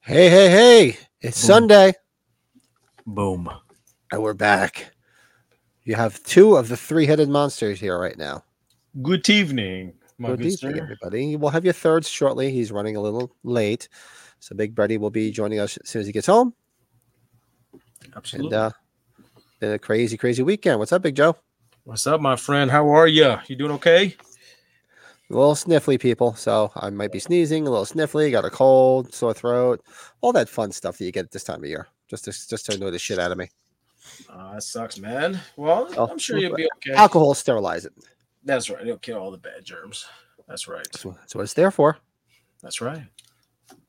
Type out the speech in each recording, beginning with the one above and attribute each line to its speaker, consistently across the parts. Speaker 1: Hey, hey, hey. It's
Speaker 2: Boom.
Speaker 1: Sunday
Speaker 2: Boom.
Speaker 1: and we're back. You have two of the three headed monsters here right now.
Speaker 3: Good evening, my
Speaker 1: Good
Speaker 3: good,
Speaker 1: evening,
Speaker 3: sir.
Speaker 1: everybody. We'll have your thirds shortly. He's running a little late. So Big Brady will be joining us as soon as he gets home. And
Speaker 3: Absolutely.
Speaker 1: uh been a crazy, crazy weekend. What's up, Big Joe?
Speaker 3: What's up, my friend? How are you? You doing okay?
Speaker 1: A little sniffly people, so I might be sneezing, a little sniffly, got a cold, sore throat, all that fun stuff that you get this time of year. Just to just to annoy the shit out of me.
Speaker 3: Uh, that sucks, man. Well,
Speaker 1: Oh,
Speaker 3: I'm sure you'll be okay.
Speaker 1: Alcohol sterilize it.
Speaker 3: That's right. It'll kill all the bad germs. That's right.
Speaker 1: That's what- that's what it's there for.
Speaker 3: That's right.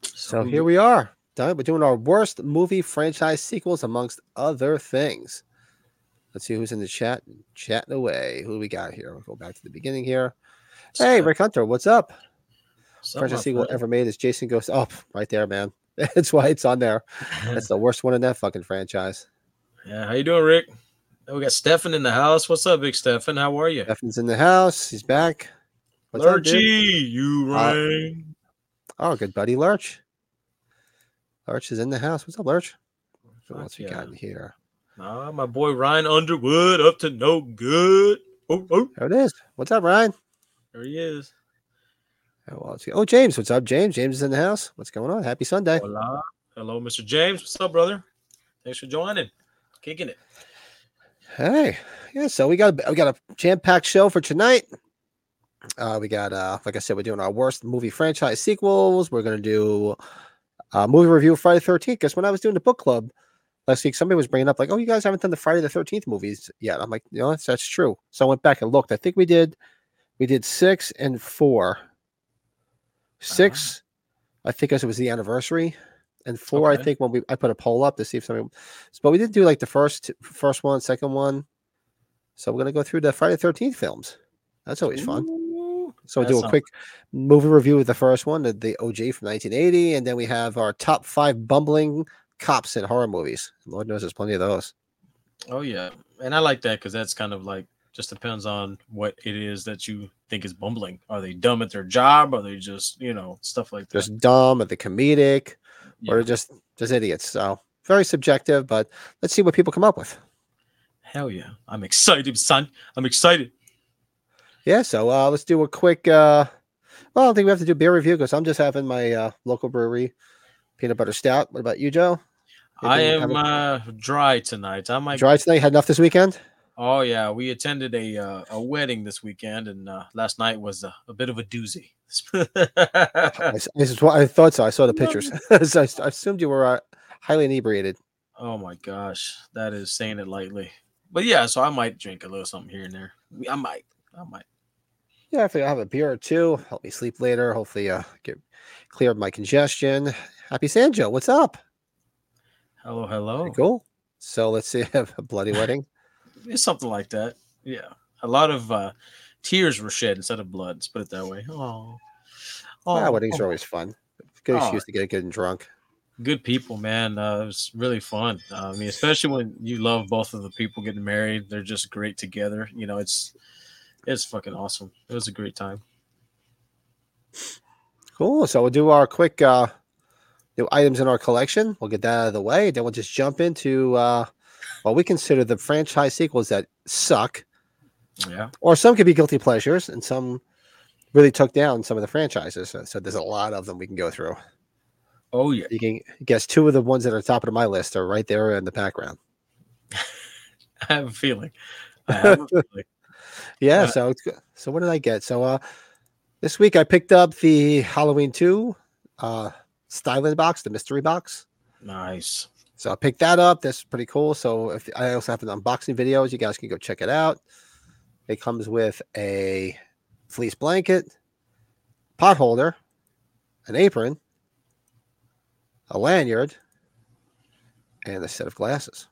Speaker 1: So
Speaker 3: Hmm.
Speaker 1: here we are. Done. We're doing our worst movie franchise sequels, amongst other things. Let's see who's in the chat. Chatting away. Who do we got here? We'll go back to the beginning here. Hey, Rick Hunter, what's up? franchise sequel ever made is Jason Goes Up. Right there, man. That's why it's on there. That's the worst one in that fucking franchise.
Speaker 3: Yeah, how you doing, Rick? Oh, we got Stefan in the house. What's up, big Stefan? How are you?
Speaker 1: Stefan's in the house. He's back. What's up, dude?
Speaker 3: Lurchy, you
Speaker 1: Uh,
Speaker 3: rang.
Speaker 1: Oh, good buddy, Lurch. Lurch is in the house. What's up, Lurch? What
Speaker 3: Fuck
Speaker 1: else we
Speaker 3: yeah.
Speaker 1: got in here?
Speaker 3: Nah, my boy Ryan Underwood up to no good. Oh, oh,
Speaker 1: There it is. What's up, Ryan?
Speaker 3: there he is.
Speaker 1: Oh, well, let's see. Oh, James, what's up, James? James is in the house. What's going on? Happy Sunday.
Speaker 3: Hola. Hello, Mr. James. What's up, brother? Thanks for joining. Kicking it.
Speaker 1: Hey, yeah. So we got we got a jam packed show for tonight. Uh, we got uh, like I said, we're doing our worst movie franchise sequels. We're gonna do a movie review of Friday the Thirteenth. Because when I was doing the book club last week, somebody was bringing up like, "Oh, you guys haven't done the Friday the Thirteenth movies yet." I'm like, "No, that's that's true." So I went back and looked. I think we did we did six and four. 6 I think, as it was the anniversary, and four, I
Speaker 3: Okay.
Speaker 1: think, when we I put a poll up to see if somebody. But we didn't do like the first first one, second one. So we're gonna go through the Friday Thirteenth films. That's always fun.
Speaker 3: Ooh.
Speaker 1: So we'll
Speaker 3: that
Speaker 1: do a
Speaker 3: sounds-
Speaker 1: quick movie review of the first one, the, the OG from 1980, and then we have our top five bumbling cops in horror movies. Lord knows there's plenty of those.
Speaker 3: Oh yeah, and I like that because that's kind of like just depends on what it is that you think is bumbling. Are they dumb at their job? Are they just you know stuff like that?
Speaker 1: Just dumb or the comedic, or
Speaker 3: Yeah.
Speaker 1: just just idiots. So very subjective, but let's see what people come up with.
Speaker 3: Hell yeah, I'm excited, son. I'm excited.
Speaker 1: Yeah, so uh, let's do a quick. Uh, well, I don't think we have to do beer review because I'm just having my uh, local brewery peanut butter stout. What about you, Joe?
Speaker 3: I
Speaker 1: Anything having-
Speaker 3: am uh, dry tonight. I might.
Speaker 1: dry tonight. Had enough this weekend.
Speaker 3: Oh yeah, we attended a uh, a wedding this weekend, and uh, last night was a, a bit of a doozy.
Speaker 1: I, s- this is what I thought so. I saw the pictures. so I, s- I assumed you were uh, highly inebriated.
Speaker 3: Oh my gosh, that is saying it lightly. But yeah, so I might drink a little something here and there. I might, I might.
Speaker 1: Yeah, I think I'll have a beer or two. Help me sleep later. Hopefully, uh, get clear of my congestion. Happy San Joe. What's up?
Speaker 3: Hello, hello.
Speaker 1: Pretty Cool. So let's see. Have a bloody wedding.
Speaker 3: It's something like that. Yeah, a lot of uh, tears were shed instead of blood. Let's put it that way. Oh, oh,
Speaker 1: Ah, weddings are always fun. Good
Speaker 3: Oh.
Speaker 1: excuse to get good and drunk.
Speaker 3: good people, man. Uh, it was really fun. Uh, I mean, especially when you love both of the people getting married. They're just great together. You know, it's it's fucking awesome. It was a great time.
Speaker 1: Cool. So we'll do our quick uh, new items in our collection. We'll get that out of the way. Then we'll just jump into uh, what we consider the franchise sequels that suck,
Speaker 3: Yeah,
Speaker 1: or some could be guilty pleasures, and some really took down some of the franchises. So, so there's a lot of them we can go through.
Speaker 3: oh yeah.
Speaker 1: You can guess two of the ones that are top of my list are right there in the background.
Speaker 3: I have a feeling. I have a feeling.
Speaker 1: Yeah.
Speaker 3: Uh,
Speaker 1: so it's good. so what did I get? So uh, this week I picked up the Halloween two uh, styling box, the mystery box.
Speaker 3: Nice.
Speaker 1: So I picked that up. That's pretty cool. So if I also have an unboxing videos, you guys can go check it out. It comes with a fleece blanket, pot holder, an apron, a lanyard, and a set of glasses.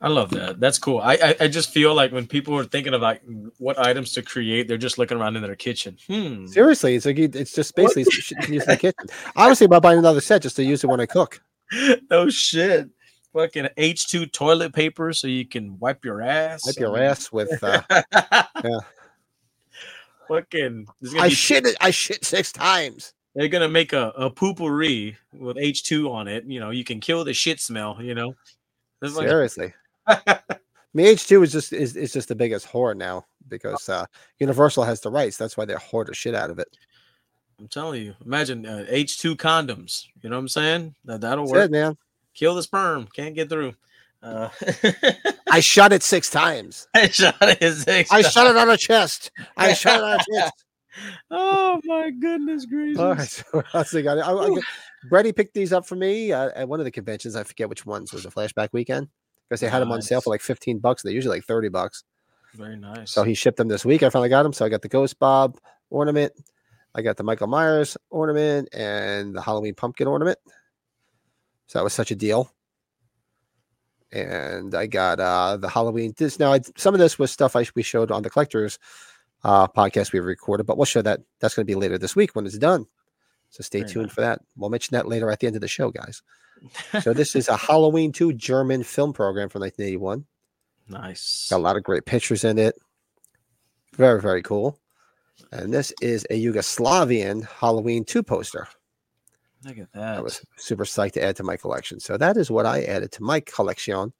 Speaker 3: I love that. That's cool. I, I I just feel like when people are thinking of like what items to create, they're just looking around in their kitchen. Hmm.
Speaker 1: Seriously, it's like you- it's just basically it's shit you can use in the kitchen. I was thinking about buying another set just to use it when I cook.
Speaker 3: no Oh, shit. Fucking H2 toilet paper so you can wipe your ass.
Speaker 1: Wipe your ass with. Uh,
Speaker 3: yeah. Fucking. there's gonna
Speaker 1: I
Speaker 3: be-
Speaker 1: shit. it- I shit six times.
Speaker 3: They're gonna make a, a poopery with H2 on it. You know, you can kill the shit smell, you know. It's like
Speaker 1: Seriously. I mean, H2 is just is, is just the biggest whore now because uh, Universal has the rights. That's why they're whore the shit out of it.
Speaker 3: I'm telling you, imagine uh, H2 condoms. You know what I'm saying? That, that'll
Speaker 1: That's
Speaker 3: work.
Speaker 1: it, man.
Speaker 3: Kill the sperm. Can't get through. Uh,
Speaker 1: I shot it six times.
Speaker 3: I shot his ex.
Speaker 1: I shot it on a chest. I shot it on a chest.
Speaker 3: Oh my goodness gracious!
Speaker 1: All right, so what else they got? I, I,
Speaker 3: Whew.
Speaker 1: Brady picked these up for me uh, at one of the conventions. I forget which ones was a flashback weekend because they had them on sale
Speaker 3: Nice.
Speaker 1: for like 15 bucks. They're usually like 30 bucks.
Speaker 3: Very nice.
Speaker 1: So he shipped them this week. I finally got them. So I got the Ghost Bob ornament, I got the Michael Myers ornament, and the Halloween pumpkin ornament. So that was such a deal. And I got uh the Halloween. This now I, some of this was stuff I we showed on the collectors uh podcast we recorded, but we'll show that. That's going to be later this week when it's done. So stay
Speaker 3: Very
Speaker 1: tuned for that. We'll mention that later at the end of the show, guys. So this is a Halloween 2 German film program from 1981.
Speaker 3: nice.
Speaker 1: Got a lot of great pictures in it. Very, very cool. And this is a Yugoslavian Halloween 2 poster.
Speaker 3: Look at
Speaker 1: I
Speaker 3: that.
Speaker 1: was super psyched to add to my collection. So that is what I added to my collection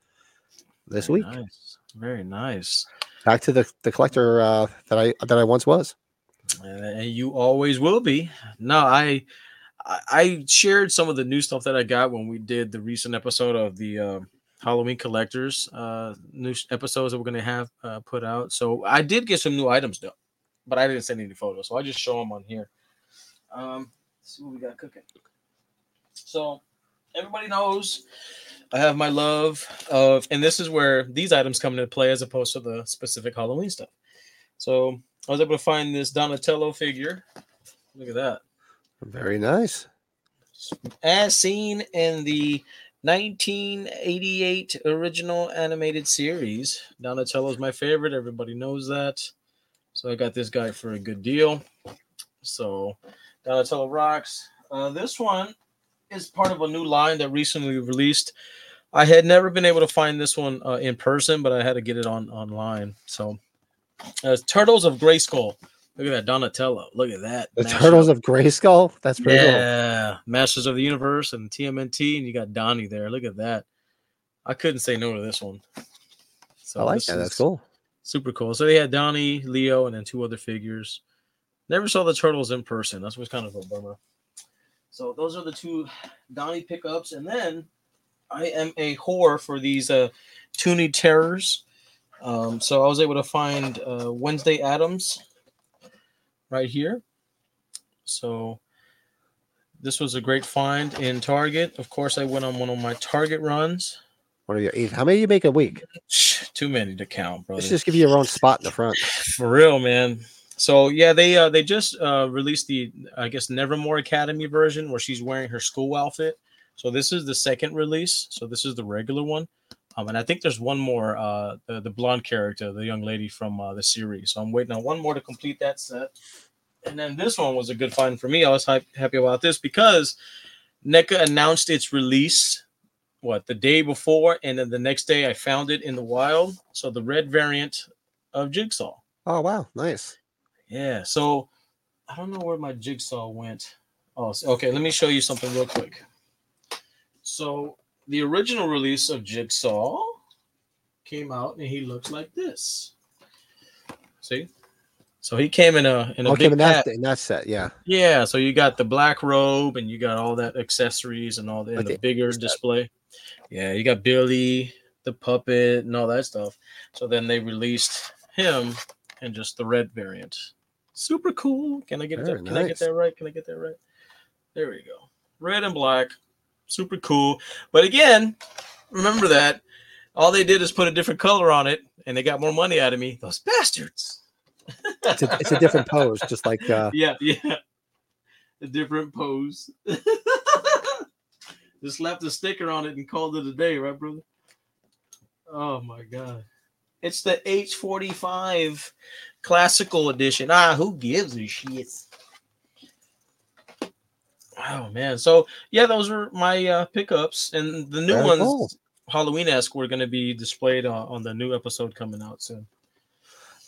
Speaker 1: this
Speaker 3: Very
Speaker 1: week.
Speaker 3: Nice. Very nice.
Speaker 1: Back to the, the collector uh, that I that I once was.
Speaker 3: and you always will be. No, I, I I shared some of the new stuff that I got when we did the recent episode of the uh, Halloween collectors uh, new sh- episodes that we're gonna have uh, put out. So I did get some new items though, but I didn't send any photos, so I just show them on here. Um, let's see what we got cooking. So everybody knows I have my love of, and this is where these items come into play as opposed to the specific Halloween stuff. So I was able to find this Donatello figure. Look at that.
Speaker 1: Very nice.
Speaker 3: As seen in the 1988 original animated series, Donatello's my favorite. Everybody knows that. So I got this guy for a good deal. So Donatello rocks. Uh, this one is part of a new line that recently released. I had never been able to find this one uh, in person, but I had to get it on online. So uh, Turtles of Grayskull. Look at that Donatello. Look at that.
Speaker 1: The
Speaker 3: mashup.
Speaker 1: Turtles of Grayskull. That's pretty cool.
Speaker 3: Yeah, Masters of the Universe and TMNT, and you got Donnie there. Look at that. I couldn't say no to this one. So
Speaker 1: I like
Speaker 3: this
Speaker 1: that.
Speaker 3: is
Speaker 1: That's cool.
Speaker 3: Super cool. So they had Donnie, Leo, and then two other figures. Never saw the turtles in person. That's what's kind of a bummer. So those are the two Donnie pickups, and then I am a whore for these uh, Toonie Terrors. Um, so I was able to find uh, Wednesday Adams right here. So this was a great find in Target. Of course, I went on one of my Target runs.
Speaker 1: What are your eight? How many you make a week?
Speaker 3: Too many to count, brother.
Speaker 1: Let's just give you your own spot in the front.
Speaker 3: For real, man. So yeah, they uh, they just uh, released the I guess Nevermore Academy version where she's wearing her school outfit. So this is the second release. So this is the regular one, um, and I think there's one more uh, the, the blonde character, the young lady from uh, the series. So I'm waiting on one more to complete that set. And then this one was a good find for me. I was hype, happy about this because NECA announced its release what the day before, and then the next day I found it in the wild. So the red variant of Jigsaw.
Speaker 1: Oh wow, nice.
Speaker 3: Yeah. So I don't know where my jigsaw went. Oh, s- okay. Let me show you something real quick. So the original release of Jigsaw came out, and he looks like this. See. So Oh, he came in a in a
Speaker 1: Okay,
Speaker 3: big
Speaker 1: but that's
Speaker 3: pack.
Speaker 1: in that set, yeah.
Speaker 3: Yeah. So you got the black robe, and you got all that accessories and all that,
Speaker 1: Like
Speaker 3: and the
Speaker 1: the-
Speaker 3: bigger
Speaker 1: that-
Speaker 3: display. Yeah, you got Billy, the puppet, and all that stuff. So then they released him and just the red variant. Super cool. Can I get
Speaker 1: Very
Speaker 3: that? Can I get
Speaker 1: nice.
Speaker 3: that right? Can I get that right? There we go. Red and black. Super cool. But again, remember that all they did is put a different color on it and they got more money out of me. Those bastards.
Speaker 1: It's a, it's a different pose, just like uh,
Speaker 3: Yeah, yeah. A different pose. Just slapped a sticker on it and called it a day, right, brother? Oh my god. It's the H45 classical edition. Ah, who gives a shit? Oh man. So yeah, those were my uh, pickups and the new
Speaker 1: Very
Speaker 3: ones
Speaker 1: cool.
Speaker 3: uh, Halloween esque were gonna be displayed on, on the new episode coming out soon.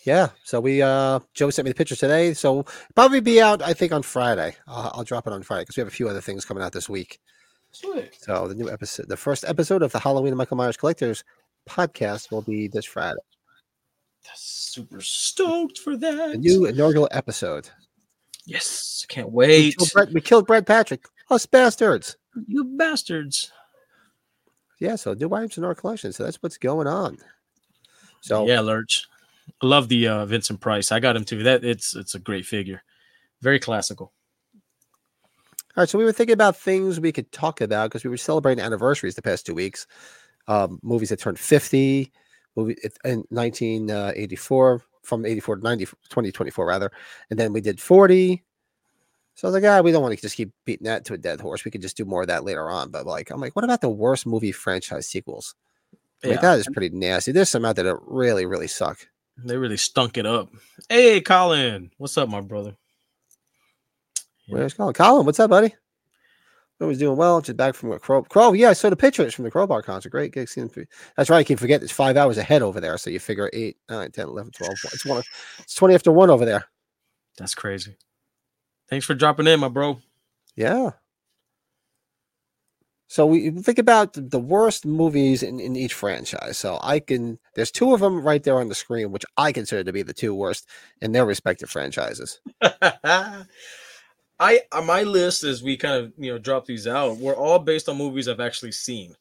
Speaker 1: yeah. So we uh Joe sent me the picture today. So probably be out I think on Friday. I'll, I'll drop it on Friday because we have a few other things coming out this week.
Speaker 3: Sweet.
Speaker 1: So the new episode, the first episode of the Halloween Michael Myers Collectors podcast will be this Friday.
Speaker 3: That's super stoked for
Speaker 1: The
Speaker 3: that.
Speaker 1: new inaugural episode.
Speaker 3: yes, can't
Speaker 1: We
Speaker 3: wait.
Speaker 1: killed, Brett, we killed Brad Patrick. Us bastards.
Speaker 3: You bastards.
Speaker 1: Yeah. So new items in our collection. So that's what's going on. So
Speaker 3: Yeah, Lurch. I love the uh, Vincent Price. I got him too. That it's it's a great figure. Very classical.
Speaker 1: All right, so we were thinking about things we could talk about because we were celebrating anniversaries the past two weeks. Um, movies that turned 50, movie it- in 1984, from 84 to 90, 2024, rather. And then we did 40. So I was like, ah, we don't want to just keep beating that to a dead horse. We could just do more of that later on. But like, I'm like, what about the worst movie franchise sequels? Like,
Speaker 3: Yeah.
Speaker 1: that is pretty nasty. There's some out there that really, really suck.
Speaker 3: They really stunk it up. Hey, Colin. What's up, my brother? Yeah.
Speaker 1: Where's Colin? Colin, what's up, buddy? I was doing well. Just back from a crow. Crow, yeah. I saw the pictures from the crowbar concert. Great gig. Seeing three- That's right. I keep forgetting it's five hours ahead over there. So you figure eight, nine, 10, 11, 12. It's one. It's twenty after one over there.
Speaker 3: That's crazy. Thanks for dropping in, my bro.
Speaker 1: Yeah. So we think about th- the worst movies in, in each franchise. So I can. There's two of them right there on the screen, which I consider to be the two worst in their respective franchises.
Speaker 3: I on uh, my list as we kind of you know drop these out, we're all based on movies I've actually seen.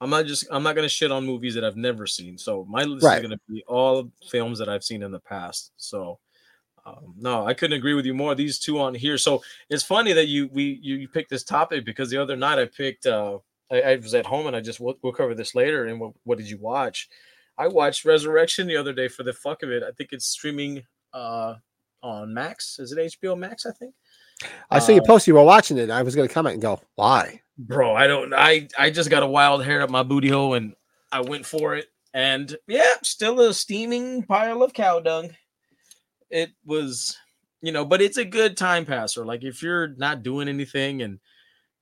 Speaker 3: I'm not just I'm not gonna shit on movies that I've never seen. So my list
Speaker 1: Right.
Speaker 3: is gonna be all films that I've seen in the past. So um, no, I couldn't agree with you more. These two on here. So it's funny that you we you, you picked this topic because the other night I picked uh I, I was at home and I just we'll, we'll cover this later. And what, what did you watch? I watched Resurrection the other day for the fuck of it. I think it's streaming uh on Max. Is it HBO Max? I think.
Speaker 1: I saw you
Speaker 3: Uh,
Speaker 1: post you were watching it. And I was going to comment and go, why?
Speaker 3: bro i don't i i just got a wild hair up my booty hole and i went for it and yeah still a steaming pile of cow dung it was you know but it's a good time passer like if you're not doing anything and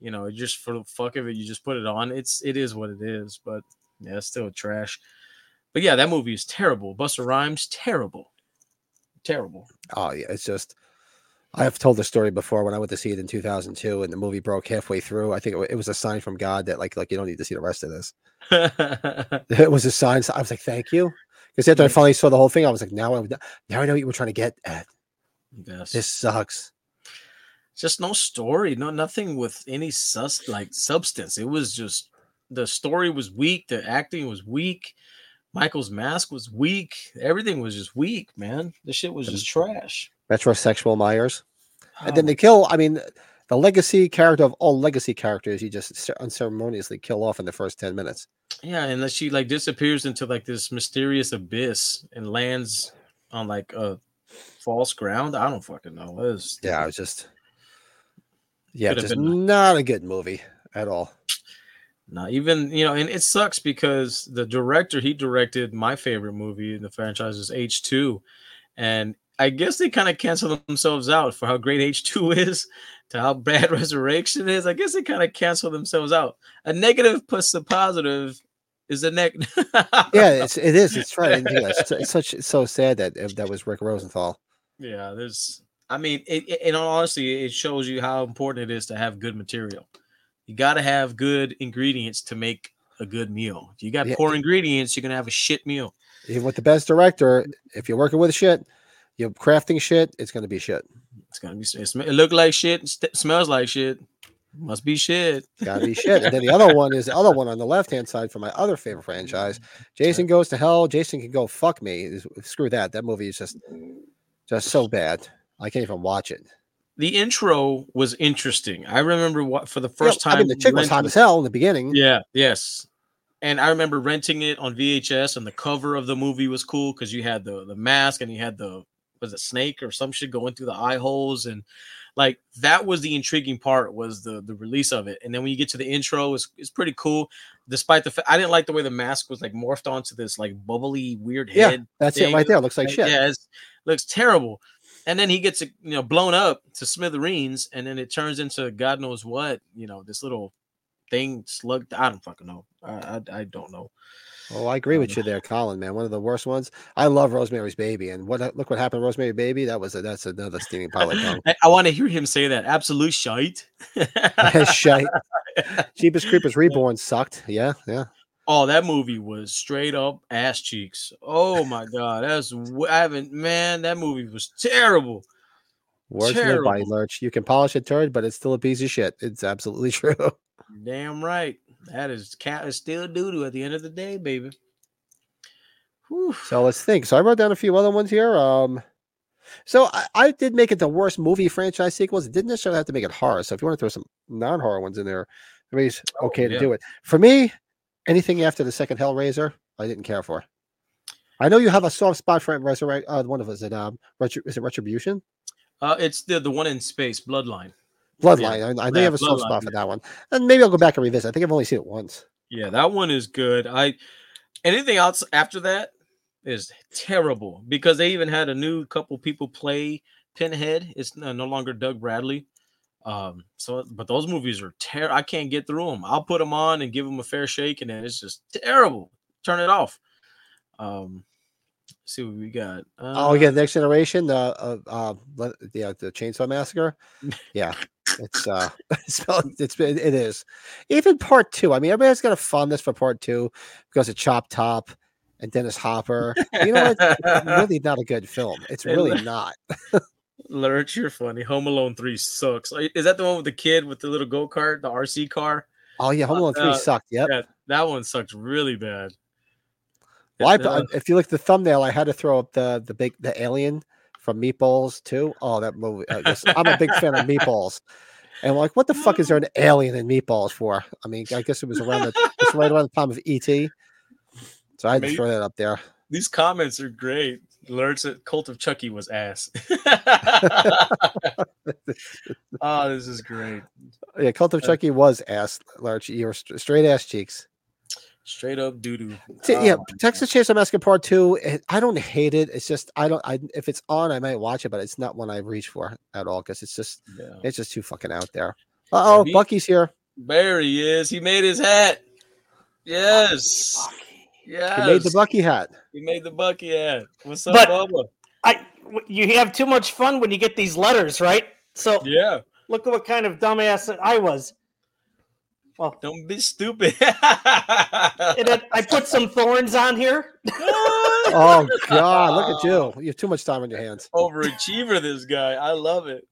Speaker 3: you know just for the fuck of it you just put it on it's it is what it is but yeah it's still trash but yeah that movie is terrible buster rhymes terrible terrible
Speaker 1: Oh yeah, it's just I have told the story before when I went to see it in 2002 and the movie broke halfway through. I think it, wa- it was a sign from God that like like you don't need to see the rest of this. It was a sign. So I was like, thank you. Because after I
Speaker 3: Right.
Speaker 1: finally saw the whole thing, I was like, now I would- now I know what you were trying to get at.
Speaker 3: yes.
Speaker 1: This sucks.
Speaker 3: just no story, no nothing with any sus like substance. It was just the story was weak, the acting was weak, Michael's mask was weak, everything was just weak, man. The shit was just trash.
Speaker 1: Metrosexual Myers, and then
Speaker 3: Oh,
Speaker 1: they kill. I mean, the legacy character of all legacy characters, you just cer- unceremoniously kill off in the first 10 minutes.
Speaker 3: yeah, unless she like disappears into like this mysterious abyss and lands on like a false ground. I don't fucking know. It was
Speaker 1: Yeah, it was just yeah,
Speaker 3: Could have
Speaker 1: just
Speaker 3: been-
Speaker 1: not a good movie at all.
Speaker 3: Not even you know, and it sucks because the director he directed my favorite movie in the franchise is H two, and I guess they kind of canceled themselves out for how great H two is to how bad Resurrection is. I guess they kind of canceled themselves out. A negative plus a positive is a neg.
Speaker 1: yeah, it's, it is. It's right. I didn't think of that. It's, it's such. It's so sad that uh, that was Rick Rosenthal.
Speaker 3: yeah. There's, I mean, it, it, and honestly, it shows you how important it is to have good material. You got to have good ingredients to make a good meal. If you got
Speaker 1: Yeah.
Speaker 3: poor ingredients, you're gonna have a shit meal.
Speaker 1: Even with the best director,
Speaker 3: Mm.
Speaker 1: if you're working with shit, you're crafting shit. It's gonna be shit.
Speaker 3: It's gonna be. It, sm- it look like shit. St- smells like shit. Must be shit.
Speaker 1: Gotta be shit. And then the other one is the other one on the left hand side for my other favorite franchise. Jason goes to hell. Jason can go fuck me. Is- Screw that. That movie is just just so bad. I can't even watch it.
Speaker 3: The intro was interesting. I remember what for the
Speaker 1: You
Speaker 3: first
Speaker 1: know,
Speaker 3: time.
Speaker 1: I mean, the chick was hot
Speaker 3: renting-
Speaker 1: as hell in the beginning.
Speaker 3: Yeah. Yes. And I remember renting it on VHS, and the cover of the movie was cool because you had the the mask and you had the was it snake or some shit going through the eye holes and like that was the intriguing part was the the release of it and then when you get to the intro it's, it's pretty cool despite the fact i didn't like the way the mask was like morphed onto this like bubbly weird
Speaker 1: Yeah,
Speaker 3: head
Speaker 1: That's it right
Speaker 3: thing.
Speaker 1: there. Looks like
Speaker 3: Like,
Speaker 1: shit.
Speaker 3: Yeah, it's, looks terrible. And then he gets you know blown up to smithereens, and then it turns into God knows what. You know, this little thing slug. I don't fucking know. I I, I don't know.
Speaker 1: Well, Oh, I agree with you there, Colin. Man, one of the worst ones. I love Rosemary's Baby, and what uh, look what happened, to Rosemary Baby. That was a, that's another steaming pile of
Speaker 3: I, I want to hear him say that. Absolute shite.
Speaker 1: gunk. Shite. Jeepers Creepers Reborn sucked. Yeah, yeah.
Speaker 3: Oh, that movie was straight up ass cheeks. Oh my god, that's w- I haven't man. That movie was terrible.
Speaker 1: Words live by
Speaker 3: Terrible.
Speaker 1: Lurch. You can polish a turd, but it's still a piece of shit. It's absolutely true.
Speaker 3: Damn right. That is cat is still doo doo at the end of the day, baby. Whew.
Speaker 1: So let's think. So I wrote down a few other ones here. Um, so I, I did make it the worst movie franchise sequels. It didn't necessarily have to make it horror. So if you want to throw some non-horror ones in there, I mean, it's
Speaker 3: Oh,
Speaker 1: okay to
Speaker 3: yeah.
Speaker 1: do it. For me, anything after the second Hellraiser, I didn't care for. I know you have a soft spot for Resurrect. Uh, one of us, it um, Retri- is it Retribution?
Speaker 3: Uh, it's the the one in space, Bloodline.
Speaker 1: Bloodline. I, I know you
Speaker 3: Yeah,
Speaker 1: have a soft
Speaker 3: Bloodline,
Speaker 1: spot for that one, and maybe I'll go back and revisit. I think I've only seen it once.
Speaker 3: Yeah, that one is good. I anything else after that is terrible because they even had a new couple people play Pinhead. It's no no longer Doug Bradley. Um, so but those movies are terrible. I can't get through them. I'll put them on and give them a fair shake, and then it's just terrible. Turn it off. Um, let's see what we got. Uh,
Speaker 1: Oh yeah, Next Generation, the uh, uh, le- yeah, the Chainsaw Massacre. Yeah, it's uh, it's spelled- it's been- it is. Even part two. I mean, everybody's got a fondness for part two because of Chop Top and Dennis Hopper. You know, what? it's
Speaker 3: Uh,
Speaker 1: really not a good film. It's
Speaker 3: They
Speaker 1: really
Speaker 3: left-
Speaker 1: not.
Speaker 3: Lurch, you're funny. Home Alone 3 sucks. Like, Is that the one with the kid with the little go kart, the RC car?
Speaker 1: Oh yeah, Home Alone three
Speaker 3: uh,
Speaker 1: sucked. Yep.
Speaker 3: Yeah, that one sucked really bad.
Speaker 1: Well, I,
Speaker 3: Uh,
Speaker 1: I- if you look at the thumbnail, I had to throw up the the big the alien from Meatballs too. Oh, that movie! uh, just- I'm a big fan of Meatballs, and like, what the fuck is there an alien in Meatballs for? I mean, I guess it was around the it's right around the time of ET, so I had to
Speaker 3: Maybe-
Speaker 1: throw that up there.
Speaker 3: These comments are great. Lurch, that Cult of Chucky was ass. oh, this is great.
Speaker 1: Yeah, Cult of
Speaker 3: Uh,
Speaker 1: Chucky was ass large, you were st- straight ass cheeks.
Speaker 3: Straight up doo doo.
Speaker 1: T- yeah, Texas Chainsaw Massacre Part Two. It, I don't hate it. It's just I don't. I if it's on, I might watch it, but it's not one I reach for at all because it's just
Speaker 3: Yeah.
Speaker 1: it's just too fucking out there. Uh oh,
Speaker 3: me-
Speaker 1: Bucky's here.
Speaker 3: There he is. He made his hat. Yes.
Speaker 1: He
Speaker 3: Yes.
Speaker 1: made the Bucky hat.
Speaker 3: He made the Bucky hat. What's up,
Speaker 4: But-
Speaker 3: Bubba?
Speaker 4: I w- you have too much fun when you get these letters, right? So
Speaker 3: Yeah.
Speaker 4: look at what kind of dumbass I was. Well,
Speaker 3: Don't be stupid.
Speaker 4: and then I put some thorns on here.
Speaker 1: Oh God, look at you! You have too much time on your hands.
Speaker 3: Overachiever, this guy. I love it.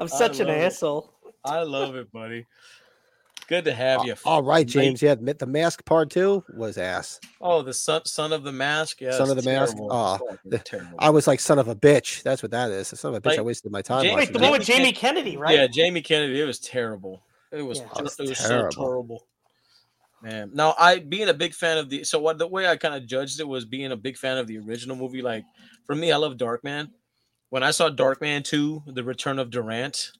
Speaker 4: I'm such an
Speaker 3: love it.
Speaker 4: asshole.
Speaker 3: I love it, buddy. Good to have you.
Speaker 1: Uh, All right,
Speaker 3: Mate.
Speaker 1: James. Yeah, admit the mask part two was ass.
Speaker 3: Oh, the son, son of the mask. Yeah,
Speaker 1: Son of
Speaker 3: it's
Speaker 1: the Mask.
Speaker 3: terrible.
Speaker 1: Ah,
Speaker 3: Fucking
Speaker 1: the-
Speaker 3: terrible.
Speaker 1: I was like son of a bitch. That's what that is. Son of a bitch.
Speaker 3: Like,
Speaker 1: I wasted my time.
Speaker 3: James-
Speaker 1: watching
Speaker 4: Wait, the
Speaker 1: that.
Speaker 4: one with Jamie Kennedy, right?
Speaker 3: Yeah, Jamie Kennedy. It was terrible. It was
Speaker 4: Yeah.
Speaker 1: Oh,
Speaker 3: just,
Speaker 1: it's
Speaker 3: it was so
Speaker 1: terrible.
Speaker 3: terrible. Man, now I being a big fan of the so what the way I kind of judged it was being a big fan of the original movie. Like for me, I love Darkman. When I saw Darkman 2, The Return of Durant,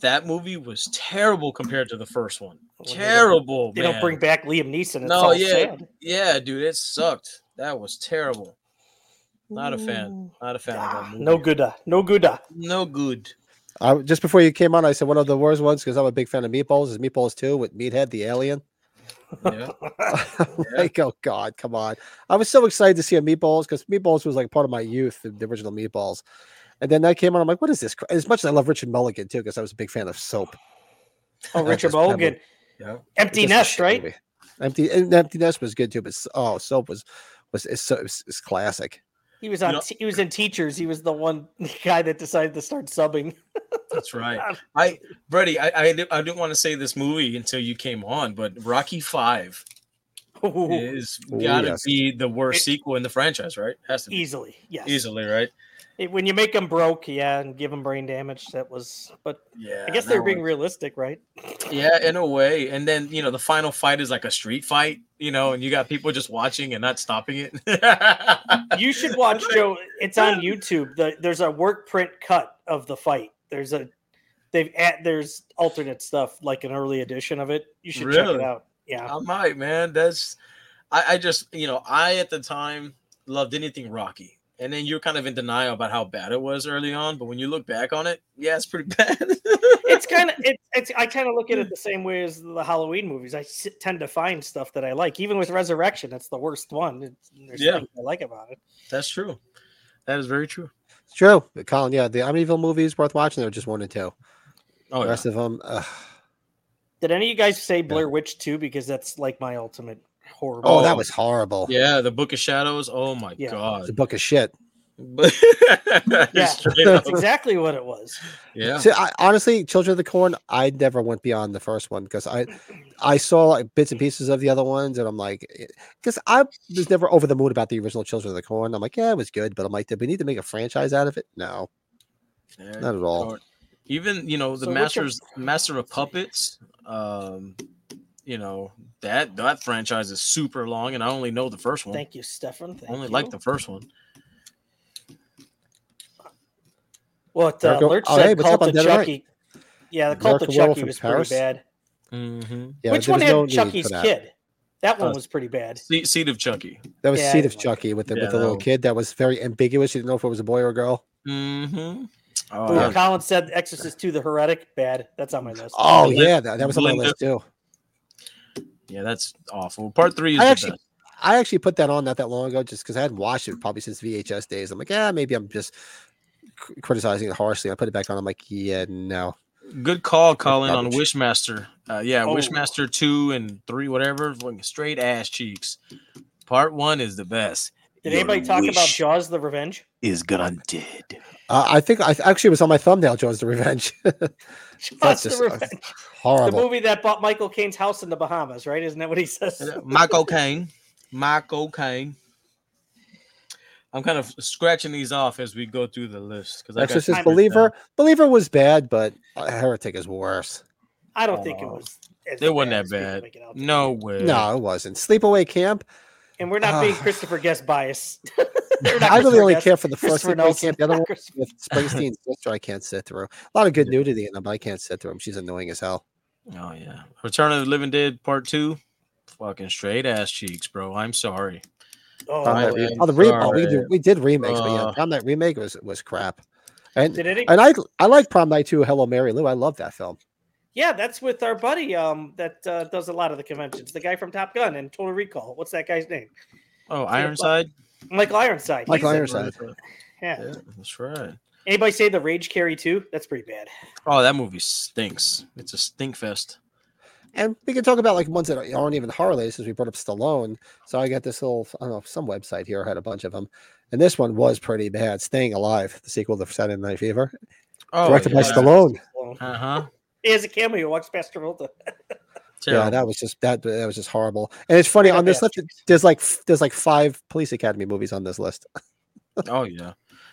Speaker 3: that movie was terrible compared to the first one.
Speaker 4: Well, they don't-
Speaker 3: Terrible.
Speaker 4: They
Speaker 3: man.
Speaker 4: don't bring back Liam Neeson. It's
Speaker 3: No,
Speaker 4: all
Speaker 3: yeah.
Speaker 4: sad.
Speaker 3: Yeah, dude, it sucked. That was terrible. Not a fan. Not a fan of
Speaker 4: Ah,
Speaker 3: that movie.
Speaker 4: no good. uh, No good. uh.
Speaker 3: No good.
Speaker 1: I, just before you came on, I said one of the worst ones because I'm a big fan of Meatballs. Is Meatballs two with Meathead the alien?
Speaker 3: Yeah.
Speaker 1: like, oh God, come on! I was so excited to see a Meatballs because Meatballs was like part of my youth, the, the original Meatballs. And then that came on. I'm like, what is this? cr- As much as I love Richard Mulligan too, because I was a big fan of Soap.
Speaker 4: Oh,
Speaker 1: That's
Speaker 4: Richard
Speaker 1: just terrible.
Speaker 4: Mulligan.
Speaker 3: yeah.
Speaker 4: Empty
Speaker 1: Just a
Speaker 4: nest,
Speaker 1: shit
Speaker 4: right?
Speaker 1: movie. Empty and Empty Nest was good too, but S- oh, Soap was was is so is, is classic.
Speaker 4: He was on.
Speaker 3: know-
Speaker 4: t- he was in Teachers. He was the one guy that decided to start subbing.
Speaker 3: That's right. I, Brady, I, I, di- I didn't want to say this movie until you came on, but Rocky Five
Speaker 4: Ooh,
Speaker 3: is
Speaker 1: Ooh,
Speaker 3: gotta
Speaker 1: yes.
Speaker 3: be the worst
Speaker 4: It-
Speaker 3: sequel in the franchise, right? Has to be
Speaker 4: easily, yes.
Speaker 3: easily, right?
Speaker 4: It- when you make him broke, yeah, and give him brain damage, that was. But
Speaker 3: Yeah.
Speaker 4: I guess
Speaker 3: that
Speaker 4: they were being
Speaker 3: one-
Speaker 4: realistic, right?
Speaker 3: yeah, in a way. And then you know the final fight is like a street fight, you know, and you got people just watching and not stopping it.
Speaker 4: You should watch Joe. It's on YouTube. The, there's a work print cut of the fight. There's a they've at there's alternate stuff like an early edition of it. You should check
Speaker 3: Really? Uh,
Speaker 4: it out. Yeah,
Speaker 3: I might, man. That's I, I just you know I at the time loved anything Rocky, and then you're kind of in denial about how bad it was early on. But when you look back on it, yeah, it's pretty bad.
Speaker 4: it's kind of it, it's I kind of look at it
Speaker 3: Hmm.
Speaker 4: the same way as the Halloween movies. I s- tend to find stuff that I like, even with Resurrection. That's the worst one. It's, there's
Speaker 3: Yeah.
Speaker 4: things I like about it.
Speaker 3: That's true. That is very true.
Speaker 1: It's true, Colin. Yeah, the Amityville movies worth watching. They're just one and two.
Speaker 3: Oh,
Speaker 1: the
Speaker 3: yeah.
Speaker 1: rest of them, ugh.
Speaker 4: Did any of you guys say Blair Witch too? Because that's like my ultimate horror.
Speaker 1: oh,
Speaker 4: movie.
Speaker 1: that was horrible.
Speaker 3: yeah, the Book of Shadows. Oh my
Speaker 4: Yeah.
Speaker 1: It's a
Speaker 3: god.
Speaker 1: book of shit.
Speaker 3: yeah.
Speaker 4: that's exactly what it was.
Speaker 3: yeah.
Speaker 1: See, I, honestly, Children of the Corn, I never went beyond the first one because I, I saw like bits and pieces of the other ones, and I'm like, because I was never over the moon about the original Children of the Corn. I'm like, yeah, it was good, but I'm like, did we need to make a franchise out of it? No,
Speaker 3: Yeah.
Speaker 1: not at all.
Speaker 3: Or even you know the
Speaker 4: So which of-
Speaker 3: masters master of puppets um you know that that franchise is super long and i only know the first one
Speaker 4: Thank you, Stefan. Thank
Speaker 3: I only
Speaker 4: you.
Speaker 3: like the first one
Speaker 4: What uh,
Speaker 1: America-
Speaker 4: Lurch
Speaker 1: Oh, hey,
Speaker 4: said,
Speaker 1: what's up?
Speaker 4: Cult
Speaker 1: I'm
Speaker 4: of
Speaker 1: dead right.
Speaker 4: Chucky. Yeah, the Cult
Speaker 1: American
Speaker 4: of
Speaker 1: Werewolf
Speaker 4: Chucky
Speaker 1: in
Speaker 4: was
Speaker 1: Paris?
Speaker 4: pretty bad.
Speaker 3: mm-hmm.
Speaker 1: Yeah,
Speaker 4: Which
Speaker 1: there
Speaker 4: one
Speaker 1: was
Speaker 4: had E.
Speaker 1: no need
Speaker 4: Chucky's
Speaker 1: for that.
Speaker 4: kid? That one
Speaker 3: Uh,
Speaker 4: was pretty bad.
Speaker 3: seed, seed of chucky
Speaker 1: That was
Speaker 4: Yeah, I
Speaker 1: Seed
Speaker 4: didn't
Speaker 1: of
Speaker 4: like
Speaker 1: Chucky with the
Speaker 3: Yeah,
Speaker 1: with the
Speaker 3: that
Speaker 1: little
Speaker 3: one.
Speaker 1: kid that was very ambiguous. You didn't know if it was a boy or a girl.
Speaker 3: mm-hmm. oh,
Speaker 4: Ooh,
Speaker 3: that-
Speaker 4: Colin said Exorcist 2 The Heretic, bad. That's on my list.
Speaker 1: Oh
Speaker 3: Belinda-
Speaker 1: yeah, that, that was on my
Speaker 3: Belinda-
Speaker 1: list too.
Speaker 3: yeah that's awful part three is
Speaker 1: I
Speaker 3: the
Speaker 1: actually-
Speaker 3: best.
Speaker 1: I actually put that on not that long ago just because I hadn't watched it probably since VHS days. I'm like, yeah, maybe I'm just cr- criticizing it harshly. I put it back on. I'm like, yeah, no.
Speaker 3: good call colin on
Speaker 1: garbage.
Speaker 3: wishmaster uh yeah
Speaker 4: Oh.
Speaker 3: wishmaster two and three whatever fucking straight ass cheeks part one is the best
Speaker 4: Did
Speaker 2: Your
Speaker 4: anybody talk about
Speaker 2: wish.
Speaker 4: Jaws the Revenge?
Speaker 2: is granted.
Speaker 1: Uh, I think I actually it was on my thumbnail. Joe's the Revenge.
Speaker 4: Jaws
Speaker 1: just-
Speaker 4: the Revenge. The
Speaker 1: Horrible.
Speaker 4: movie that bought Michael Caine's house in the Bahamas, right? Isn't that what he says?
Speaker 3: uh, Michael Kane. Michael Kane. I'm kind of scratching these off as we go through the list because
Speaker 1: Exorcist
Speaker 4: time
Speaker 1: Believer. Believer was bad, but uh, Heretic is worse.
Speaker 4: I don't think it
Speaker 3: Oh.
Speaker 4: was. as
Speaker 3: It wasn't
Speaker 4: as
Speaker 3: that
Speaker 4: people
Speaker 3: bad.
Speaker 4: make it out to be.
Speaker 3: No way.
Speaker 1: No, it wasn't. Sleepaway Camp.
Speaker 4: And we're not being
Speaker 1: Ah.
Speaker 4: Christopher Guest bias.
Speaker 1: I really only care for the first
Speaker 4: Christopher
Speaker 1: Sleepaway
Speaker 4: Nelson.
Speaker 1: Camp. The other one
Speaker 4: Not Christopher-
Speaker 1: with Springsteen's sister, I can't sit through. A lot of good nudity in them, but I can't sit through them. She's annoying as hell.
Speaker 3: Oh yeah. Return of the Living Dead Part Two. Fucking straight ass cheeks, bro. I'm sorry.
Speaker 4: Oh,
Speaker 1: Prom Night
Speaker 4: man.
Speaker 1: Re- oh, the re- oh, we,
Speaker 3: sorry.
Speaker 1: did, we did remakes, but yeah,
Speaker 3: Uh,
Speaker 1: Prom Night remake was was crap. And
Speaker 4: Did any?
Speaker 1: and I I like Prom Night too. Hello Mary Lou, I love that film.
Speaker 4: Yeah, that's with our buddy um that uh, does a lot of the conventions. The guy from Top Gun and Total Recall. What's that guy's name?
Speaker 3: Oh, Ironside.
Speaker 4: Michael Ironside.
Speaker 1: Michael
Speaker 4: He's a-
Speaker 1: Ironside.
Speaker 4: Yeah.
Speaker 3: Yeah, that's right.
Speaker 4: Anybody say the Rage Carry too? That's pretty bad.
Speaker 3: Oh, that movie stinks. It's a stink fest.
Speaker 1: And we can talk about like ones that aren't even horror related since we brought up Stallone. So I got this little I don't know some website here had a bunch of them, and this one was pretty bad. Staying Alive, the sequel to Saturday Night Fever,
Speaker 3: Oh,
Speaker 1: directed by
Speaker 4: yeah.
Speaker 1: Stallone.
Speaker 4: Well,
Speaker 3: Uh huh.
Speaker 4: He has a cameo. He Walks past Travolta.
Speaker 1: Yeah, that was just that that was just horrible. And it's funny
Speaker 4: They're
Speaker 1: on this list.
Speaker 4: bastards.
Speaker 1: There's like f- there's like five Police Academy movies on this list.
Speaker 3: oh yeah.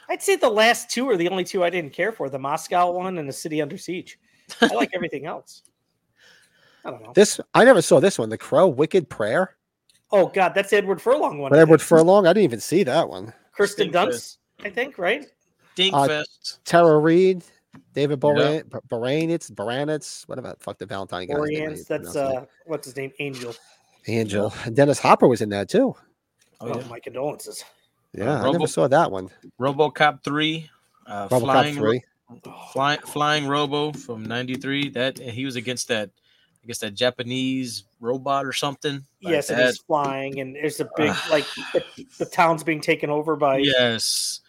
Speaker 4: I'd say the last two are the only two I didn't care for: the Moscow one and the City Under Siege. I like everything else. I don't know.
Speaker 1: This I never saw this one. The Crow, Wicked Prayer,
Speaker 4: Oh God, that's the Edward Furlong one.
Speaker 1: but
Speaker 4: I
Speaker 1: Edward
Speaker 4: think.
Speaker 1: Furlong. I didn't even see that one.
Speaker 4: Kristen
Speaker 3: Stink
Speaker 4: Dunst, I think, right?
Speaker 3: Stink
Speaker 1: Uh,
Speaker 3: fest.
Speaker 1: Tara Reed, David
Speaker 3: Yeah.
Speaker 1: Boran- Bar- Baranitz, Baranitz, whatever. the Fuck the Valentine guy.
Speaker 4: Orion's. That's uh, what's his name? Angel.
Speaker 1: Angel. And Dennis Hopper was in that too.
Speaker 3: Oh,
Speaker 4: Oh,
Speaker 3: yeah.
Speaker 4: my condolences.
Speaker 1: Yeah, I
Speaker 3: Robo-
Speaker 1: never saw that one.
Speaker 3: RoboCop three. Uh,
Speaker 1: RoboCop
Speaker 3: flying
Speaker 1: three.
Speaker 3: Fly, flying Robo from '93. That and he was against that, I guess that Japanese robot or something. like
Speaker 4: yes, and
Speaker 3: that.
Speaker 4: he's flying, and there's a big like the, the town's being taken over by.
Speaker 3: yes,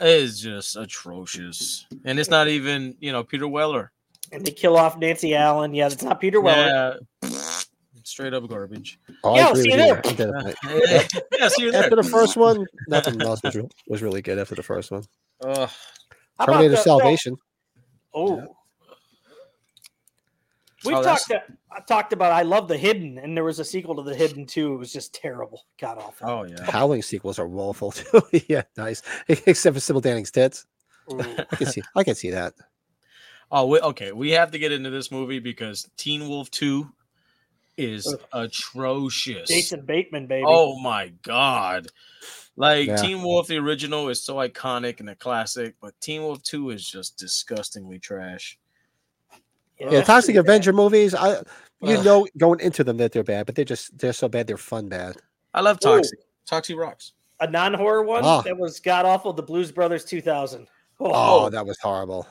Speaker 3: it's just atrocious, and it's not even you know Peter Weller.
Speaker 4: And they kill off Nancy Allen. Yeah, it's not Peter Weller.
Speaker 3: Yeah. straight up garbage.
Speaker 1: Oh,
Speaker 4: Yeah,
Speaker 1: I agree
Speaker 4: see
Speaker 1: with
Speaker 4: you
Speaker 1: you.
Speaker 4: there.
Speaker 1: I did it.
Speaker 3: yeah, see you there.
Speaker 1: After the first one, nothing else was, re- was really good. After the first one,
Speaker 3: Ugh.
Speaker 4: How about
Speaker 1: Terminator
Speaker 4: the-
Speaker 1: Salvation.
Speaker 4: Oh. We
Speaker 3: Oh, that's-
Speaker 4: talked. a- I talked about. I love the Hidden, and there was a sequel to the Hidden too. It was just terrible. God awful.
Speaker 3: oh yeah.
Speaker 1: Howling sequels are woeful too. yeah, nice. Except for Sybil Danning's tits.
Speaker 4: Ooh.
Speaker 1: I can see. I can see that.
Speaker 3: Oh, we, okay. We have to get into this movie because Teen Wolf Two is atrocious.
Speaker 4: Jason Bateman, baby.
Speaker 3: Oh my god. Like
Speaker 1: Yeah.
Speaker 3: Teen Wolf the original is so iconic and a classic, but Teen Wolf 2 is just disgustingly trash.
Speaker 1: Yeah,
Speaker 4: that's
Speaker 1: Toxic
Speaker 4: pretty bad.
Speaker 1: Avenger movies. I you
Speaker 3: Ugh.
Speaker 1: know going into them that they're bad, but they're just they're so bad they're fun bad.
Speaker 3: I love
Speaker 4: Ooh.
Speaker 3: Toxic. Toxic rocks.
Speaker 4: a non horror one
Speaker 1: Ah.
Speaker 4: that was god awful. The Blues Brothers 2000.
Speaker 1: Oh,
Speaker 4: Oh,
Speaker 1: that was horrible.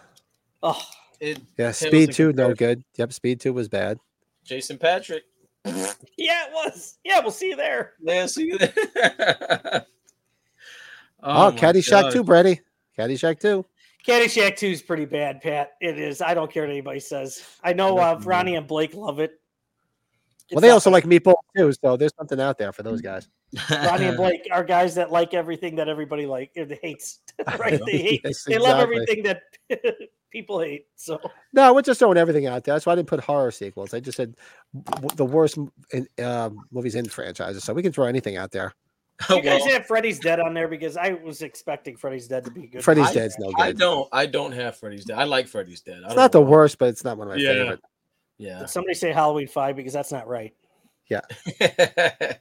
Speaker 4: oh.
Speaker 3: It,
Speaker 1: Yeah,
Speaker 3: Taylor's
Speaker 1: Speed
Speaker 3: a
Speaker 1: Two,
Speaker 3: good
Speaker 1: no
Speaker 3: player.
Speaker 1: good. Yep, Speed Two was bad.
Speaker 3: Jason Patrick.
Speaker 4: yeah, it was. Yeah, we'll see you there.
Speaker 3: Yeah, see you there.
Speaker 1: Oh,
Speaker 3: my
Speaker 1: Caddyshack
Speaker 3: God.
Speaker 1: Two, Brady. Caddyshack Two.
Speaker 4: Caddyshack 2 is pretty bad, Pat. It is. I don't care what anybody says. I know uh, Ronnie and Blake love it.
Speaker 1: Well,
Speaker 4: It's
Speaker 1: they
Speaker 4: not-
Speaker 1: also like meatballs too, so there's something out there for those guys.
Speaker 4: Ronnie and Blake are guys that like everything that everybody like or that hates. right? They hate.
Speaker 1: Yes,
Speaker 4: They love
Speaker 1: exactly.
Speaker 4: everything that people hate. So
Speaker 1: No, we're just throwing everything out there. That's why I didn't put horror sequels. I just said w- the worst m- in, uh, movies in franchises. So we can throw anything out there.
Speaker 4: you guys
Speaker 3: Well,
Speaker 4: have Freddy's Dead on there because I was expecting Freddy's Dead to be good.
Speaker 1: Freddy's
Speaker 3: I-
Speaker 1: Dead's no good.
Speaker 3: I don't. I don't have Freddy's Dead. I like Freddy's Dead. I
Speaker 1: It's
Speaker 3: don't
Speaker 1: not
Speaker 3: know
Speaker 1: the worst, but it's not one of my
Speaker 3: Yeah.
Speaker 1: favorite.
Speaker 3: why.
Speaker 4: Did Somebody say Halloween Five because that's not right.
Speaker 3: Yeah.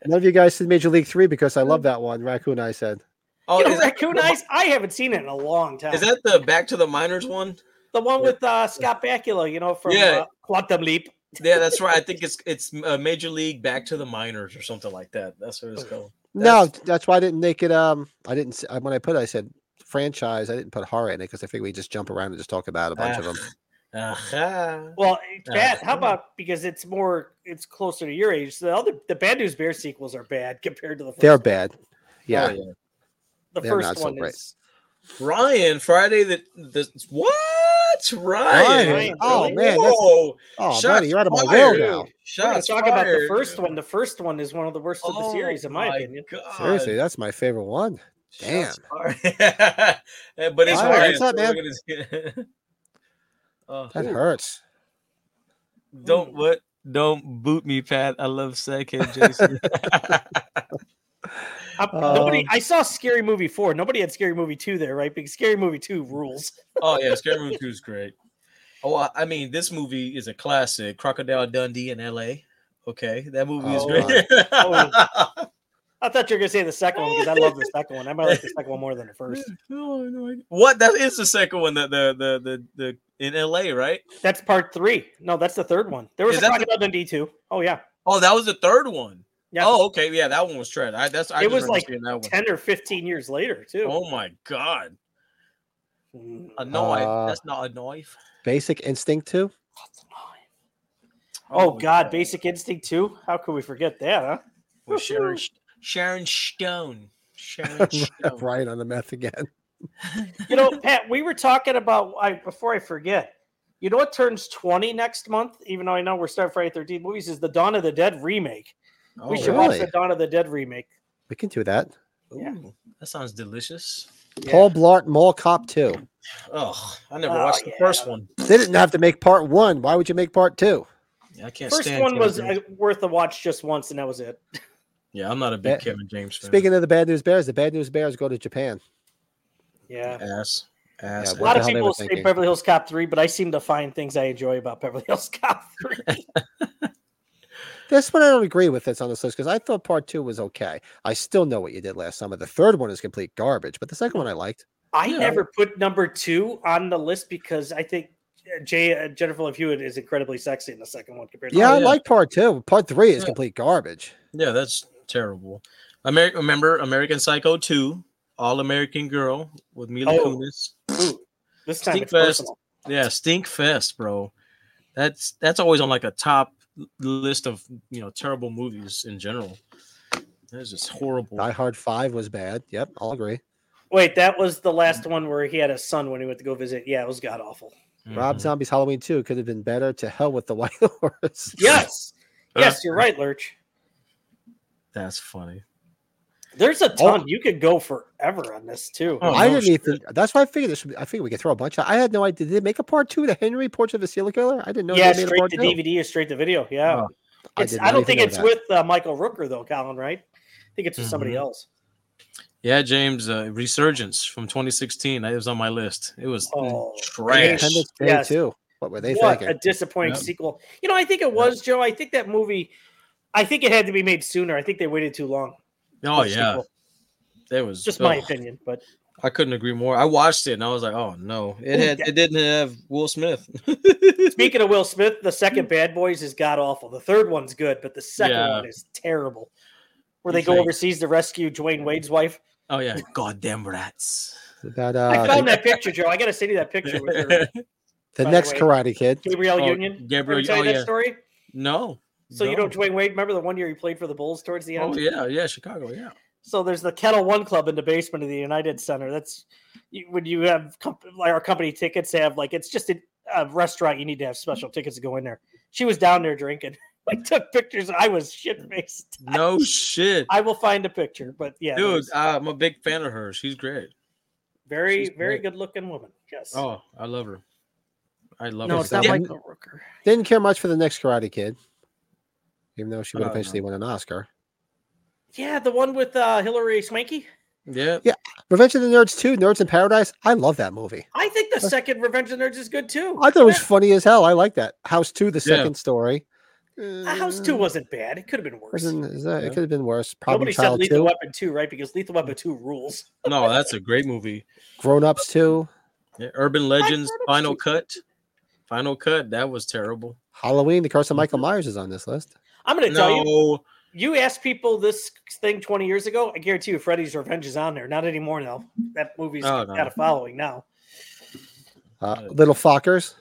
Speaker 1: None of you guys said Major League Three because I love that one. Raccoon, I said.
Speaker 3: oh,
Speaker 4: You know,
Speaker 3: is, that,
Speaker 4: Raccoon Eyes. I haven't seen it in a long time.
Speaker 3: is that the Back to the Miners one?
Speaker 4: the one with uh, Scott Bakula? You know from
Speaker 3: Yeah.
Speaker 4: uh, Quantum Leap.
Speaker 3: Yeah, that's right. I think it's it's uh, Major League Back to the Miners or something like that. That's what it's called.
Speaker 1: No, that's why I didn't make it. Um, I didn't. s- uh, When I put, it, I said franchise. I didn't put horror in it because I figured we just jump around and just talk
Speaker 3: Ah,
Speaker 1: about a bunch of them.
Speaker 3: Aha.
Speaker 4: Well, Pat,
Speaker 3: yeah.
Speaker 4: how about because it's more, it's closer to your age. The other, the Bad News Bear sequels are bad compared to the first.
Speaker 1: They're
Speaker 4: one.
Speaker 1: bad. Yeah,
Speaker 3: Oh, yeah.
Speaker 4: The
Speaker 1: they're not
Speaker 4: first
Speaker 1: so
Speaker 4: one
Speaker 1: great.
Speaker 4: is
Speaker 3: Ryan Friday the the what? Ryan.
Speaker 1: Ryan,
Speaker 4: oh,
Speaker 1: man, that's-
Speaker 3: Whoa.
Speaker 1: Oh,
Speaker 3: Shots
Speaker 1: buddy, you're out of my
Speaker 3: fired.
Speaker 1: world now.
Speaker 4: We're gonna
Speaker 3: Shots
Speaker 4: talk about the
Speaker 3: fired.
Speaker 4: first one. The first one is one of the worst of
Speaker 3: Oh
Speaker 4: the series, in my, opinion.
Speaker 3: God.
Speaker 1: Seriously, that's my favorite one. Damn.
Speaker 3: Shots fired. Yeah, but it's
Speaker 1: Wow,
Speaker 3: Ryan.
Speaker 1: what's up,
Speaker 3: so we're
Speaker 1: man?
Speaker 3: gonna- Uh,
Speaker 1: That hurts.
Speaker 3: don't what? Don't boot me, Pat. I love Sidekick Jason.
Speaker 4: Uh,
Speaker 1: Um,
Speaker 4: nobody, I saw Scary Movie four. Nobody had Scary Movie two there, right? Because Scary Movie two rules.
Speaker 3: oh yeah, Scary Movie Two is great. Oh, I- I mean, this movie is a classic. Crocodile Dundee in L.A. Okay, that movie is
Speaker 1: Oh,
Speaker 3: great.
Speaker 4: I thought you were gonna say the second one because I love the second one. I might like the second one more than the first.
Speaker 3: No, no, I- What? That is the second one. That the the the the in L.A. Right?
Speaker 4: That's part three. No, that's the third one. There was
Speaker 3: Is
Speaker 4: a
Speaker 3: that the-
Speaker 4: Crocodile Dundee two. Oh yeah,
Speaker 3: Oh, that was the third one.
Speaker 4: yeah.
Speaker 3: Oh, okay, yeah, that one was trash. I, that's I
Speaker 4: It
Speaker 3: just
Speaker 4: was
Speaker 3: remember
Speaker 4: like
Speaker 3: seeing that one.
Speaker 4: ten or fifteen years later too.
Speaker 3: Oh my god,
Speaker 4: Mm.
Speaker 3: a knife.
Speaker 1: Uh,
Speaker 3: that's not a knife.
Speaker 1: Basic Instinct too.
Speaker 4: Oh,
Speaker 3: my
Speaker 4: God, Basic Instinct 2? How could we forget that, huh?
Speaker 3: With Sharon Sharon Stone. Sharon Stone.
Speaker 1: Right on the meth again.
Speaker 4: You know, Pat, we were talking about I, before I forget. You know what turns 20 next month, even though I know we're starting Friday 13 movies, is the Dawn of the Dead remake.
Speaker 3: Oh,
Speaker 4: we should watch
Speaker 1: really?
Speaker 4: the Dawn of the Dead remake.
Speaker 1: We can do that.
Speaker 4: yeah.
Speaker 3: ooh, that sounds delicious.
Speaker 1: Paul Blart Mall Cop Two.
Speaker 3: Oh, I never
Speaker 4: Oh,
Speaker 3: watched the
Speaker 4: yeah.
Speaker 3: first one.
Speaker 1: They didn't have to make part one. Why would you make part two?
Speaker 3: Yeah, I can't
Speaker 4: First
Speaker 3: stand
Speaker 4: one
Speaker 3: Kevin
Speaker 4: was
Speaker 3: James.
Speaker 4: uh, worth a watch just once, and that was it.
Speaker 3: yeah, I'm not a big
Speaker 1: Yeah.
Speaker 3: Kevin James fan.
Speaker 1: Speaking of the Bad News Bears, the Bad News Bears go to Japan.
Speaker 4: Yeah.
Speaker 3: ass, ass.
Speaker 1: Yeah, What the
Speaker 4: A lot of
Speaker 1: hell they
Speaker 4: people
Speaker 1: were
Speaker 4: say
Speaker 1: thinking.
Speaker 4: Beverly Hills Cop 3, but I seem to find things I enjoy about Beverly Hills Cop 3.
Speaker 1: This one I don't agree with this on this list because I thought part two was okay. I still know what you did last summer. The third one is complete garbage, but the second one I liked.
Speaker 4: I
Speaker 3: Yeah.
Speaker 4: never put number two on the list because I think uh, Jay uh, Jennifer Love Hewitt is incredibly sexy in the second one compared to
Speaker 1: Yeah, I
Speaker 3: yeah.
Speaker 1: like part two. Part three is
Speaker 3: Yeah.
Speaker 1: complete garbage.
Speaker 3: yeah, that's terrible. Amer- remember American Psycho 2, All American Girl with Mila
Speaker 4: Oh.
Speaker 3: Kunis.
Speaker 4: Ooh, this time
Speaker 3: Stink
Speaker 4: it's
Speaker 3: Fest.
Speaker 4: personal.
Speaker 3: Yeah, Stink Fest, bro. That's that's always on like a top l- list of you know terrible movies in general. That is just horrible.
Speaker 1: Die Hard Five was bad. Yep, I'll agree.
Speaker 4: Wait, that was the last one where he had a son when he went to go visit. Yeah, it was god awful.
Speaker 1: Rob
Speaker 4: Mm-hmm.
Speaker 3: Mhm.
Speaker 1: Zombie's Halloween Two could have been better. To hell with the White Horse.
Speaker 4: Yes, yes, you're right, Lurch.
Speaker 3: that's funny.
Speaker 4: There's a ton. You could go forever on this too.
Speaker 3: Oh,
Speaker 1: I
Speaker 3: no
Speaker 1: didn't even. That's why I figured this. Would be, I figured we could throw a bunch. Out. I had no idea. Did they make a part two? The Henry Portrait of a Serial Killer. I didn't know.
Speaker 4: yeah,
Speaker 1: they made a
Speaker 4: straight
Speaker 1: part
Speaker 4: to
Speaker 1: two.
Speaker 4: DVD or straight to video. Yeah,
Speaker 3: Oh,
Speaker 1: I
Speaker 4: it's,
Speaker 1: did
Speaker 4: I,
Speaker 1: not
Speaker 4: don't
Speaker 1: even
Speaker 4: think
Speaker 1: know
Speaker 4: it's
Speaker 1: that.
Speaker 4: with uh, Michael Rooker though, Colin. Right? I think it's with somebody
Speaker 3: Mhm.
Speaker 4: else.
Speaker 3: Yeah, James, uh, Resurgence from 2016. That was on my list. It was
Speaker 4: Oh,
Speaker 3: trash.
Speaker 1: Independence Day
Speaker 4: Yes.
Speaker 1: too. What were they
Speaker 4: what
Speaker 1: thinking?
Speaker 4: a disappointing
Speaker 3: Yep.
Speaker 4: sequel. You know, I think it was Joe. I think that movie. I think it had to be made sooner. I think they waited too long.
Speaker 3: Oh
Speaker 4: for the
Speaker 3: yeah,
Speaker 4: sequel.
Speaker 3: that was
Speaker 4: just my
Speaker 3: ugh,
Speaker 4: opinion, but
Speaker 3: I couldn't agree more. I watched it and I was like, oh no, it
Speaker 4: Ooh,
Speaker 3: had
Speaker 4: that-
Speaker 3: it didn't have Will Smith.
Speaker 4: Speaking of Will Smith, the second Bad Boys is god awful. The third one's good, but the second
Speaker 3: Yeah.
Speaker 4: one is terrible. Where
Speaker 3: You
Speaker 4: they go
Speaker 3: think-
Speaker 4: overseas to rescue Dwayne Wade's wife.
Speaker 3: Oh yeah, goddamn rats.
Speaker 1: We got
Speaker 4: I
Speaker 1: uh,
Speaker 4: found
Speaker 1: the,
Speaker 4: that picture, Joe. I got to send you that picture with her.
Speaker 1: the
Speaker 4: by the
Speaker 1: next
Speaker 4: way.
Speaker 1: Karate Kid.
Speaker 4: Gabrielle
Speaker 3: Oh,
Speaker 4: Union.
Speaker 3: Gabrielle-
Speaker 4: Ever tell you
Speaker 3: oh,
Speaker 4: that
Speaker 3: yeah.
Speaker 4: story?
Speaker 3: No.
Speaker 4: So you
Speaker 3: No.
Speaker 4: know Dwayne Wade. Remember the one year he played for the Bulls towards the end.
Speaker 3: Oh yeah, yeah, Chicago, yeah.
Speaker 4: So there's the Kettle One Club in the basement of the United Center. That's you- when you have comp- like our company tickets have like it's just a, a restaurant. You need to have special tickets to go in there. She was down there drinking. I took pictures. I was shit faced.
Speaker 3: No shit.
Speaker 4: I will find a picture, but yeah,
Speaker 3: Dude, uh,
Speaker 4: there's-
Speaker 3: I'm a big fan of her. She's great.
Speaker 4: very
Speaker 3: she's
Speaker 4: very
Speaker 3: great.
Speaker 4: good looking woman. Yes.
Speaker 3: Oh, I love her. I love
Speaker 4: no,
Speaker 3: her.
Speaker 4: it's not
Speaker 1: Yeah.
Speaker 4: Michael Rooker.
Speaker 1: Didn't care much for the next Karate Kid, even though she would
Speaker 3: Oh, no.
Speaker 1: eventually win an Oscar.
Speaker 4: Yeah, the one with uh, Hillary Swanky.
Speaker 3: Yeah.
Speaker 1: Revenge of the Nerds 2, Nerds in Paradise. I love that movie.
Speaker 4: I think the second Revenge of the Nerds is good too.
Speaker 1: I thought it was
Speaker 4: Yeah.
Speaker 1: funny as hell. I like that. House 2, the
Speaker 3: Yeah.
Speaker 1: second story.
Speaker 4: Uh, House Two wasn't bad. It could have been worse.
Speaker 1: Mm. Wasn't- is that- It
Speaker 3: Yeah.
Speaker 1: could have been worse. Problem
Speaker 4: Nobody said
Speaker 1: Child 2,
Speaker 4: Lethal Weapon Two, right? Because Lethal Weapon Two rules.
Speaker 3: No, that's a great movie.
Speaker 1: Grown Ups 2,
Speaker 3: Yeah, Urban Legends,
Speaker 4: heard of
Speaker 3: Final
Speaker 4: it.
Speaker 3: Cut. Final Cut. That was terrible.
Speaker 1: Halloween, The Curse of Michael Myers is on this list.
Speaker 4: I'm going to tell you.
Speaker 3: No.
Speaker 4: You asked people this thing 20 years ago. I guarantee you, Freddy's Revenge is on there. Not anymore now. That movie's
Speaker 3: Oh, no.
Speaker 4: got a following now.
Speaker 1: Uh,
Speaker 3: Good.
Speaker 1: Little Fockers.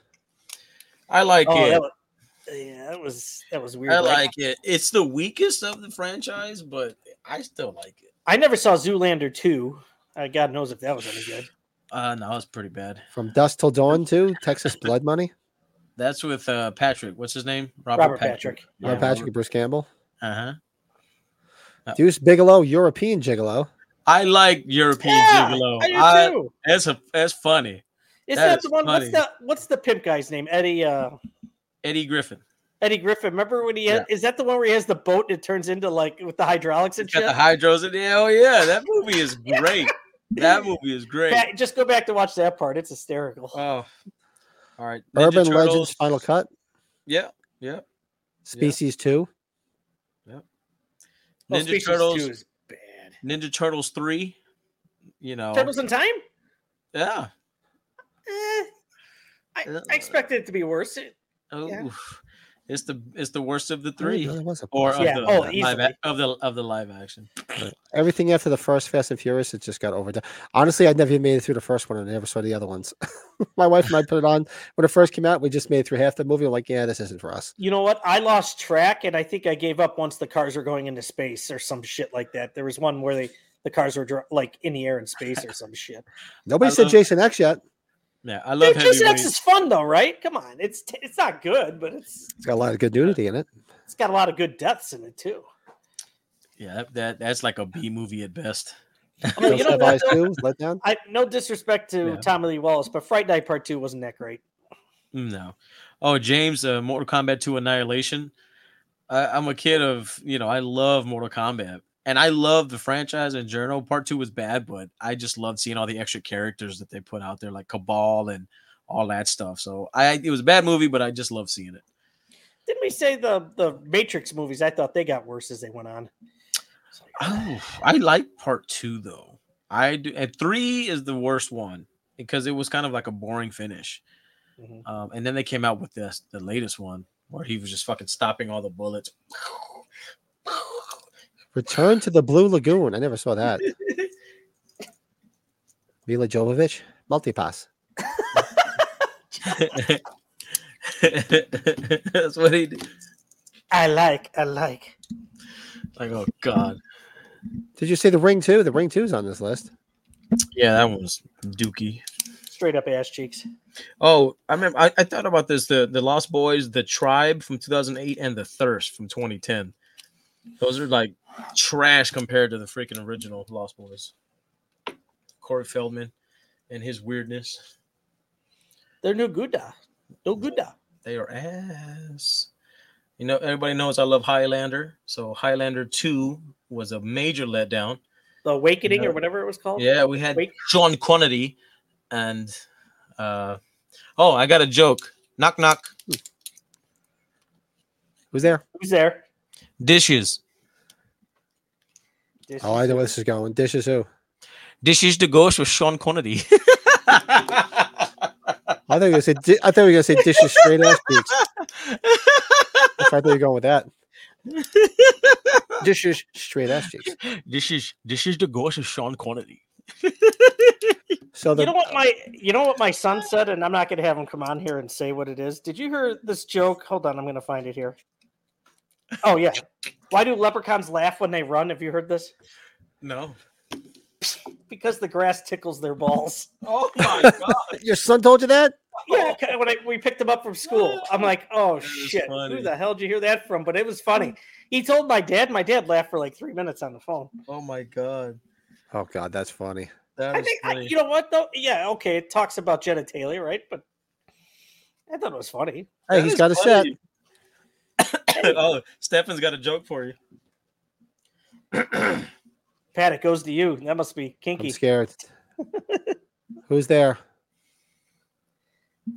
Speaker 3: I like
Speaker 4: Oh,
Speaker 3: it.
Speaker 4: that was, yeah, that was that was weird.
Speaker 3: I
Speaker 4: right?
Speaker 3: like it. It's the weakest of the franchise, but I still like it.
Speaker 4: I never saw Zoolander two. Uh, God knows if that was any good.
Speaker 3: Uh no, it's pretty bad.
Speaker 1: From Dust Till Dawn 2, Texas Blood Money.
Speaker 3: That's with uh Patrick. What's his name?
Speaker 4: Robert Patrick.
Speaker 1: Ron Patrick and Bruce Campbell.
Speaker 3: Uh huh.
Speaker 1: Deuce Bigelow, European Gigolo.
Speaker 3: I like European
Speaker 4: Yeah,
Speaker 3: Gigolo.
Speaker 4: I do
Speaker 3: Oh, I,
Speaker 4: too.
Speaker 3: that's a that's funny.
Speaker 4: Is
Speaker 3: that
Speaker 4: that,
Speaker 3: is
Speaker 4: the one?
Speaker 3: funny.
Speaker 4: What's the what's the pimp guy's name? Eddie uh,
Speaker 3: Eddie Griffin.
Speaker 4: Eddie Griffin. Remember when he had? Is that the one where he has the boat and it turns into like with the hydraulics and
Speaker 3: Got
Speaker 4: shit?
Speaker 3: the hydros in there. Oh yeah, that movie is great. that movie is great.
Speaker 4: Pat, just go back to watch that part. It's hysterical.
Speaker 3: Oh, all right. Ninja
Speaker 1: Urban Legends
Speaker 3: Turtles.
Speaker 1: Final Cut.
Speaker 3: Yeah, yeah.
Speaker 1: Species 2.
Speaker 4: Oh,
Speaker 3: Ninja
Speaker 4: Species
Speaker 3: Turtles.
Speaker 4: two is bad.
Speaker 3: Ninja Turtles three. You know.
Speaker 4: Turtles in Time.
Speaker 3: Yeah.
Speaker 4: Eh, I,
Speaker 3: Yeah.
Speaker 4: I expected it to be worse. It-
Speaker 3: Oh,
Speaker 4: Yeah.
Speaker 3: oof. it's the it's the worst of the
Speaker 1: I didn't know
Speaker 3: three,
Speaker 1: there was a-
Speaker 3: or of
Speaker 4: Yeah,
Speaker 3: the
Speaker 4: oh,
Speaker 3: live
Speaker 4: easily.
Speaker 3: ac- of the of the live action.
Speaker 1: Everything after the first Fast and Furious, it just got overdone. Honestly, I never even made it through the first one and I never saw the other ones. My wife and I put it on when it first came out. We just made it through half the movie. I'm like, yeah, this isn't for us.
Speaker 4: You know what? I lost track, and I think I gave up once the cars were going into space or some shit like that. There was one where they the cars were dr- like in the air in space or some shit.
Speaker 1: Nobody
Speaker 3: I
Speaker 1: said
Speaker 3: love-
Speaker 1: Jason X yet.
Speaker 3: Yeah, I love
Speaker 4: Dude,
Speaker 3: heavy
Speaker 4: Jason X
Speaker 3: rain.
Speaker 4: is fun though, right? Come on, it's t- it's not good, but it's
Speaker 1: It's got a lot of good nudity in it.
Speaker 4: it's got a lot of good deaths in it too.
Speaker 3: Yeah, that, that that's like a B movie at best.
Speaker 4: I mean, Oh, you know
Speaker 1: Joseph
Speaker 4: what?
Speaker 1: Eyes
Speaker 4: though?
Speaker 1: 2, Let Down.
Speaker 4: I no disrespect to
Speaker 3: Yeah.
Speaker 4: Tommy Lee Wallace, but Fright Night Part Two wasn't that great.
Speaker 3: No, oh James, uh, Mortal Kombat Two Annihilation. I, I'm a kid of you know I love Mortal Kombat and I love the franchise in general. Part Two was bad, but I just loved seeing all the extra characters that they put out there, like Cabal and all that stuff. So I it was a bad movie, but I just love seeing it.
Speaker 4: Didn't we say the the Matrix movies? I thought they got worse as they went on. It's like,
Speaker 3: Oh, I like part two though. I do, and three is the worst one because it was kind of like a boring finish.
Speaker 4: mhm.
Speaker 3: Um, and then they came out with this, the latest one, where he was just fucking stopping all the bullets.
Speaker 1: Return to the Blue Lagoon. I never saw that. Mila Jovovich, multipass.
Speaker 3: That's what he did.
Speaker 4: I like, I like.
Speaker 3: Like, oh god,
Speaker 1: Did you see The Ring 2? The Ring 2 is on this list.
Speaker 3: yeah, that one was dookie.
Speaker 4: Straight up ass cheeks.
Speaker 3: Oh, I remember. I, I thought about this: the the Lost Boys, the Tribe from 2008, and the Thirst from 2010. Those are like trash compared to the freaking original Lost Boys. Corey Feldman and his weirdness.
Speaker 4: They're no gooda. No gooda.
Speaker 3: They are ass. You know, everybody knows I love Highlander. So Highlander 2 was a major letdown.
Speaker 4: The Awakening
Speaker 3: No.
Speaker 4: or whatever it was called.
Speaker 3: Yeah, we had
Speaker 4: Wait.
Speaker 3: John Quantity and uh oh, I got a joke. Knock knock.
Speaker 1: Who's there?
Speaker 4: Who's there?
Speaker 3: Dishes.
Speaker 4: This
Speaker 1: Oh, I know where this is going. Dishes who?
Speaker 3: Dishes the Ghost with Sean Connery.
Speaker 1: I thought you were gonna say. Di- I thought you were gonna say dishes straight ass cheeks. That's where I thought you were going with that. Just your straight ass cheeks.
Speaker 2: This is this is the ghost of Sean Connery.
Speaker 1: So the
Speaker 4: you know what my you know what my son said, and I'm not going to have him come on here and say what it is. Did you hear this joke? Hold on, I'm going to find it here. Oh yeah, why do leprechauns laugh when they run? Have you heard this?
Speaker 3: no.
Speaker 4: Because the grass tickles their balls.
Speaker 3: Oh my god.
Speaker 1: your son told you that?
Speaker 4: Yeah, 'cause when I, we picked him up from school, I'm like, oh
Speaker 3: That is
Speaker 4: shit,
Speaker 3: funny.
Speaker 4: who the hell did you hear that from? But it was funny. He told my dad. My dad laughed for like three minutes on the phone.
Speaker 3: Oh my god.
Speaker 1: Oh god, that's funny.
Speaker 3: That
Speaker 4: I
Speaker 3: is
Speaker 4: think I,
Speaker 3: funny.
Speaker 4: you know what though. Yeah, okay, it talks about genitalia, right? But I thought it was funny.
Speaker 1: Hey, he's got a set.
Speaker 3: set. oh, Stefan's got a joke for you.
Speaker 4: Pat, it goes to you. That must be kinky.
Speaker 1: I'm scared. Who's there?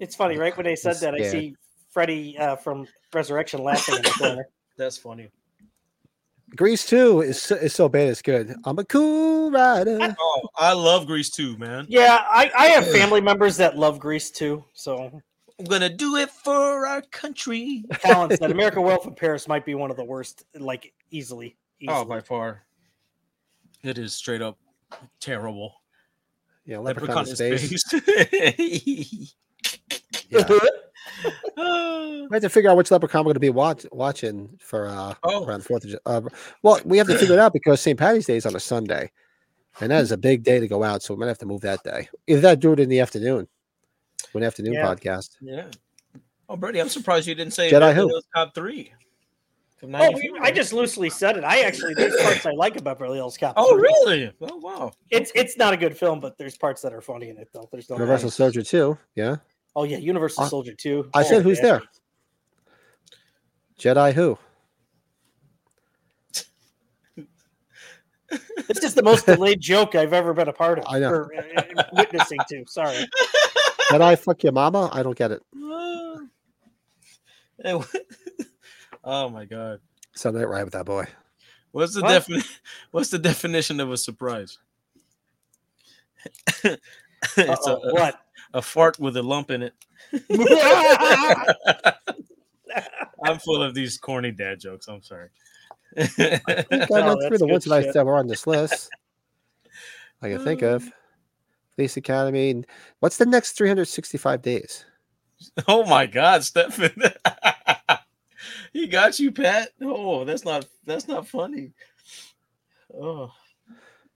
Speaker 4: It's funny, right? When they said that, I
Speaker 1: scared.
Speaker 4: see Freddie uh, from Resurrection laughing in the corner.
Speaker 3: That's funny.
Speaker 1: Grease 2 is so, is so bad it's good. I'm a cool rider.
Speaker 3: Oh, I love Grease too, man.
Speaker 4: Yeah, I, I have family members that love Greece too. So
Speaker 3: I'm gonna do it for our country.
Speaker 4: Colin said American Wealth in Paris might be one of the worst, like easily.
Speaker 3: Oh,
Speaker 4: easily.
Speaker 3: by far. It is straight up terrible.
Speaker 1: Yeah, leprechaun,
Speaker 3: Leprechaun
Speaker 1: in
Speaker 3: is
Speaker 1: space.
Speaker 3: space.
Speaker 1: Yeah.
Speaker 3: oh,
Speaker 1: We have to figure out which leprechaun we're going to be watch, watching for uh,
Speaker 3: Oh.
Speaker 1: around Fourth of Ju- uh, Well, we have to figure it out because St. Patty's Day is on a Sunday, and that is a big day to go out. So we might have to move that day. Either that, do it in the afternoon, do an afternoon
Speaker 4: Yeah.
Speaker 1: podcast.
Speaker 3: yeah. Oh, Brady, I'm surprised you didn't say
Speaker 1: Jedi
Speaker 3: American
Speaker 1: who?
Speaker 3: Idol's top three. From
Speaker 4: Oh, we-
Speaker 3: 94.
Speaker 4: I just loosely said it. I actually there's parts I like about Beverly Hills Cop.
Speaker 3: Oh, really? Oh, wow.
Speaker 4: It's it's not a good film, but there's parts that are funny in it though. There's no
Speaker 1: Universal
Speaker 4: doubt.
Speaker 1: Soldier too. Yeah,
Speaker 4: Oh yeah, Universal
Speaker 1: I-
Speaker 4: Soldier Oh, too.
Speaker 1: I said who's there? Jedi who?
Speaker 4: This is the most delayed joke I've ever been a part of.
Speaker 1: I know.
Speaker 4: Or, uh, uh, witnessing to. Sorry.
Speaker 1: Jedi fuck your mama? I don't get it.
Speaker 3: Uh, Hey, what- oh my God!
Speaker 1: Sunday right with that boy.
Speaker 3: What's the
Speaker 4: What?
Speaker 3: definition? What's the definition of a surprise? it's a,
Speaker 4: Uh-oh,
Speaker 1: uh,
Speaker 4: what?
Speaker 3: a fart with a lump in it.
Speaker 4: I
Speaker 3: I'm full of these corny dad jokes. I'm sorry.
Speaker 1: I think I
Speaker 4: No,
Speaker 1: went through
Speaker 4: that's
Speaker 1: the
Speaker 4: good
Speaker 1: ones that I
Speaker 4: shit.
Speaker 1: that were on this list. I can think of. Police Academy. What's the next 365 days?
Speaker 3: oh my God, Stefan! he got you, Pat. Oh, that's not that's not funny. Oh,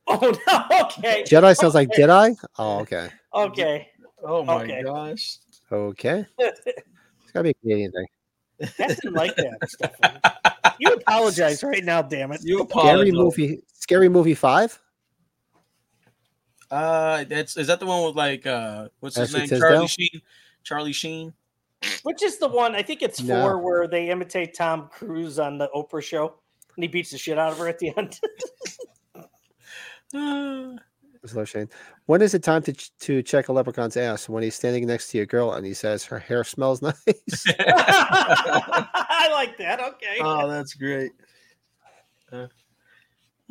Speaker 4: Oh no. Okay.
Speaker 1: Jedi sounds like Jedi. Oh, okay.
Speaker 4: Okay.
Speaker 3: oh my
Speaker 4: Okay.
Speaker 3: gosh.
Speaker 1: Okay. It's gotta be a Canadian thing.
Speaker 4: That didn't like that, Stefan. You apologize right now, damn it.
Speaker 3: You apologize.
Speaker 1: Scary movie. Scary movie five.
Speaker 3: Uh, that's is that the one with like uh, what's his
Speaker 1: Ashley
Speaker 3: name?
Speaker 1: Tisdale?
Speaker 3: Charlie Sheen. Charlie Sheen.
Speaker 4: Which is the one I think it's
Speaker 1: No.
Speaker 4: four where they imitate Tom Cruise on the Oprah show and he beats the shit out of her at the end.
Speaker 3: Uh,
Speaker 1: It's Lil Shane. When is it time to ch- to check a leprechaun's ass? When he's standing next to your girl and he says her hair smells nice.
Speaker 4: I like that. Okay.
Speaker 3: oh, that's great. Uh,